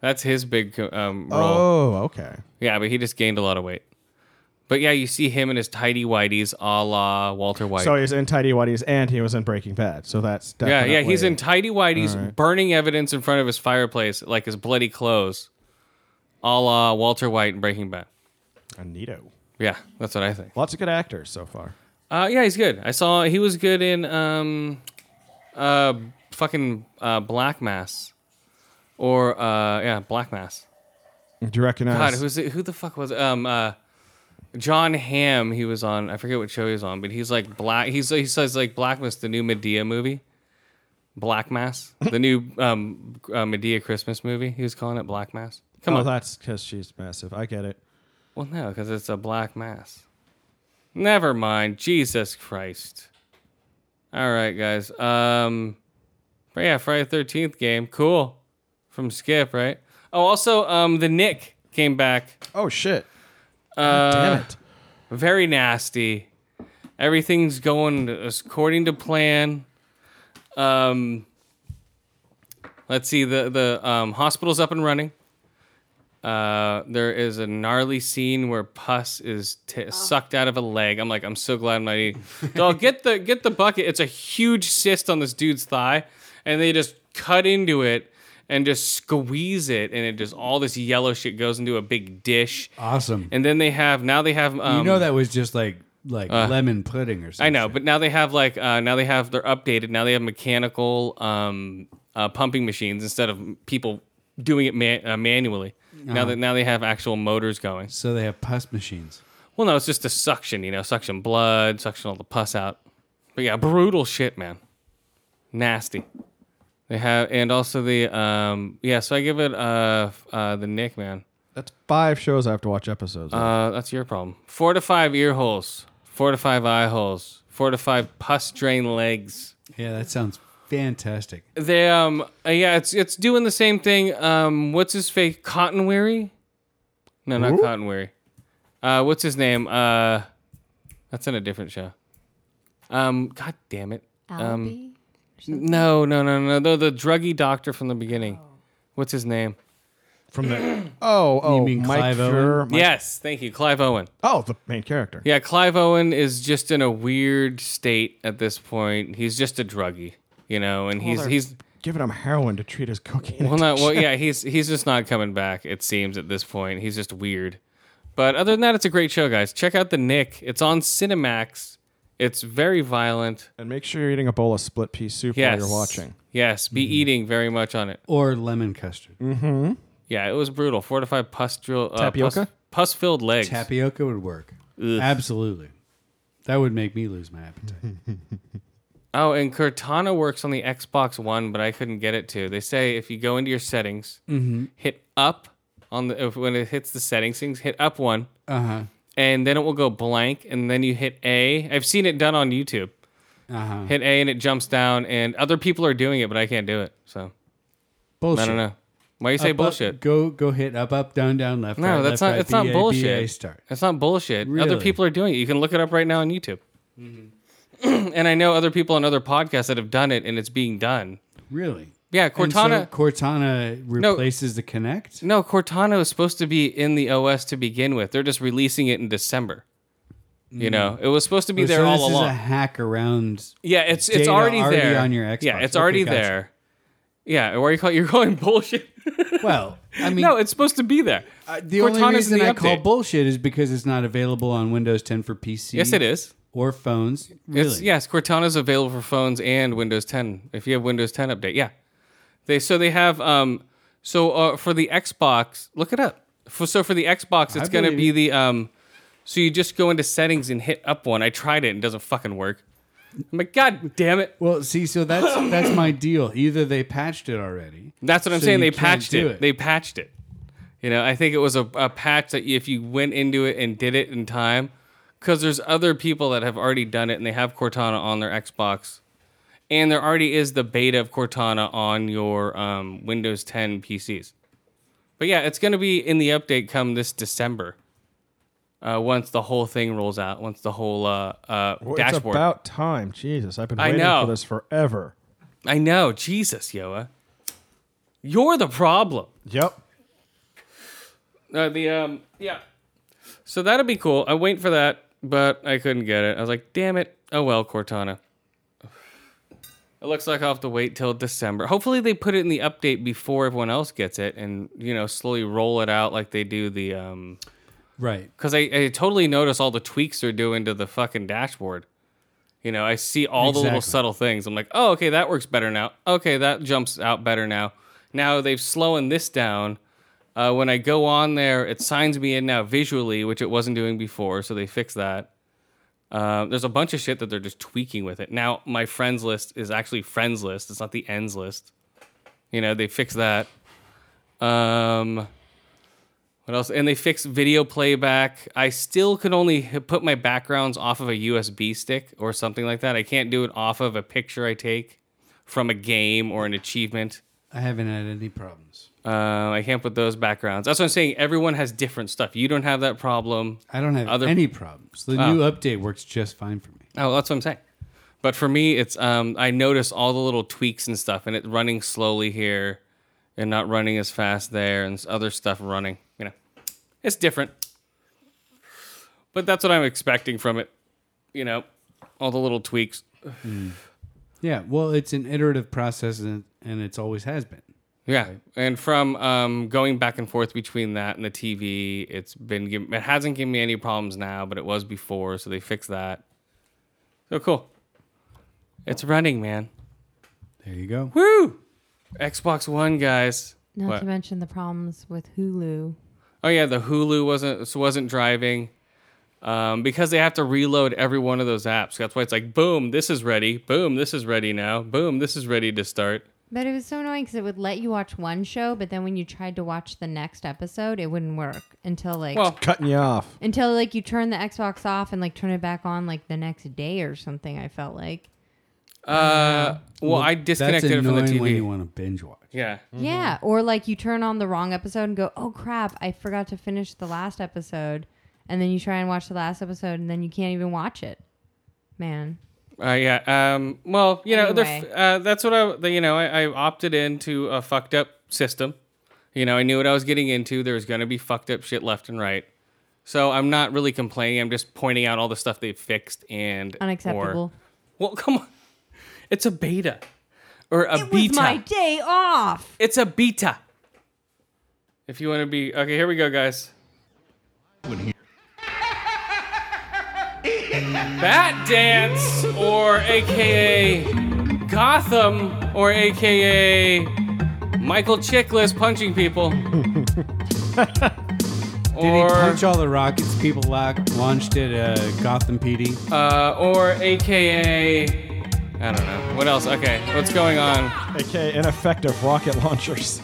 That's his big um, role.
Oh, okay.
Yeah, but he just gained a lot of weight. But yeah, you see him in his tidy whities, a la Walter White.
So he's in Tidy Whities and he was in Breaking Bad, so that's
yeah,
definitely
yeah, he's in tidy whities,
All right.
burning evidence in front of his fireplace, like his bloody clothes, a la Walter White in Breaking Bad.
Anito.
Yeah, that's what I think.
Lots of good actors so far.
Uh, yeah, he's good. I saw he was good in um, uh, fucking uh, Black Mass, or uh, yeah, Black Mass.
Do you recognize?
God, who's it, who the fuck was it? um uh, John Hamm? He was on. I forget what show he was on, but he's like black. He's he says like Black Mass, the new Medea movie. Black Mass, the new um, uh, Medea Christmas movie. He was calling it Black Mass. Come
oh,
on,
that's because she's massive. I get it.
well, no, because it's a black mass. Never mind. Jesus Christ. All right, guys. Um, but yeah, Friday Thirteenth game, cool. From Skip, right? Oh, also, um, the Nick came back.
Oh shit.
Uh,
damn it.
Very nasty. Everything's going according to plan. Um, let's see. The the um, hospital's up and running. Uh, there is a gnarly scene where pus is t- sucked out of a leg. I'm like, I'm so glad I'm not eating. so I'll get the get the bucket. It's a huge cyst on this dude's thigh, and they just cut into it and just squeeze it, and it just all this yellow shit goes into a big dish.
Awesome.
And then they have now they have um,
you know that was just like like
uh,
lemon pudding or something.
I know, but now they have like uh, now they have they're updated. Now they have mechanical um, uh, pumping machines instead of people doing it man- uh, manually. Now
Uh-huh.
that now they have actual motors going.
So they have pus machines.
Well, no, it's just a suction, you know, suction blood, suction all the pus out. But yeah, brutal shit, man. Nasty. They have, and also the um, yeah. So I give it uh, f- uh the Nick man.
That's five shows I have to watch episodes. of.
Uh, that's your problem. Four to five ear holes, four to five eye holes, four to five pus drain legs.
Yeah, that sounds fantastic.
They um uh, yeah, it's it's doing the same thing. Um, what's his face? Cotton Weary? No, not
Who?
Cotton Weary. Uh, what's his name? Uh, that's in a different show. Um, God damn it. Um, no, no, no, no, no. The druggy doctor from the beginning. What's his name?
From the oh oh Mike Schur- Mike-
yes, thank you, Clive Owen.
Oh, the main character.
Yeah, Clive Owen is just in a weird state at this point. He's just a druggie, you know, and
Well,
he's
they're
he's
giving him heroin to treat his cocaine.
well, not well.
addiction.
Yeah, he's he's just not coming back. It seems at this point, he's just weird. But other than that, it's a great show, guys. Check out the Nick. It's on Cinemax. It's very violent.
And make sure you're eating a bowl of split pea soup
Yes,
while you're watching.
Yes, be eating very much on it.
Or lemon custard.
Mm-hmm.
Yeah, it was brutal. Four to five pustule uh,
Tapioca?
pus filled legs.
Tapioca would work. Absolutely. That would make me lose my appetite.
Oh, and Cortana works on the Xbox One, but I couldn't get it to. They say if you go into your settings,
Mhm.
hit up on the if, when it hits the settings things, hit up one,
Uh-huh.
and then it will go blank, and then you hit A. I've seen it done on YouTube.
Uh-huh.
Hit A and it jumps down, and other people are doing it, but I can't do it. So
Bullshit.
I don't know. Why you say
Up, up,
bullshit?
go go hit up up down down left.
no,
right, left,
that's not.
right,
it's not
BA, BA,
bullshit.
start.
It's not bullshit. Other
Really?
people are doing it. You can look it up right now on YouTube.
Mm-hmm.
and I know other people on other podcasts that have done it, and it's being done.
Really?
Yeah,
And
Cortana-
so Cortana replaces the Connect.
No, Cortana is supposed to be in the OS to begin with. They're just releasing it in December. You
Mm.
know, it was supposed to be
Oh,
there
so
all
this
along.
Is a hack around.
yeah, it's it's
data
already, there
on your Xbox.
Yeah, it's
Okay,
already
gotcha.
there. Yeah, or you call you're calling bullshit.
well, I mean, Uh,
no, it's supposed to be there.
The
Cortana's
only reason
in the
I call
update.
bullshit is because it's not available on Windows 10 for PC.
Yes, it is.
Or phones.
It's,
Really?
yes, Cortana's available for phones and Windows 10. If you have Windows 10 update, yeah. They so they have um so uh, for the Xbox, look it up. For, so for the Xbox,
I
it's going to be
believe
the um so you just go into settings and hit up one. I tried it and it doesn't fucking work. I'm like god damn it.
Well, see, so that's that's my deal. Either they patched it already.
That's what I'm
so
saying.
you
They
can't
patched it.
do
They patched it. You know, I think it was a, a patch that if you went into it and did it in time, because there's other people that have already done it and they have Cortana on their Xbox, and there already is the beta of Cortana on your um, Windows 10 PCs. But yeah, it's going to be in the update come this December. Uh, once the whole thing rolls out, once the whole uh, uh,
Well, It's
dashboard.
about time. Jesus, I've been
I
waiting
know.
for this forever.
I know, Jesus, Yoa. You're the problem.
Yep.
Uh, the um, yeah. So that'll be cool. I wait for that, but I couldn't get it. I was like, damn it. Oh well, Cortana. It looks like I'll have to wait till December. Hopefully, they put it in the update before everyone else gets it, and you know, slowly roll it out like they do the um.
Right.
Because I, I totally notice all the tweaks they're doing to the fucking dashboard. You know, I see all the little
Exactly.
subtle things. I'm like, oh, okay, that works better now. Okay, that jumps out better now. Now they've slowing this down. Uh, when I go on there, it signs me in now visually, which it wasn't doing before. So they fix that. Um, there's a bunch of shit that they're just tweaking with it. Now my friends list is actually friends list. It's not the ends list. You know, they fix that. Um, what else? And they fixed video playback. I still can only h- put my backgrounds off of a USB stick or something like that. I can't do it off of a picture I take from a game or an achievement.
I haven't had any problems.
Uh, I can't put those backgrounds. That's what I'm saying. Everyone has different stuff. You don't have that problem.
I don't have
Other-
any problems. The
Oh.
new update works just fine for me.
Oh, that's what I'm saying. But for me, it's um, I notice all the little tweaks and stuff, and it running slowly here, and not running as fast there, and s- other stuff running. You know, it's different. But that's what I'm expecting from it. You know, all the little tweaks.
Yeah. Well, it's an iterative process, and, and it's always has been.
Yeah, and from um, going back and forth between that and the TV, it's been giv it hasn't given me any problems now, but it was before, so they fixed that. So cool. It's running, man.
There you go.
Woo! Xbox One guys.
Not
What?
to mention the problems with Hulu.
Oh yeah, the Hulu wasn't so wasn't driving um, because they have to reload every one of those apps. That's why it's like boom, this is ready. Boom, this is ready now. Boom, this is ready to start.
But it was so annoying because it would let you watch one show, but then when you tried to watch the next episode, it wouldn't work until like
cutting you off.
until like you turn the Xbox off and like turn it back on like the next day or something. I felt like
Uh, well, I disconnected it
that's
from the
annoying
TV.
When you want to binge watch.
Yeah.
Mm-hmm.
Mm-hmm. yeah, or like you turn on the wrong episode and go, oh crap, I forgot to finish the last episode, and then you try and watch the last episode and then you can't even watch it. Man,
Uh, yeah. Um, well, you know, they're f-
Anyway.
uh, that's what I, you know, I, I opted into a fucked up system. You know, I knew what I was getting into. There was going to be fucked up shit left and right. So I'm not really complaining. I'm just pointing out all the stuff they fixed and or-
unacceptable.
well, come on. It's a beta or a
It was
beta.
my day off.
it's a beta. If you want to be okay, here we go, guys. Bat dance, or AKA Gotham, or AKA Michael Chiklis punching people.
Did he
Or-
punch all the rockets people lock, launched at uh, Gotham PD?
Uh, or AKA. I don't know. What else? Okay, what's going on?
AKA ineffective rocket launchers.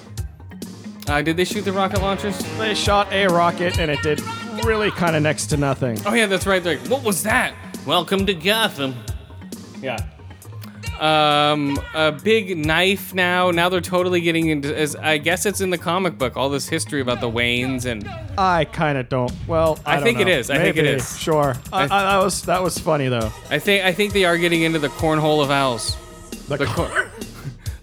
Uh, did they shoot the rocket launchers?
They shot a rocket and it did really kind of next to nothing.
Oh yeah, that's right. They're Like, what was that? Welcome to Gotham. Yeah. Um, a big knife now. Now they're totally getting into. As I guess it's in the comic book. All this history about the Waynes and
I kind of don't. Well, I,
I
don't
think it
know.
is. I think it
Maybe.
is.
Sure. I,
I-
I, that was that was funny though.
I think I think they are getting into the cornhole of owls. The, cor-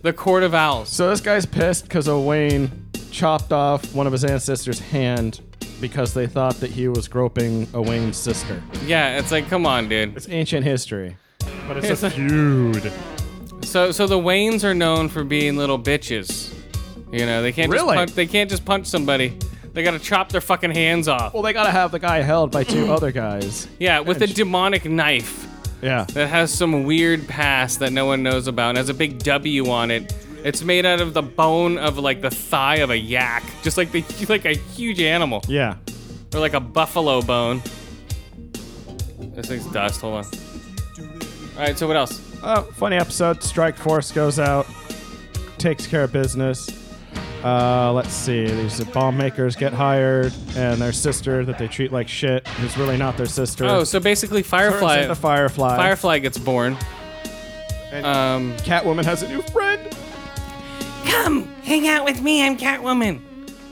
The Court of Owls.
So this guy's pissed because Owain chopped off one of his ancestors' hand because they thought that he was groping Owain's sister.
Yeah, it's like, come on, dude.
It's ancient history. But it's,
It's
a
a-
feud.
So, so the Waynes are known for being little bitches. You know, they can't just
Really?
punch, they can't just punch somebody. They gotta chop their fucking hands off.
Well, they gotta have the guy held by two other guys.
Yeah, with a demonic knife
Yeah.
that has some weird past that no one knows about and has a big W on it. It's made out of the bone of like the thigh of a yak, just like the like a huge animal
Yeah.
or like a buffalo bone. This thing's dust. Hold on. All right, so what else?
Uh, funny episode. Strike Force goes out, takes care of business. Uh, let's see. These bomb makers get hired, and their sister that they treat like shit, who's really not their sister.
Oh, so basically,
Turns
Firefly.
into Firefly.
Firefly gets born. um,
Catwoman has a new friend.
Come, hang out with me. I'm Catwoman.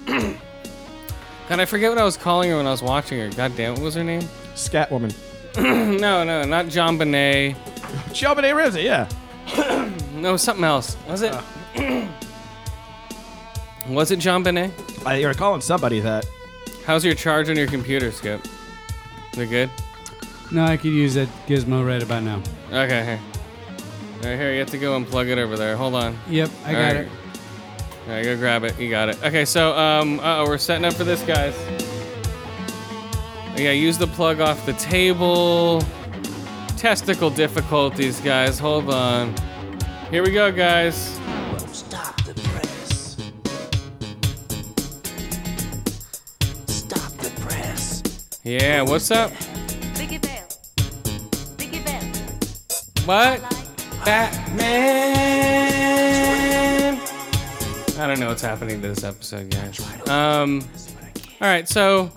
God, I forget what I was calling her when I was watching her. God damn, what was her name?
Scatwoman.
no, no, not John Bonet.
John Bonet Ramsey, yeah. Uh.
no, something else. Was it? was it John Bonet?
I, you're calling somebody that.
How's your charge on your computer, Skip? They're good?
No, I could use that gizmo right about now.
Okay, here. All right, here, you have to go and plug it over there. Hold on.
Yep, I got it.
All right, go grab it. You got it. Okay, so, um, uh-oh, we're setting up for this, guys. Yeah, use the plug off the table. Testicle difficulties, guys. Hold on. Here we go, guys.
Stop the press. Stop the press.
Yeah, what's up? What? Batman. I don't know what's happening to this episode, guys. Um. All right, so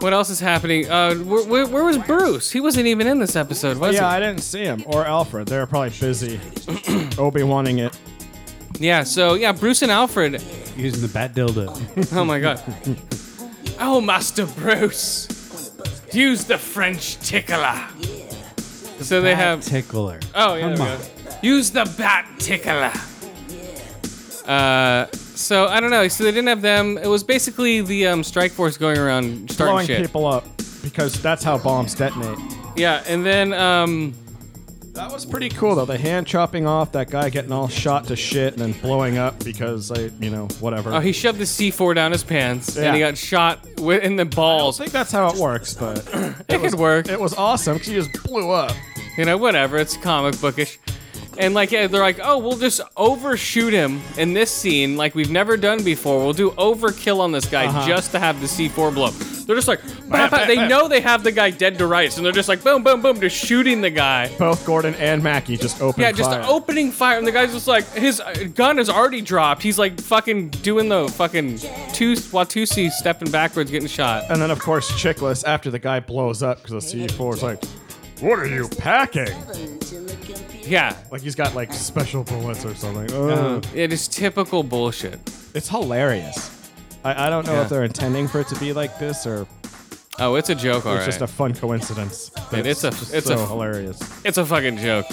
what else is happening? Uh, where, where, where was Bruce? He wasn't even in this episode, was
yeah,
he?
I didn't see him or Alfred. They're probably busy. Obi wanting it.
yeah. So yeah, Bruce and Alfred.
Using the bat dildo.
Oh my god. Oh, Master Bruce, use the French tickler. So they
Bat
have
tickler.
Oh yeah,
Come
there we go. Use the bat tickler. Uh, so I don't know. So they didn't have them. It was basically the um, strike force going around starting
Blowing
shit.
people up because that's how bombs detonate.
Yeah, and then um,
That was pretty cool though. The hand chopping off that guy getting all shot to shit and then blowing up because I, you know, whatever.
oh, he shoved the C4 down his pants and he
Yeah.
got shot wi- in the balls.
I think that's how it works, but
it, could work.
it was awesome because he just blew up.
You know, whatever. It's comic bookish. And like yeah, they're like, oh, we'll just overshoot him in this scene, like we've never done before. We'll do overkill on this guy
Uh-huh.
just to have the C4 blow. They're just like, bah, bah. they know they have the guy dead to rights, and they're just like, boom, boom, boom, just shooting the guy.
Both Gordon and Mackie just opened
Yeah, just
fire.
opening fire, and the guy's just like, his uh, gun is already dropped. He's like fucking doing the fucking two Watusi stepping backwards, getting shot.
and then of course Chickless after the guy blows up because the C4 is like, "What are you packing?"
Yeah,
Like he's got like special bullets or something.
Uh,
Ugh.
it is typical bullshit.
It's hilarious. I, I don't know
Yeah.
if they're intending for it to be like this or
Oh, it's a joke,
it's
alright.
just a fun coincidence. but
Dude, it's a-
just
it's
so
a-
hilarious.
It's a fucking joke.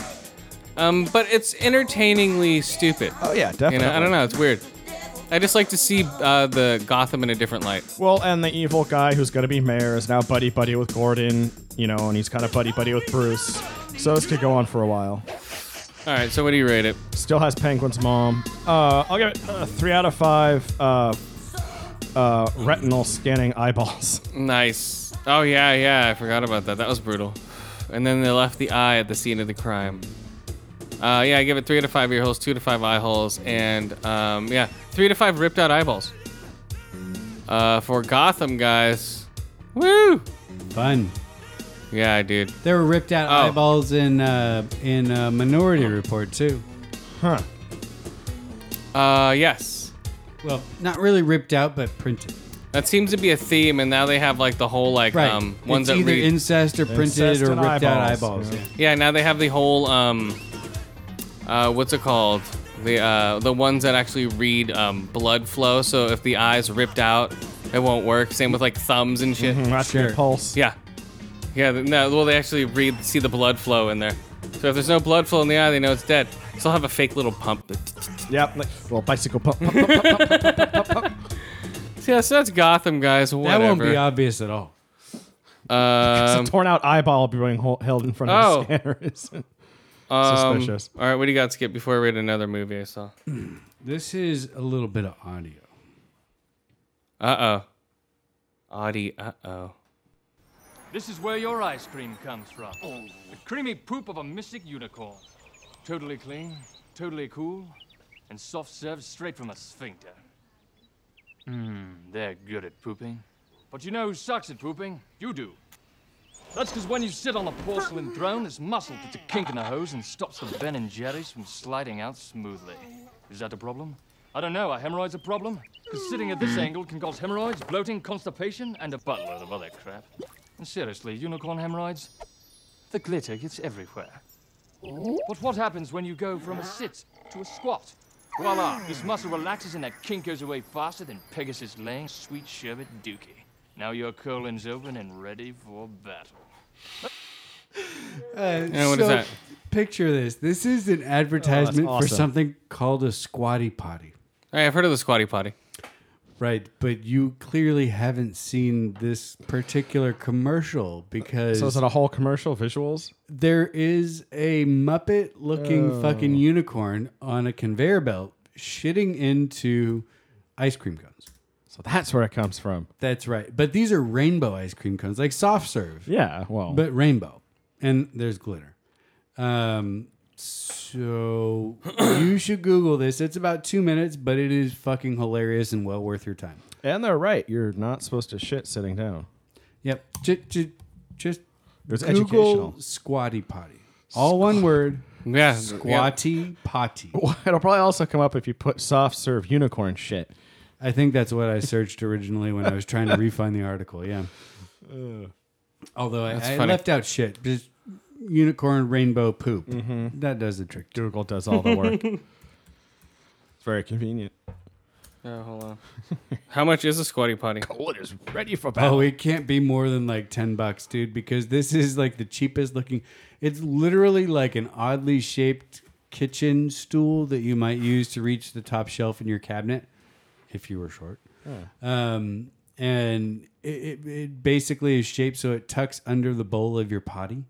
Um, but it's entertainingly stupid.
Oh, yeah,
You know, I
definitely.
don't know. It's weird. I just like to see uh, the Gotham in a different light.
Well, and the evil guy who's going to be mayor is now buddy buddy with Gordon, you know, and he's kind of buddy buddy with Bruce. So this could go on for a while.
All right. So what do you rate it?
Still has Penguin's mom. Uh, I'll give it uh, three out of five. Uh, uh, retinal scanning eyeballs.
Nice. Oh yeah, yeah. I forgot about that. That was brutal. And then they left the eye at the scene of the crime. Uh, yeah, I give it three to five ear holes, two to five eye holes, and um, yeah, three to five ripped out eyeballs. Uh, for Gotham guys, woo!
Fun.
Yeah, dude.
They were ripped out
Oh.
eyeballs in uh, in uh, Minority Report too.
Huh.
Uh, yes.
Well, not really ripped out, but printed.
That seems to be a theme, and now they have like the whole like
Right.
um ones
it's
that
either
read.
incest or printed
Incest
or
and
ripped out
eyeballs,
eyeballs.
yeah.
yeah.
yeah, now they have the whole um, uh, what's it called? The uh, the ones that actually read um blood flow. So if the eyes ripped out, it won't work. Same with like thumbs and
Mm-hmm.
shit.
Mm-hmm, That's your
Sure.
pulse.
Yeah, yeah. th- No, well they actually read see the blood flow in there. So So if there's no blood flow in the eye, they know it's dead. So I'll have a fake little pump.
Yep, like little bicycle pump. pump, pump, pump.
See, that's, that's Gotham, guys. Whatever.
won't be obvious at all.
Um,
it's a torn out eyeball being hol- held in front
Oh.
of the scanner. It's
um,
Suspicious.
All right, what do you got, Skip? Before I read another movie I saw.
This is a little bit of audio.
Uh oh. Audi. Uh oh.
This is where your ice cream comes from. The creamy poop of a mystic unicorn. Totally clean, totally cool, and soft served straight from a sphincter.
Hmm,
they're good at pooping. But you know who sucks at pooping? You do. That's because when you sit on a porcelain throne, it's muscle that's a kink in the hose and stops the Ben and Jerry's from sliding out smoothly. Is that a problem? I don't know. Are hemorrhoids a problem? Because sitting at this angle can cause hemorrhoids, bloating, constipation, and a buttload of other crap. And seriously, unicorn hemorrhoids? The glitter gets everywhere. But what happens when you go from a sit to a squat? Voila! This muscle relaxes and that kink goes away faster than Pegasus laying sweet sherbet dookie. Now your colon's open and ready for battle.
Uh,
Yeah, what is that?
Picture this. This is
Oh,
an advertisement for
awesome.
something called a squatty potty.
Hey, I've heard of the squatty potty.
Right, but you clearly haven't seen this particular commercial because
So is it a whole commercial visuals?
there is a Muppet looking
Oh.
fucking unicorn on a conveyor belt shitting into ice cream cones.
So that's where it comes from.
That's right. But these are rainbow ice cream cones, like soft serve.
Yeah, well.
But rainbow. And there's glitter. Um, so you should Google this. It's about two minutes, but it is fucking hilarious and well worth your time.
And they're right. You're not supposed to shit sitting down.
Yep. Just, just, just
It's
Google
educational.
squatty potty. All one word.
Yeah.
Squatty potty.
It'll probably also come up if you put soft serve unicorn shit.
I think that's what I searched originally when I was trying to refine the article. Yeah. Although I,
That's
I
funny.
left out shit. Just unicorn rainbow poop.
Mm-hmm.
That does the trick.
Google does all the work. It's very convenient.
Oh, hold on. How much is a squatty potty?
Colin is ready for
Oh, it can't be more than like 10 bucks, dude, because this is like the cheapest looking. It's literally like an oddly shaped kitchen stool that you might use to reach the top shelf in your cabinet if you were short.
Oh.
Um, and it, it, it basically is shaped so it tucks under the bowl of your potty.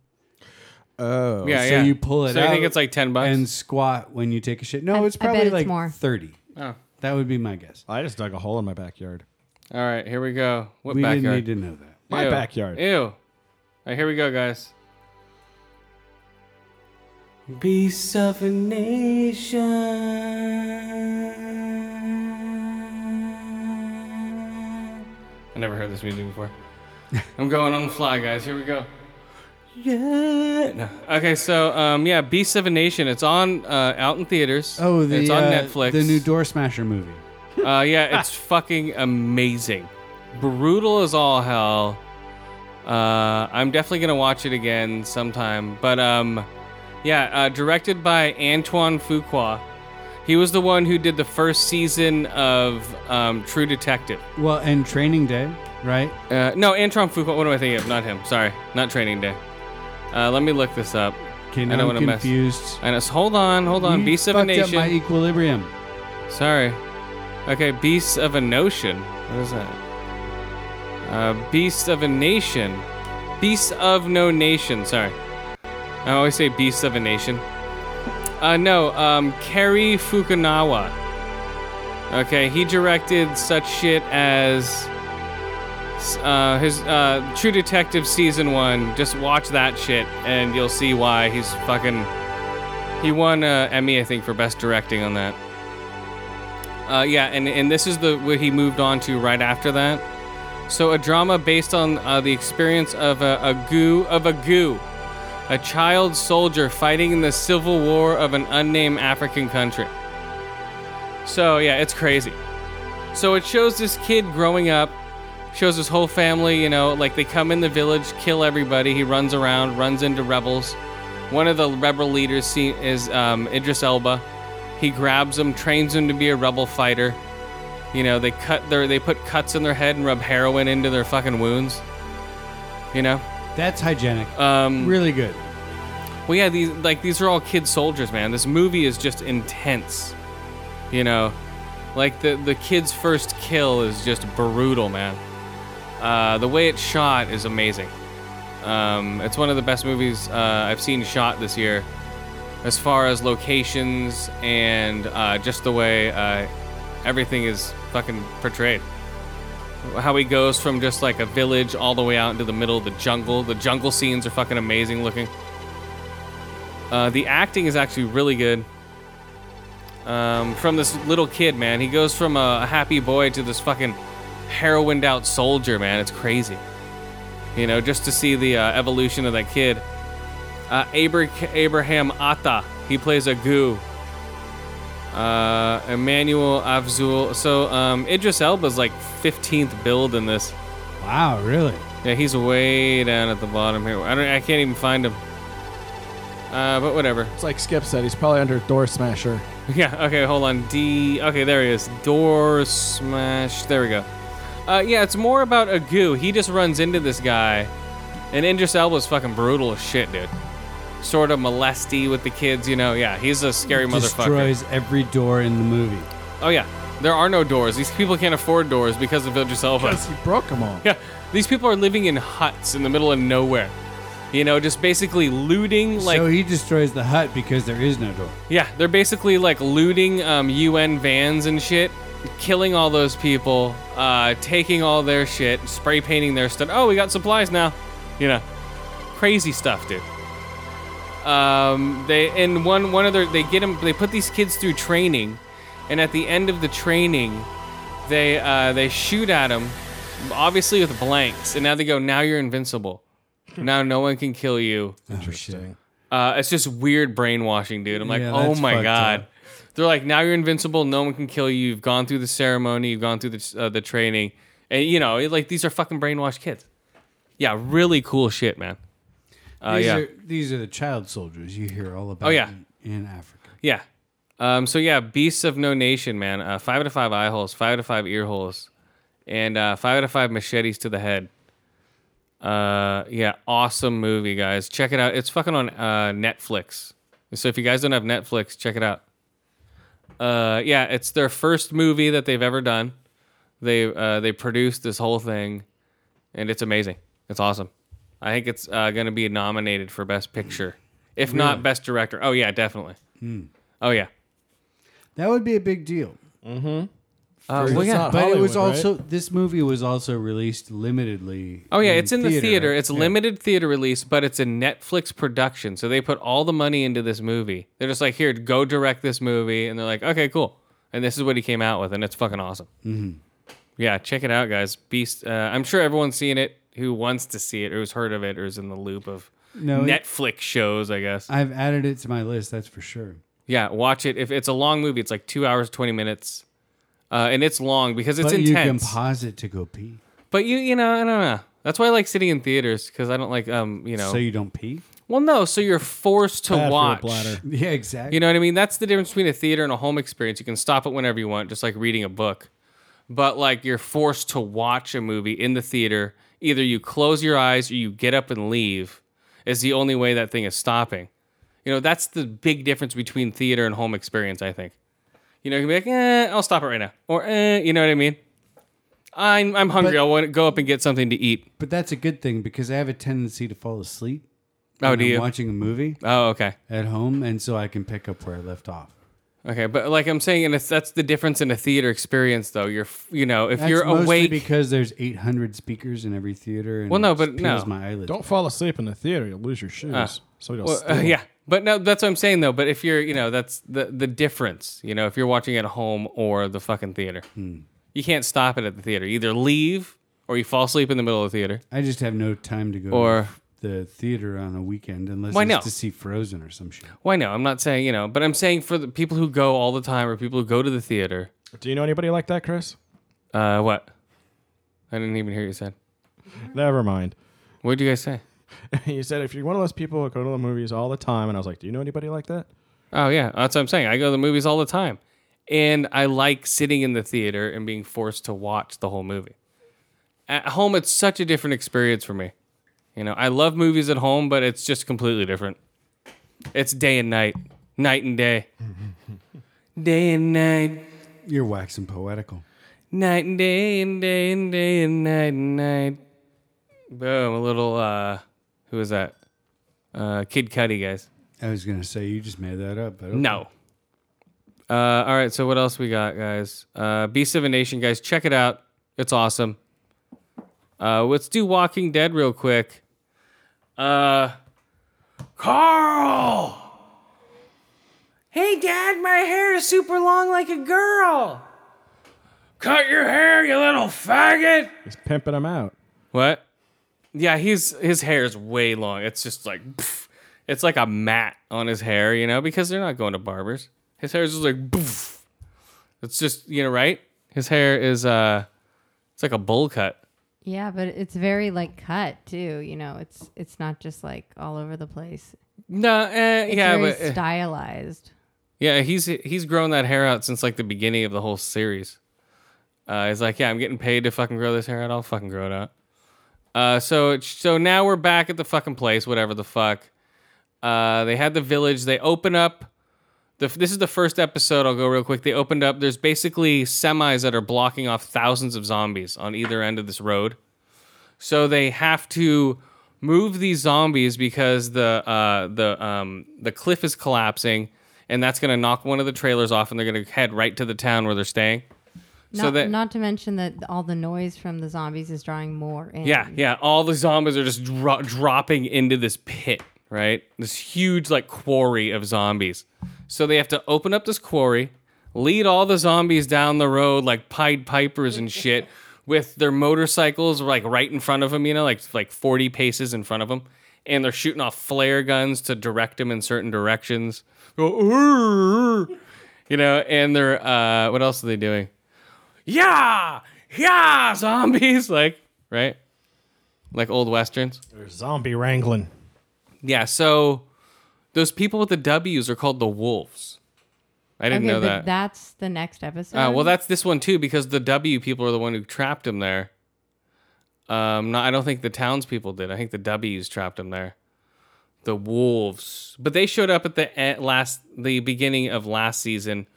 Oh.
Yeah,
so
yeah.
you pull it
So
out.
you think it's like 10 bucks?
And squat when you take a shit. No,
I-
it's
I bet
probably
it's
like
more.
30.
Oh.
That would be my guess.
I just dug a hole in my backyard.
All right, here we go. What
We didn't
backyard?
need to know that.
My
Ew.
backyard.
Ew. All right, here we go, guys.
Beast of a nation.
I never heard this music before. I'm going on the fly, guys. Here we go.
Yeah.
No. Okay, so um, yeah, Beast of a Nation. It's on uh, out in theaters.
Oh, the
it's on
uh,
Netflix.
The new Door Smasher movie.
uh, yeah, it's fucking amazing. Brutal as all hell. Uh, I'm definitely gonna watch it again sometime. But um, yeah, uh, directed by Antoine Fuqua. He was the one who did the first season of um, True Detective.
Well, and Training Day, right?
Uh, no, Antoine Fuqua. What am I thinking of? Not him. Sorry, not Training Day. Uh, let me look this up.
Okay, now
I don't
I'm
wanna mess-
confused.
I know. so Hold on, hold on.
You
Beasts of a
fucked up
Nation.
my equilibrium.
Sorry. Okay, Beasts of a Notion. What is that? Uh, Beasts of a Nation. Beasts of No Nation. Sorry. I always say Beasts of a Nation. Uh, no, um, Kerry Fukunawa. Okay, he directed such shit as uh, his uh, True Detective season one. Just watch that shit, and you'll see why he's fucking. He won uh, Emmy, I think, for best directing on that. Uh, yeah, and, and this is the what he moved on to right after that. So a drama based on uh, the experience of a, a goo of a goo, a child soldier fighting in the civil war of an unnamed African country. So yeah, it's crazy. So it shows this kid growing up, shows his whole family. You know, like they come in the village, kill everybody. He runs around, runs into rebels. One of the rebel leaders see, is um, Idris Elba. He grabs him, trains him to be a rebel fighter. You know, they cut their they put cuts in their head and rub heroin into their fucking wounds. You know,
That's hygienic.
um,
really good.
Well, yeah, these like these are all kid soldiers, man. This movie is just intense. You know, like the the kid's first kill is just brutal, man. Uh, the way it's shot is amazing. Um, it's one of the best movies uh, I've seen shot this year, as far as locations and uh, just the way uh, everything is fucking portrayed. How he goes from just like a village all the way out into the middle of the jungle. The jungle scenes are fucking amazing looking. Uh, the acting is actually really good. Um, from this little kid, man. He goes from a, a happy boy to this fucking heroined out soldier, man. It's crazy. You know, just to see the uh, evolution of that kid. Uh, Abra- Abraham Atta, he plays a goo. Uh, Emmanuel Avzul. So um, Idris Elba's like 15th build in this.
Wow, really?
Yeah, he's way down at the bottom here. I don't. I can't even find him. Uh, but whatever.
It's like Skip said, he's probably under Door Smasher.
Yeah, okay, hold on. D. Okay, there he is. Door smash. There we go. Uh, yeah, it's more about a goo. He just runs into this guy, and Idris Elba's fucking brutal as shit, dude. Sort of molesty with the kids, you know. Yeah, he's a scary motherfucker.
Destroys every door in the movie.
Oh, yeah. There are no doors. These people can't afford doors because of Idris Elba.
Because he broke them all.
Yeah, these people are living in huts in the middle of nowhere. You know, just basically looting like
so he destroys the hut because there is no door.
Yeah, they're basically like looting um, UN vans and shit, killing all those people, uh, taking all their shit, spray painting their stuff. Oh, we got supplies now. You know, crazy stuff, dude. Um, they and one one other they get them. They put these kids through training, and at the end of the training, they uh, they shoot at them, obviously with blanks. And now they go, now you're invincible. Now no one can kill you.
Interesting.
Uh, it's just weird brainwashing, dude. I'm like,
Yeah,
oh
that's
my
fucked
god.
up.
They're like, now you're invincible. No one can kill you. You've gone through the ceremony. You've gone through the uh, the training, and you know, it- like these are fucking brainwashed kids. Yeah, really cool shit, man. Uh,
these
yeah,
are these are the child soldiers you hear all about.
Oh, yeah.
in, in Africa.
yeah. Um, so yeah, beasts of no nation, man. Uh, five out of five eye holes, five out of five ear holes, and uh, five out of five machetes to the head. Uh, yeah, awesome movie, guys. Check it out. It's fucking on uh, Netflix. So if you guys don't have Netflix, check it out. Uh, yeah, it's their first movie that they've ever done. They uh, they produced this whole thing, and it's amazing. It's awesome. I think it's uh, going to be nominated for Best Picture, if not
Really?
Best Director. Oh yeah, definitely.
Hmm.
Oh yeah.
That would be a big deal. Mm-hmm.
Uh, well, yeah.
but it was also this movie was also released limitedly.
Oh yeah, it's in the theater. It's limited theater release, but it's a Netflix production. So they put all the money into this movie. They're just like, here, go direct this movie, and they're like, okay, cool. And this is what he came out with, and it's fucking awesome.
Mhm.
Yeah, check it out, guys. Beast. Uh, I'm sure everyone's seen it who wants to see it, or who's heard of it, or is in the loop of
No, it-
Netflix shows, I guess.
I've added it to my list. That's for sure.
Yeah, watch it. If it's a long movie, it's like two hours twenty minutes, uh, and it's long because it's
but you can
intense.
pause it to go pee,
But you, you know, I don't know. That's why I like sitting in theaters because I don't like, um, you know.
so you don't pee.
Well, no. So you're forced to
Bad for a
watch.
bladder. Yeah, exactly.
You know what I mean? That's the difference between a theater and a home experience. You can stop it whenever you want, just like reading a book. But like you're forced to watch a movie in the theater. Either you close your eyes or you get up and leave. Is the only way that thing is stopping. You know, that's the big difference between theater and home experience. I think. You know, you can be like, eh, I'll stop it right now, or eh, you know what I mean. I'm I'm hungry.
But-
I'll wanna go up and get something to eat.
But that's a good thing because I have a tendency to fall asleep.
Oh,
when
do
I'm
you?
watching a movie?
Oh, okay.
At home, and so I can pick up where I left off.
Okay, but like I'm saying, and it's, that's the difference in a theater experience, though. You're, f- you know, if
That's
you're
mostly
awake,
because there's 800 speakers in every theater. And
Well, no,
it
but
peels
no.
my eyelids.
Don't fall asleep in the theater. You'll lose your shoes.
Ah.
so you'll
Well, uh,
steal.
yeah. But no, that's what I'm saying though. But if you're, you know, that's the the difference. You know, if you're watching at home or the fucking theater,
Hmm.
you can't stop it at the theater. You Either leave or you fall asleep in the middle of the theater.
I just have no time to go
Or-
to the theater on a weekend unless
Why
it's
no?
to see Frozen or some shit.
Why no? I'm not saying you know, but I'm saying for the people who go all the time or people who go to the theater.
Do you know anybody like that, Chris?
Uh, what? I didn't even hear what you said.
Never mind.
What did you guys say?
you said if you're one of those people who go to the movies all the time, and I was like, do you know anybody like that?
Oh yeah, that's what I'm saying. I go to the movies all the time, and I like sitting in the theater and being forced to watch the whole movie. At home, it's such a different experience for me. You know, I love movies at home, but it's just completely different. It's day and night, night and day.
Day and night.
You're waxing poetical.
Night and day and day and day and night and night. Boom, a little uh who was that? Uh Kid Cudi guys.
I was gonna say you just made that up, but okay.
No. Uh all right, so what else we got, guys? Uh Beast of a Nation, guys, check it out. It's awesome. Uh let's do Walking Dead real quick. Uh
Carl! Hey, Dad, my hair is super long like a girl. Cut your hair, you little faggot.
He's pimping him out.
What? Yeah, he's his hair is way long. It's just like pff, it's like a mat on his hair, you know, because they're not going to barbers. His hair is just like poof. It's just you know, right? His hair is uh it's like a bowl cut.
Yeah, but it's very like cut too. You know, it's it's not just like all over the place.
No, eh,
It's
yeah,
very
but eh,
stylized.
yeah, he's he's grown that hair out since like the beginning of the whole series. Uh, he's like, yeah, I'm getting paid to fucking grow this hair out. I'll fucking grow it out. Uh, so it's- so now we're back at the fucking place, whatever the fuck. Uh, they had the village. They open up. The, this is the first episode. I'll go real quick. They opened up. There's basically semis that are blocking off thousands of zombies on either end of this road. So they have to move these zombies because the uh, the um, the cliff is collapsing, and that's gonna knock one of the trailers off, and they're gonna head right to the town where they're staying.
Not, not to mention that all the noise from the zombies is drawing more in.
Yeah, yeah. All the zombies are just dro- dropping into this pit, right? This huge, like, quarry of zombies. So they have to open up this quarry, lead all the zombies down the road like Pied Pipers and shit, with their motorcycles like right in front of them, you know, like like forty paces in front of them, and they're shooting off flare guns to direct them in certain directions. Go, "Arr, arr," you know, and they're uh, what else are they doing? Yeah, yeah, zombies, like right, like old westerns.
Zombie wrangling.
Yeah, so those people with the W's are called the wolves. I didn't
okay,
know
but
that.
That's the next episode.
Uh, well, that's this one too because the W people are the one who trapped him there. Um, no, I don't think the townspeople did. I think the W's trapped him there. The wolves, but they showed up at the e- last, the beginning of last season,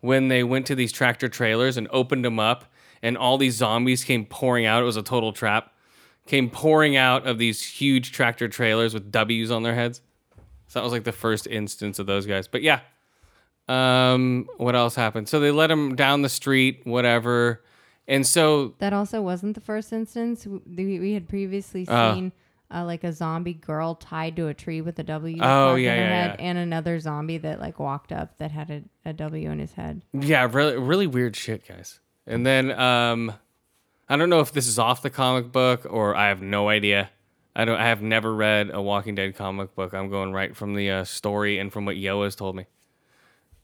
when they went to these tractor trailers and opened them up, and all these zombies came pouring out. It was a total trap. Came pouring out of these huge tractor trailers with W's on their heads. So that was like the first instance of those guys. But yeah, um, what else happened? So they let him down the street, whatever. And so
that also wasn't the first instance. W- We, we had previously
Oh.
seen uh, like a zombie girl tied to a tree with a W.
Oh,
carved in
yeah,
her
yeah,
head,
yeah.
And another zombie that like walked up that had a, a W in his head.
yeah, really, really weird shit, guys. And then um, I don't know if this is off the comic book or I have no idea. I don't. I have never read a Walking Dead comic book. I'm going right from the uh, story and from what Yo has told me.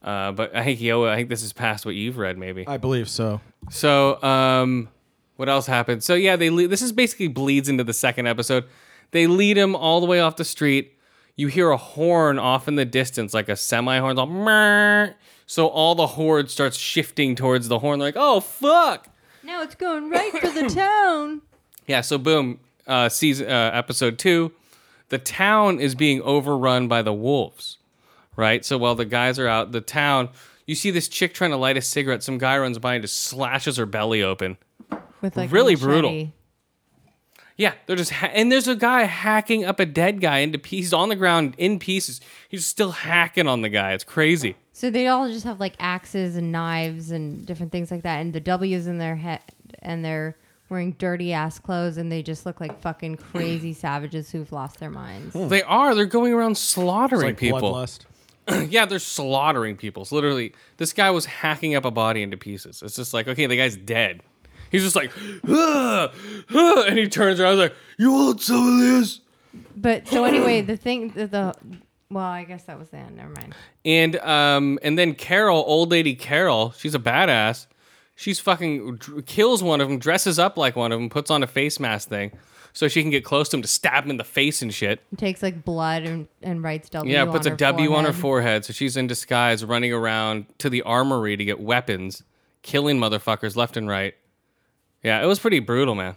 Uh, but I think Yo, I think this is past what you've read, maybe.
I believe so.
So, um, what else happened? So yeah, they lead, this is basically bleeds into the second episode. They lead him all the way off the street. You hear a horn off in the distance, like a semi horn. All "Meow." so all the horde starts shifting towards the horn. They're like, oh fuck!
Now it's going right for the town.
Yeah. So boom, uh, season uh, episode two, the town is being overrun by the wolves, right? So while the guys are out, the town. You see this chick trying to light a cigarette. Some guy runs by and just slashes her belly open.
With like a
Really brutal.
machete.
Yeah, they're just ha- and there's a guy hacking up a dead guy into pieces. He's on the ground in pieces. He's still hacking on the guy. It's crazy.
So they all just have like axes and knives and different things like that, and the W's in their head, and they're wearing dirty ass clothes, and they just look like fucking crazy savages who've lost their minds.
Hmm.
They are. They're going around slaughtering
It's like
people.
bloodlust.
yeah, they're slaughtering people. It's literally, this guy was hacking up a body into pieces. It's just like, okay, the guy's dead. He's just like, "Ugh, ugh," and he turns around. He's like, "You want some of this?"
But so anyway, the thing, the, the well, I guess that was the end. Never mind.
And um, and then Carol, old lady Carol, she's a badass. She's fucking dr- kills one of them, dresses up like one of them, puts on a face mask thing, so she can get close to him to stab him in the face and shit.
It takes like blood and, and writes W.
yeah, puts
on
a
her
W on her
forehead.
forehead, so she's in disguise, running around to the armory to get weapons, killing motherfuckers left and right. Yeah, it was pretty brutal, man.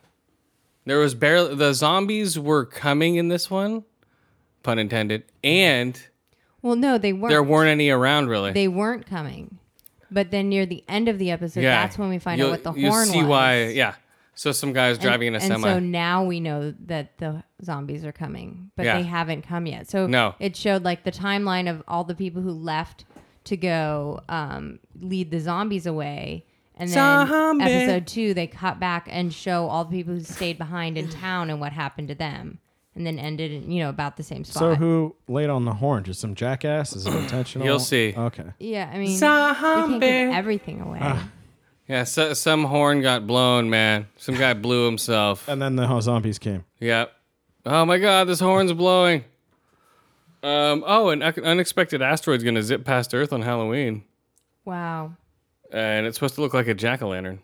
There was barely the zombies were coming in this one, pun intended, and
Well, no, they weren't.
There weren't any around really.
They weren't coming. But then near the end of the episode, that's when we find
You'll-
out what the
you'll
horn
see
was.
why. Yeah. So some guy's driving in a
and
semi.
so now we know that the zombies are coming, but
Yeah.
they haven't come yet. So
No.
it showed like the timeline of all the people who left to go um, lead the zombies away. And then
Zombie.
episode two, they cut back and show all the people who stayed behind in town and what happened to them. And then ended, in, you know, about the same spot.
So who laid on the horn? Just some jackass? Is it intentional?
You'll see.
Okay.
Yeah, I mean, we can't
Zombie.
give everything away.
Ah.
yeah. So, some horn got blown, man. Some guy blew himself.
And then the ho- zombies came.
Yep. Oh my God, this horn's blowing. Um. Oh, an un- unexpected asteroid's gonna zip past Earth on Halloween,
wow.
and it's supposed to look like a jack o' lantern.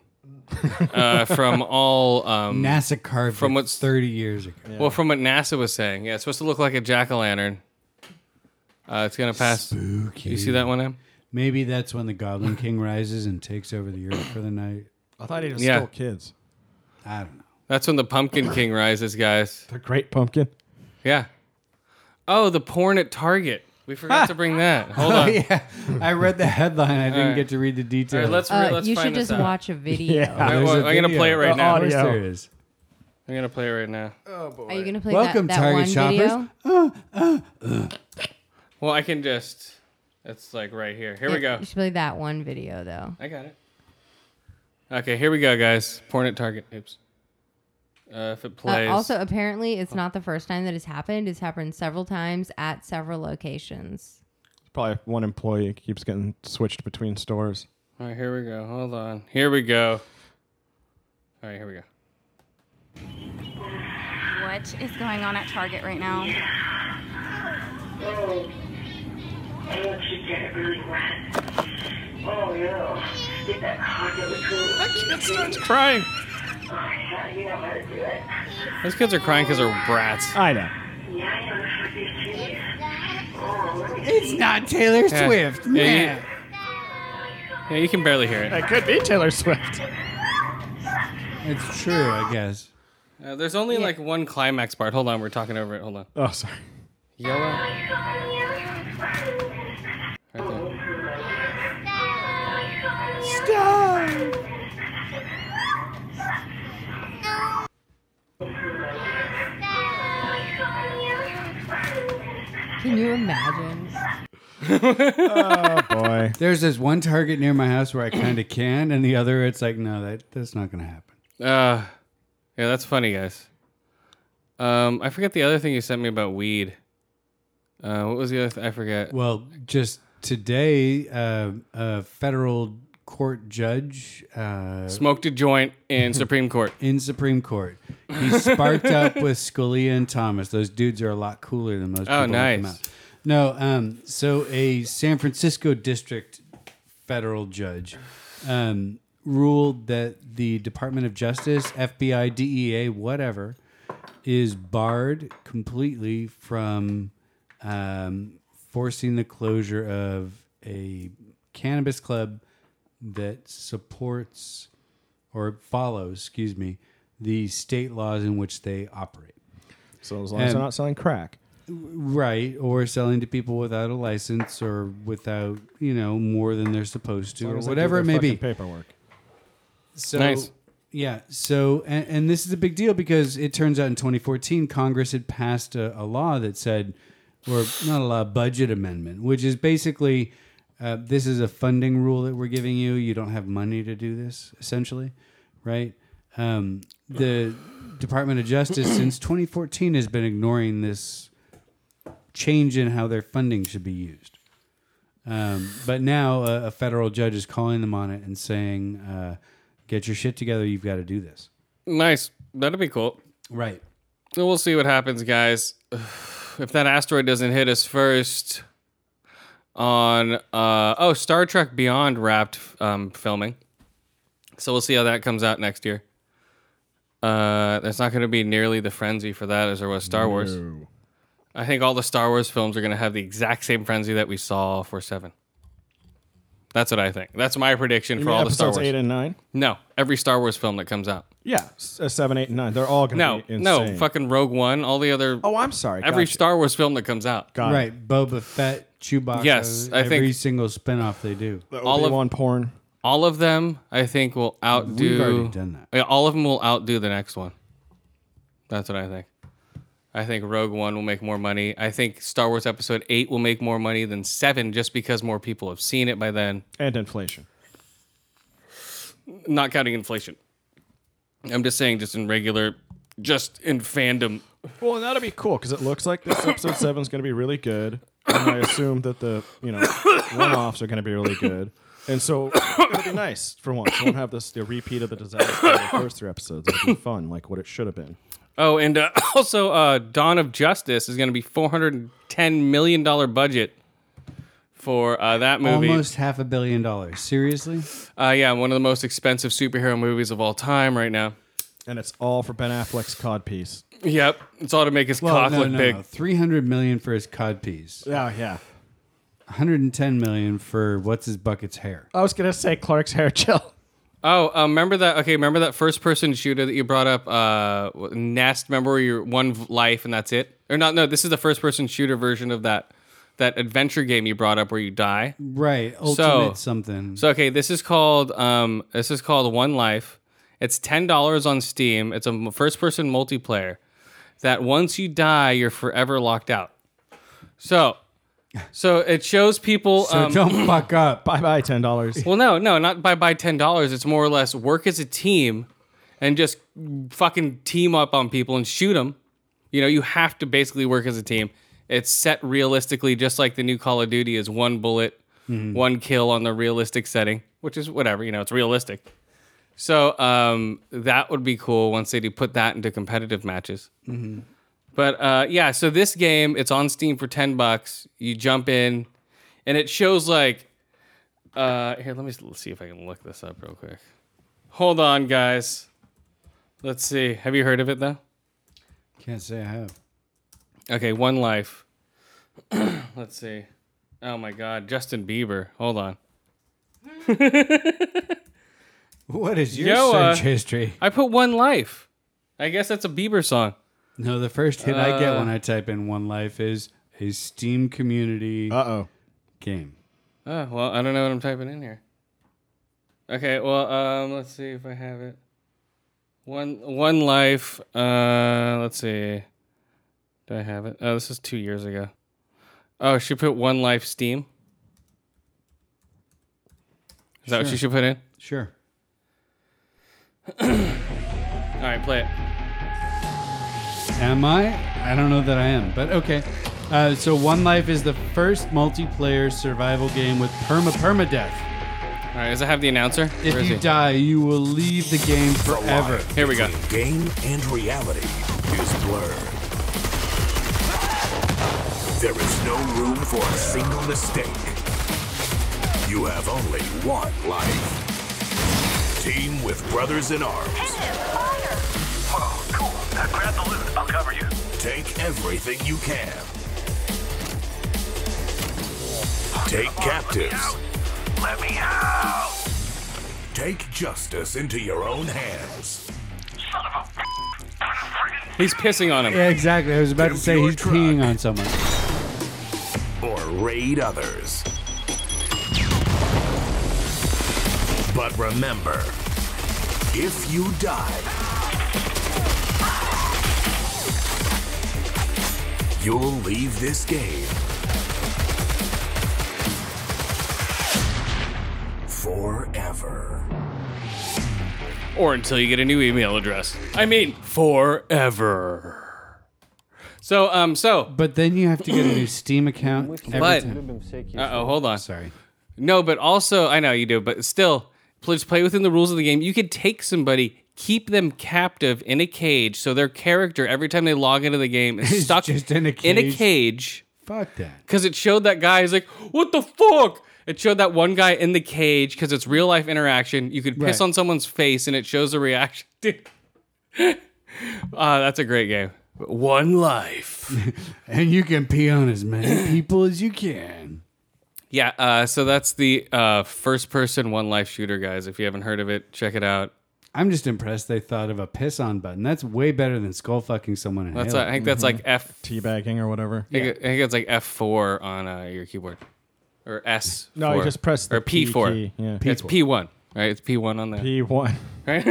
uh, from all um,
NASA carved
from
it
what's
30 years ago.
Well, from what NASA was saying, yeah, it's supposed to look like a jack o' lantern. Uh, it's gonna pass.
Spooky.
You see that one, Em?
Maybe that's when the Goblin King rises and takes over the earth for the night.
I thought he
just Yeah. stole
kids.
I don't know.
That's when the Pumpkin King rises, guys.
The Great Pumpkin.
Yeah. Oh, the porn at Target. We forgot to bring that. Hold on.
Oh, yeah. I read the headline. I didn't
All right.
get to read the details.
All right, let's re-
Uh,
let's
you
find
should
this
just
out.
watch a video.
Wait,
There's
wait,
a
I'm gonna play it
video.
right
Oh,
now.
of course There it is.
I'm gonna play it right now. Oh boy.
Are you going to play
Welcome,
that, that
Target
one
shoppers.
video?
Well, I can just. It's like right here. Here we
Yeah,
go.
You should play that one video though.
I got it. Okay, here we go, guys. Porn at Target. Oops. Uh, if it
Uh,
plays.
also, apparently,
Oh.
it's not the first time that has happened. It's happened several times at several locations.
Probably one employee keeps getting switched between stores.
All right, here we go. Hold on. Here we go. All right, here we go.
What is going on at Target right now?
Oh, oh, she did it really right. Oh, yeah. Get that hot of the cool. That kid starts
crying.
Oh, hell, you know how to do it.
Those kids are crying because they're brats.
I know.
Yeah, I know how to do it.
It's not Taylor
Yeah.
Swift.
Yeah, you-
man.
Yeah, you can barely hear it.
could be Taylor Swift.
It's true, I guess.
Uh, there's only like one climax part. Hold on, we're talking over it. Hold on.
Oh, sorry.
Yellow.
Stop!
Can you imagine?
oh
Uh,
boy.
There's this one Target near my house where I kind of can, and the other, it's like, no, that that's not gonna happen.
Uh, yeah, that's funny, guys. Um, I forget the other thing you sent me about weed. Uh, what was the other? Th- I forget.
Well, just today, uh, a federal court judge uh,
Smoked a joint in Supreme Court.
in Supreme Court. He sparked up with Scalia and Thomas. Those dudes are a lot cooler than most.
Oh,
people make them
nice.
out. No, um, so a San Francisco district federal judge um, ruled that the Department of Justice, FBI, DEA, E whatever, is barred completely from um, forcing the closure of a cannabis club that supports or follows, excuse me, the state laws in which they operate.
So as long as they're
And-
not selling crack.
Right, or selling to people without a license or without, you know, more than they're supposed
As
to
long
or
as they do
whatever it
their
may be.
fucking Paperwork.
So,
Nice.
Yeah. So, and, and this is a big deal because it turns out in 2014, Congress had passed a, a law that said, or not a law, a budget amendment, which is basically uh, this is a funding rule that we're giving you. You don't have money to do this, essentially, right? Um, the Department of Justice since 2014 has been ignoring this change in how their funding should be used. Um, but now a, a federal judge is calling them on it and saying, uh, "Get your shit together. You've got to do this."
Nice. That'd be cool.
Right.
So we'll see what happens, guys. If that asteroid doesn't hit us first, on uh, oh Star Trek Beyond wrapped um, filming, so we'll see how that comes out next year. Uh, there's not going to be nearly the frenzy for that as there was Star Wars. I think all the Star Wars films are going to have the exact same frenzy that we saw for Seven. That's what I think. That's my prediction
You
for
mean
all the Star
episodes
Wars.
eight and nine?
No, every Star Wars film that comes out.
Yeah, s- uh, seven, eight, and nine. They're all gonna
No,
be insane.
no, fucking Rogue One. All the other.
Oh, I'm sorry.
Every
Gotcha.
Star Wars film that comes out.
right, Boba Fett, Chewbacca.
Yes, I
every
think-
single spinoff they do.
All of
Obi-Wan porn.
All of them, I think, will outdo.
already done
that. Yeah, all of them will outdo the next one. That's what I think. I think Rogue One will make more money. I think Star Wars Episode Eight will make more money than Seven, just because more people have seen it by then.
and inflation.
Not counting inflation. I'm just saying, just in regular, just in fandom.
Well, and that'll be cool because it looks like this episode seven is going to be really good, and I assume that the you know one-offs are going to be really good, and so it'll be nice for once. We won't have this the repeat of the disaster of the first three episodes. It'll be fun, like what it should have been.
Oh, and uh, also, uh, Dawn of Justice is going to be 410 million dollar budget for uh, that movie.
Almost half a billion dollars. Seriously?
Uh, yeah, one of the most expensive superhero movies of all time right now.
And it's all for Ben Affleck's codpiece.
Yep, it's all to make his cock
no,
look
no,
big.
no. 300 million for his codpiece.
Yeah, yeah.
110 million for what's his bucket's hair.
I was going to say Clark's hair gel.
Oh, uh, remember that? Okay, remember that first-person shooter that you brought up, uh, w- Nest. Remember where you're one v- life and that's it, or not? No, this is the first-person shooter version of that that adventure game you brought up where you die.
Right,
So-
ultimate something.
So okay, this is called um, this is called One Life. It's ten dollars on Steam. It's a first person multiplayer that once you die, you're forever locked out. So, so it shows people. um,
So don't fuck up.
Bye bye, ten dollars.
Well, no, no, not by buy ten dollars. It's more or less work as a team, and just fucking team up on people and shoot them. You know, you have to basically work as a team. It's set realistically, just like the new Call of Duty is one bullet,
Mhm.
one kill on the realistic setting, which is whatever. You know, it's realistic. So um, that would be cool once they do put that into competitive matches.
Mhm.
But uh, yeah, so this game it's on Steam for ten bucks. You jump in, and it shows like uh, here. Let me s- see if I can look this up real quick. Hold on, guys. Let's see. Have you heard of it though?
Can't say I have.
Okay, One Life. Let's see. Oh my God, Justin Bieber. Hold on.
What is your
Yo, uh,
search history?
I put One Life. I guess that's a Bieber song.
No, the first hit I get
Uh,
when I type in One Life is a Steam community
Uh-oh.
game.
Oh, well, I don't know what I'm typing in here. Okay, well, um, let's see if I have it. One One Life. Uh, let's see. Do I have it? Oh, this is two years ago. Oh, she put One Life Steam. Is that what
Sure.
she should put in?
Sure.
All right, play it.
Am I? I don't know that I am, but okay. Uh, so One Life is the first multiplayer survival game with perma permadeath.
All right, does it have the announcer?
If
Where is
you
he?
die, you will leave the game forever.
Here we go.
Game and reality is blurred. There is no room for a single mistake. You have only one life. Team with brothers in arms. Take everything you can. Take captives. Let me out. Take justice into your own hands.
He's pissing on him.
Yeah, exactly. I was about to say he's peeing on someone.
or raid others. But remember, if you die, you'll leave this game forever.
or until you get a new email address. I mean, forever. So, um, so.
But then you have to get a new Steam account. Every
But
time.
uh oh, hold on.
Sorry.
No, but also I know you do, but still, please play within the rules of the game. You could take somebody, keep them captive in a cage, so their character every time they log into the game is stuck in a cage.
Fuck that.
Because it showed that guy is like, what the fuck? It showed that one guy in the cage because it's real life interaction. You could piss
Right.
on someone's face and it shows a reaction. Dude. Ah, that's a great game. One life.
and you can pee on as many people as you can.
Yeah, uh, so that's the uh, first person one life shooter, guys. If you haven't heard of it, check it out.
I'm just impressed they thought of a piss on button. That's way better than skull fucking someone. In
That's
Halo.
I think that's like F.
Teabagging or whatever.
I think, I think it's like F four on uh, your keyboard, or S.
No, you just press the
or P four.
P key, yeah.
It's P one, right? It's P one on there.
P1.
right?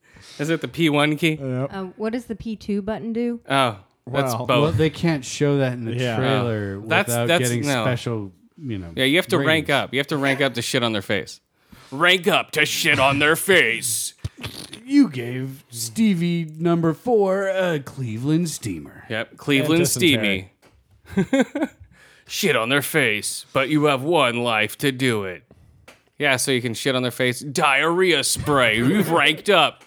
Is it the P one key?
Uh, what does the P2 button do?
Oh, that's
Well,
both.
well, they can't show that in the
Yeah.
trailer
Oh. That's-
without
that's-
getting
no.
special. You know.
yeah, you have to
ratings.
rank up. You have to rank up to shit on their face.
Rank up to shit on their face.
You gave Stevie number four a Cleveland steamer.
Yep, Cleveland Steamy. shit on their face, but you have one life to do it. Yeah, so you can shit on their face. Diarrhea spray. You've ranked up.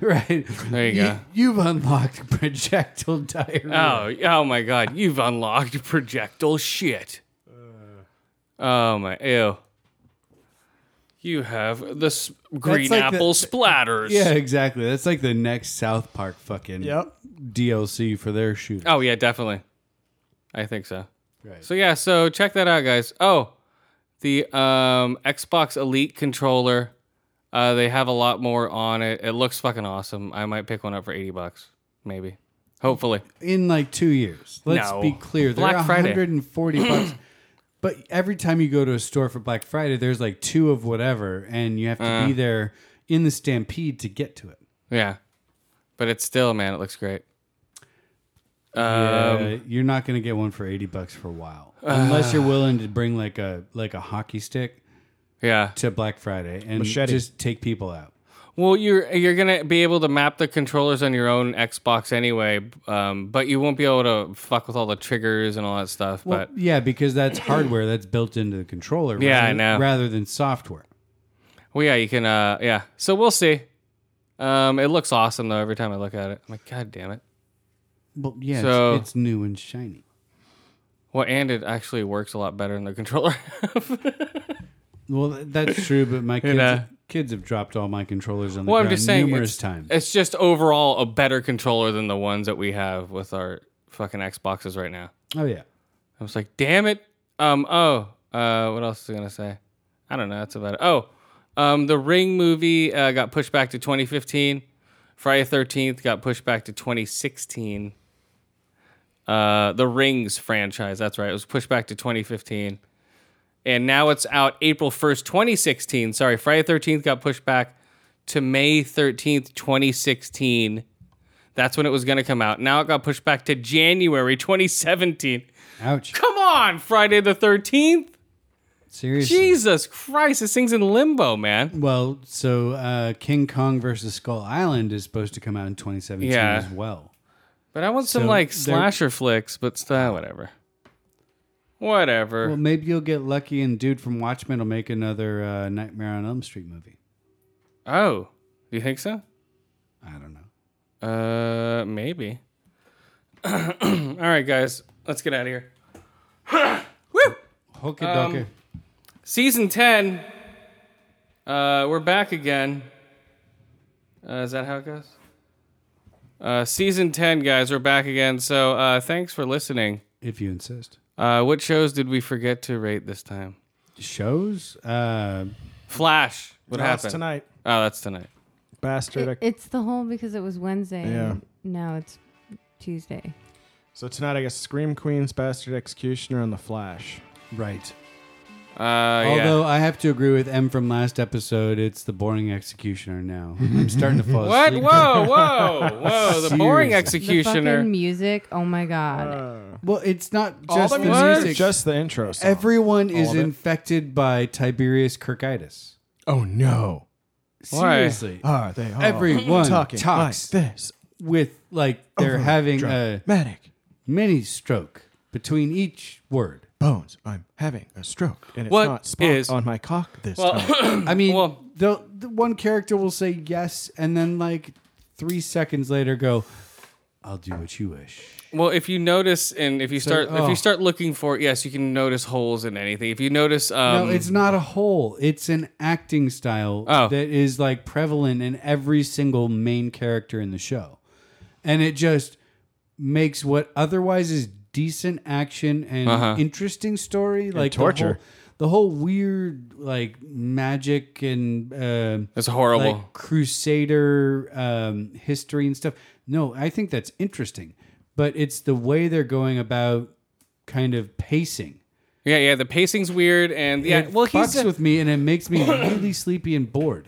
right.
There you go.
You've unlocked projectile diarrhea.
Oh, oh my god, you've unlocked projectile shit.
Uh.
Oh my ew. You have the s-
like
green
the-
apple splatters.
Yeah, exactly. That's like the next South Park fucking
Yep.
DLC for their shooter.
Oh yeah, definitely. I think so.
Right.
So yeah, so check that out, guys. Oh, the um, Xbox Elite controller. Uh, they have a lot more on it. It looks fucking awesome. I might pick one up for eighty bucks, maybe. Hopefully.
In like two years. Let's
No.
be clear. They're
Black Friday.
140 bucks. But every time you go to a store for Black Friday, there's like two of whatever, and you have to
Uh.
be there in the stampede to get to it.
Yeah, but it's still, man, it looks great. Um,
Yeah, you're not gonna get one for eighty bucks for a while, unless you're willing to bring like a like a hockey stick,
yeah,
to Black Friday and
Machete.
just take people out.
Well, you're you're gonna be able to map the controllers on your own Xbox anyway, um, but you won't be able to fuck with all the triggers and all that stuff.
Well,
but
yeah, because that's hardware that's built into the controller.
Yeah, I
rather,
know.
Rather than software.
Well, yeah, you can. Uh, yeah. So we'll see. Um, it looks awesome though. Every time I look at it, I'm like, God damn it.
Well, yeah,
So-
it's, it's new and shiny.
Well, and it actually works a lot better than the controller.
Well, th- that's true, but my
You
kids,
know.
kids have dropped all my controllers on the
well, I'm
ground
just saying,
numerous
it's,
times.
it's just overall a better controller than the ones that we have with our fucking Xboxes right now.
Oh yeah,
I was like, damn it. Um. Oh. Uh. What else was I gonna say? I don't know. That's about it. Oh. Um. The Ring movie uh, got pushed back to 2015. Friday Thirteenth got pushed back to 2016. Uh. The Rings franchise. That's right. It was pushed back to 2015. And now it's out April 1st, 2016. Sorry, Friday 13th got pushed back to May 13th, 2016. That's when it was going to come out. Now it got pushed back to January 2017.
Ouch.
Come on, Friday the 13th.
Seriously.
Jesus Christ, this thing's in limbo, Oh, man.
Well, so uh, King Kong versus Skull Island is supposed to come out in 2017
Yeah.
as well.
But I want some
So
like
they're-
slasher flicks, but still, whatever. Whatever.
Well, maybe you'll get lucky and dude from Watchmen will make another uh, Nightmare on Elm Street movie.
oh, do you think so?
I don't
know. Uh, maybe. All right, guys, let's get out of here.
Hokey
Um,
dokey.
season 10 uh, we're back again uh, is that how it goes uh, season 10 guys we're back again so uh, thanks for listening
if you insist
uh, what shows did we forget to rate this time
Shows? Uh,
flash what
No, that's
happened
tonight.
oh that's tonight
Bastard.
It- it's the whole because it was Wednesday.
Yeah.
No, it's Tuesday.
so tonight I guess Scream Queens, Bastard Executioner, and The Flash.
Right.
uh,
Although I have to agree with M from last episode, it's the boring executioner now. I'm starting to fall
What?
asleep.
Whoa, whoa, whoa, the boring
Seriously.
The fucking music. Oh my god.
well, it's not
All
just
the
the,
music?
music.
Uh, Just the intro song.
Everyone
All
is
of it.
infected by Tiberius Kirkitis.
Oh no!
Why?
Seriously, are they? all
Everyone
talking
talks
like this
with like they're
Over
having a
dramatic.
mini stroke between each word.
bones. I'm having a stroke, and it's
What
not spot
is-
on my cock this
Well,
time.
I mean, the, the one character will say yes, and then like three seconds later, go, "I'll do what you wish."
Well, if you notice, and if you
So-
start, if
oh.
you start looking for, it, yes, you can notice holes in anything. If you notice, um,
no, it's not a hole. It's an acting style
Oh.
that is like prevalent in every single main character in the show. And it just makes what otherwise is decent action and
Uh-huh.
interesting story. like the
torture.
whole- The whole, weird like magic and um
That's horrible.
like, crusader um, history and stuff. No, I think that's interesting, but it's the way they're going about kind of pacing.
Yeah, yeah. The pacing's weird, and yeah,
it
well,
fucks
he's a-
with me, and it makes me really sleepy and bored.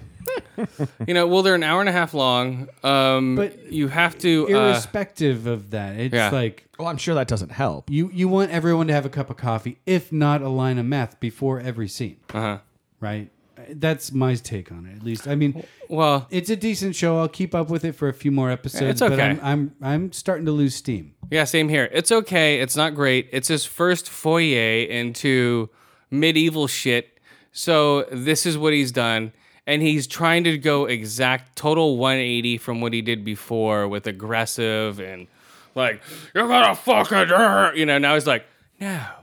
you know, well, they're an hour and a half long. Um, but you have to uh,
Irrespective of that, it's
yeah.
like
Well, Oh, I'm sure that doesn't help.
you you want everyone to have a cup of coffee, if not a line of meth before every scene.
Uh-huh.
Right. That's my take on it, at least. I mean,
well,
it's a decent show. I'll keep up with it for a few more episodes.
It's okay.
But I'm, I'm I'm starting to lose steam.
Yeah, same here. It's okay. It's not great. It's his first foyer into medieval shit. So this is what he's done. And he's trying to go exact total 180 from what he did before with aggressive and like, you're gonna fucking, uh," you know, now he's like, now,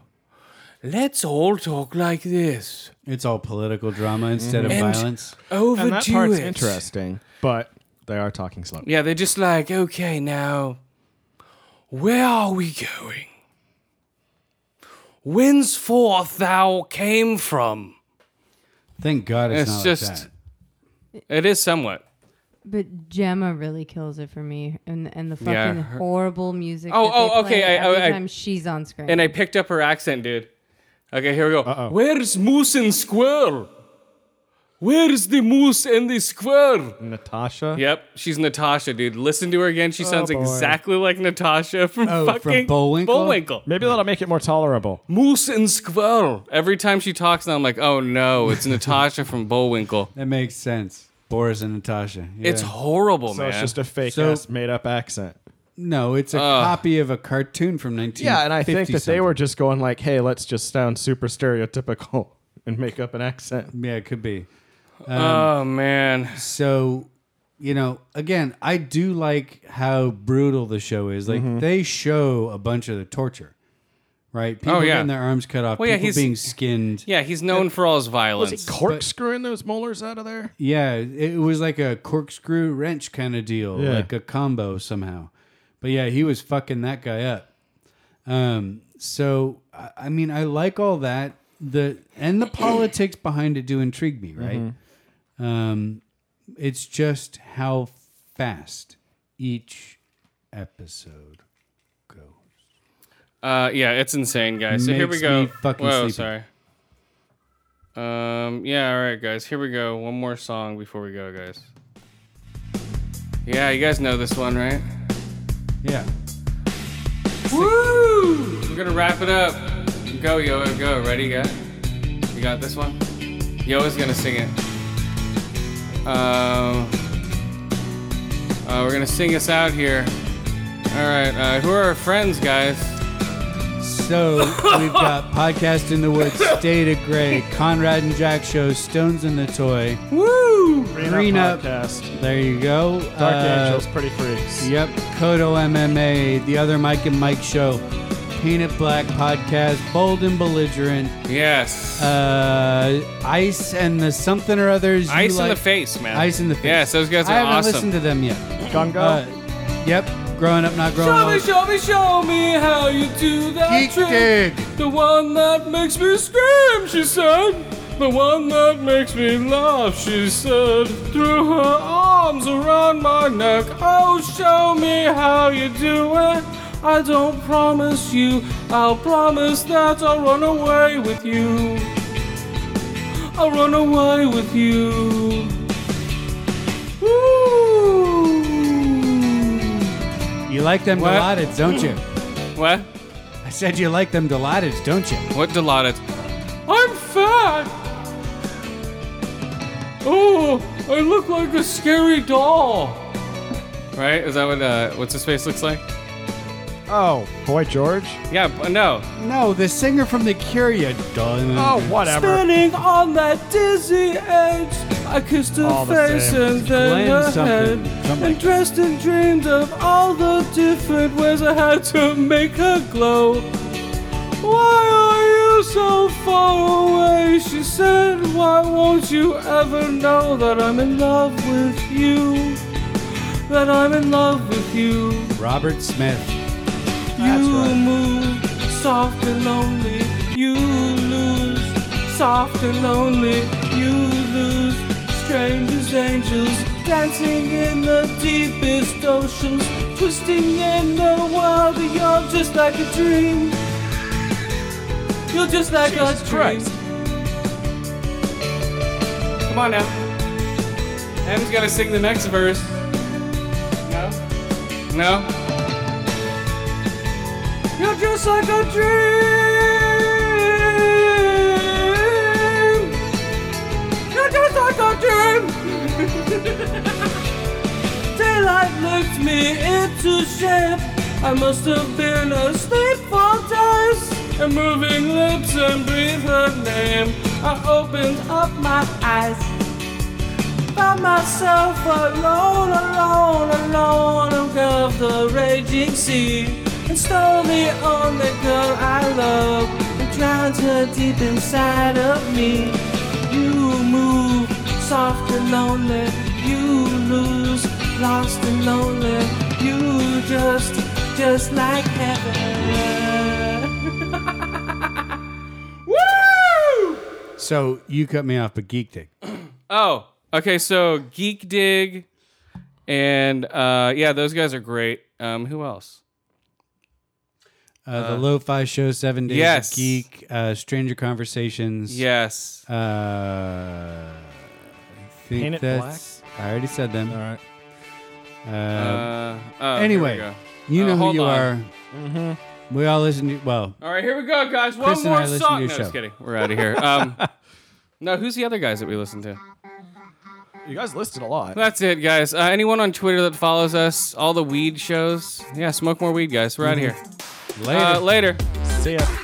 let's all talk like this.
It's all political drama instead
Mhm.
of
And
violence.
overdo
and that part's
it.
interesting, but they are talking slow.
Yeah, they're just like, okay, now, where are we going? Whence forth thou came from?
Thank God it's, not like that.
it is somewhat.
But Gemma really kills it for me, and and the fucking
Yeah, her-
horrible music.
Oh,
that they
oh,
play
okay. I,
every
I, I-
time she's on screen,
And I picked up her accent, dude. Okay, here we go. Where's moose and squirrel? Where's the moose and the squirrel?
Natasha.
Yep, she's Natasha, dude. Listen to her again. She
Oh,
sounds
boy.
exactly like Natasha from
Oh, from
fucking
Bullwinkle?
Bullwinkle.
Maybe that'll make it more tolerable.
Moose and squirrel. Every time she talks, now I'm like, oh no, it's Natasha from Bullwinkle.
That makes sense. Boris and Natasha. Yeah.
It's horrible,
so
man.
it's just a fake
So-
ass made up accent.
No, it's a
Ugh.
copy of a cartoon from 1950.
Yeah, and I think that they were just going like, "Hey, let's just sound super stereotypical and make up an accent."
Yeah, it could be. Um,
oh man.
So, you know, again, I do like how brutal the show is. Like
Mm-hmm.
Mhm.
they show a bunch of the torture, right? People
Oh, yeah.
getting their arms cut off,
Well, yeah,
people
he's-
being skinned.
Yeah, he's known for all his violence.
Was he corkscrewing those molars out of there?
Yeah, it was like a corkscrew wrench kind of deal,
Yeah.
like a combo somehow. But yeah, he was fucking that guy up. Um, so I, I mean, I like all that. The and the politics behind it do intrigue me, right?
Mm-hmm.
Um, it's just how fast each episode.
Uh, yeah, it's insane, guys. So here we
Makes
go.
me fucking
Whoa,
sleepy.
sorry. Um, yeah, all right, guys. Here we go. One more song before we go, guys. Yeah, you guys know this one, right?
Yeah.
Woo! We're gonna wrap it up. Go, yo, go. Ready, guys? You got this one? Yo is gonna sing it. Um, uh, we're gonna sing us out here. All right. Uh, who are our friends, guys?
So we've got podcast in the woods, State of Gray, Conrad and Jack show, Stones in the toy.
Woo!
Green up. There you go.
Dark
Uh,
Angels, Pretty Freaks.
Yep. Kodo MMA, the other Mike and Mike show, Painted Black podcast, Bold and Belligerent,
Yes.
uh, Ice and the something or others. you
Ice in the
like-
face, man.
Ice in the face.
Yes, those guys are
I haven't
awesome.
listened to them yet. Uh,
Gungo?
yep. Growing up, not growing up. old.
show me, show me how you do that
Geek Dig.
The one that makes me scream, she said. The one that makes me laugh, she said. Threw her arms around my neck. Oh, show me how you do it. I don't promise you, I'll promise that I'll run away with you. I'll run away with you.
You like them
What?
Dilaudid, don't you?
What?
I said you like them Dilaudids, don't you?
What Dilaudid? I'm fat. Oh, I look like a scary doll. Right? Is that what uh, what's his face looks like?
Oh, Boy George.
Yeah, but no.
No, the singer from The Cure, you dumb.
Oh, whatever.
Standing on that dizzy edge, I kissed her
All the
face
same.
and then
Glenn
her
something,
head,
something.
and dressed and dreamed of all the different ways I had to make her glow. Why are you so far away? She said, Why won't you ever know that I'm in love with you? That I'm in love with you.
Robert Smith.
You move
soft and lonely, you lose. Soft and lonely, you lose. Strange as angels, dancing in the deepest oceans, twisting in the world. that You're just like a dream. You're just like a dream.
Come on now. Em's gotta sing the next verse. No?
You're just like a dream. You're just like a dream. Daylight looked me into shape. I must have been asleep for days. And moving lips and breathe her name. I opened up my eyes. Found myself alone, alone, alone above the raging sea. And stole the only girl I love and drowned her deep inside of me. You move soft and lonely, you lose, lost and lonely, you just, just like heaven. Woo!
So you cut me off, but Geek Uh, Dick.
Oh, okay. So Geek Dig, and uh, yeah, those guys are great. Um, who else?
Uh, the
Uh,
Lo-Fi Show, Seven Days
yes.
of Geek, uh, Stranger Conversations.
Yes.
Uh, I think
Paint It
that's. I already said them. All right. Uh,
Uh, oh, here we
anyway,
go.
you
Uh,
know who
hold
you
on.
are. We all listen to. Well,
All right, here we go, guys. One
Chris and I
more
listen to
song.
your
no,
show.
just kidding. We're out of here. Um, no, who's the other guys that we listen to?
You guys listed a lot.
That's it, guys. Uh, anyone on Twitter that follows
Mm-hmm.
us, all the weed shows, yeah, smoke more weed, guys. We're out of here.
Later.
Uh, later.
See ya.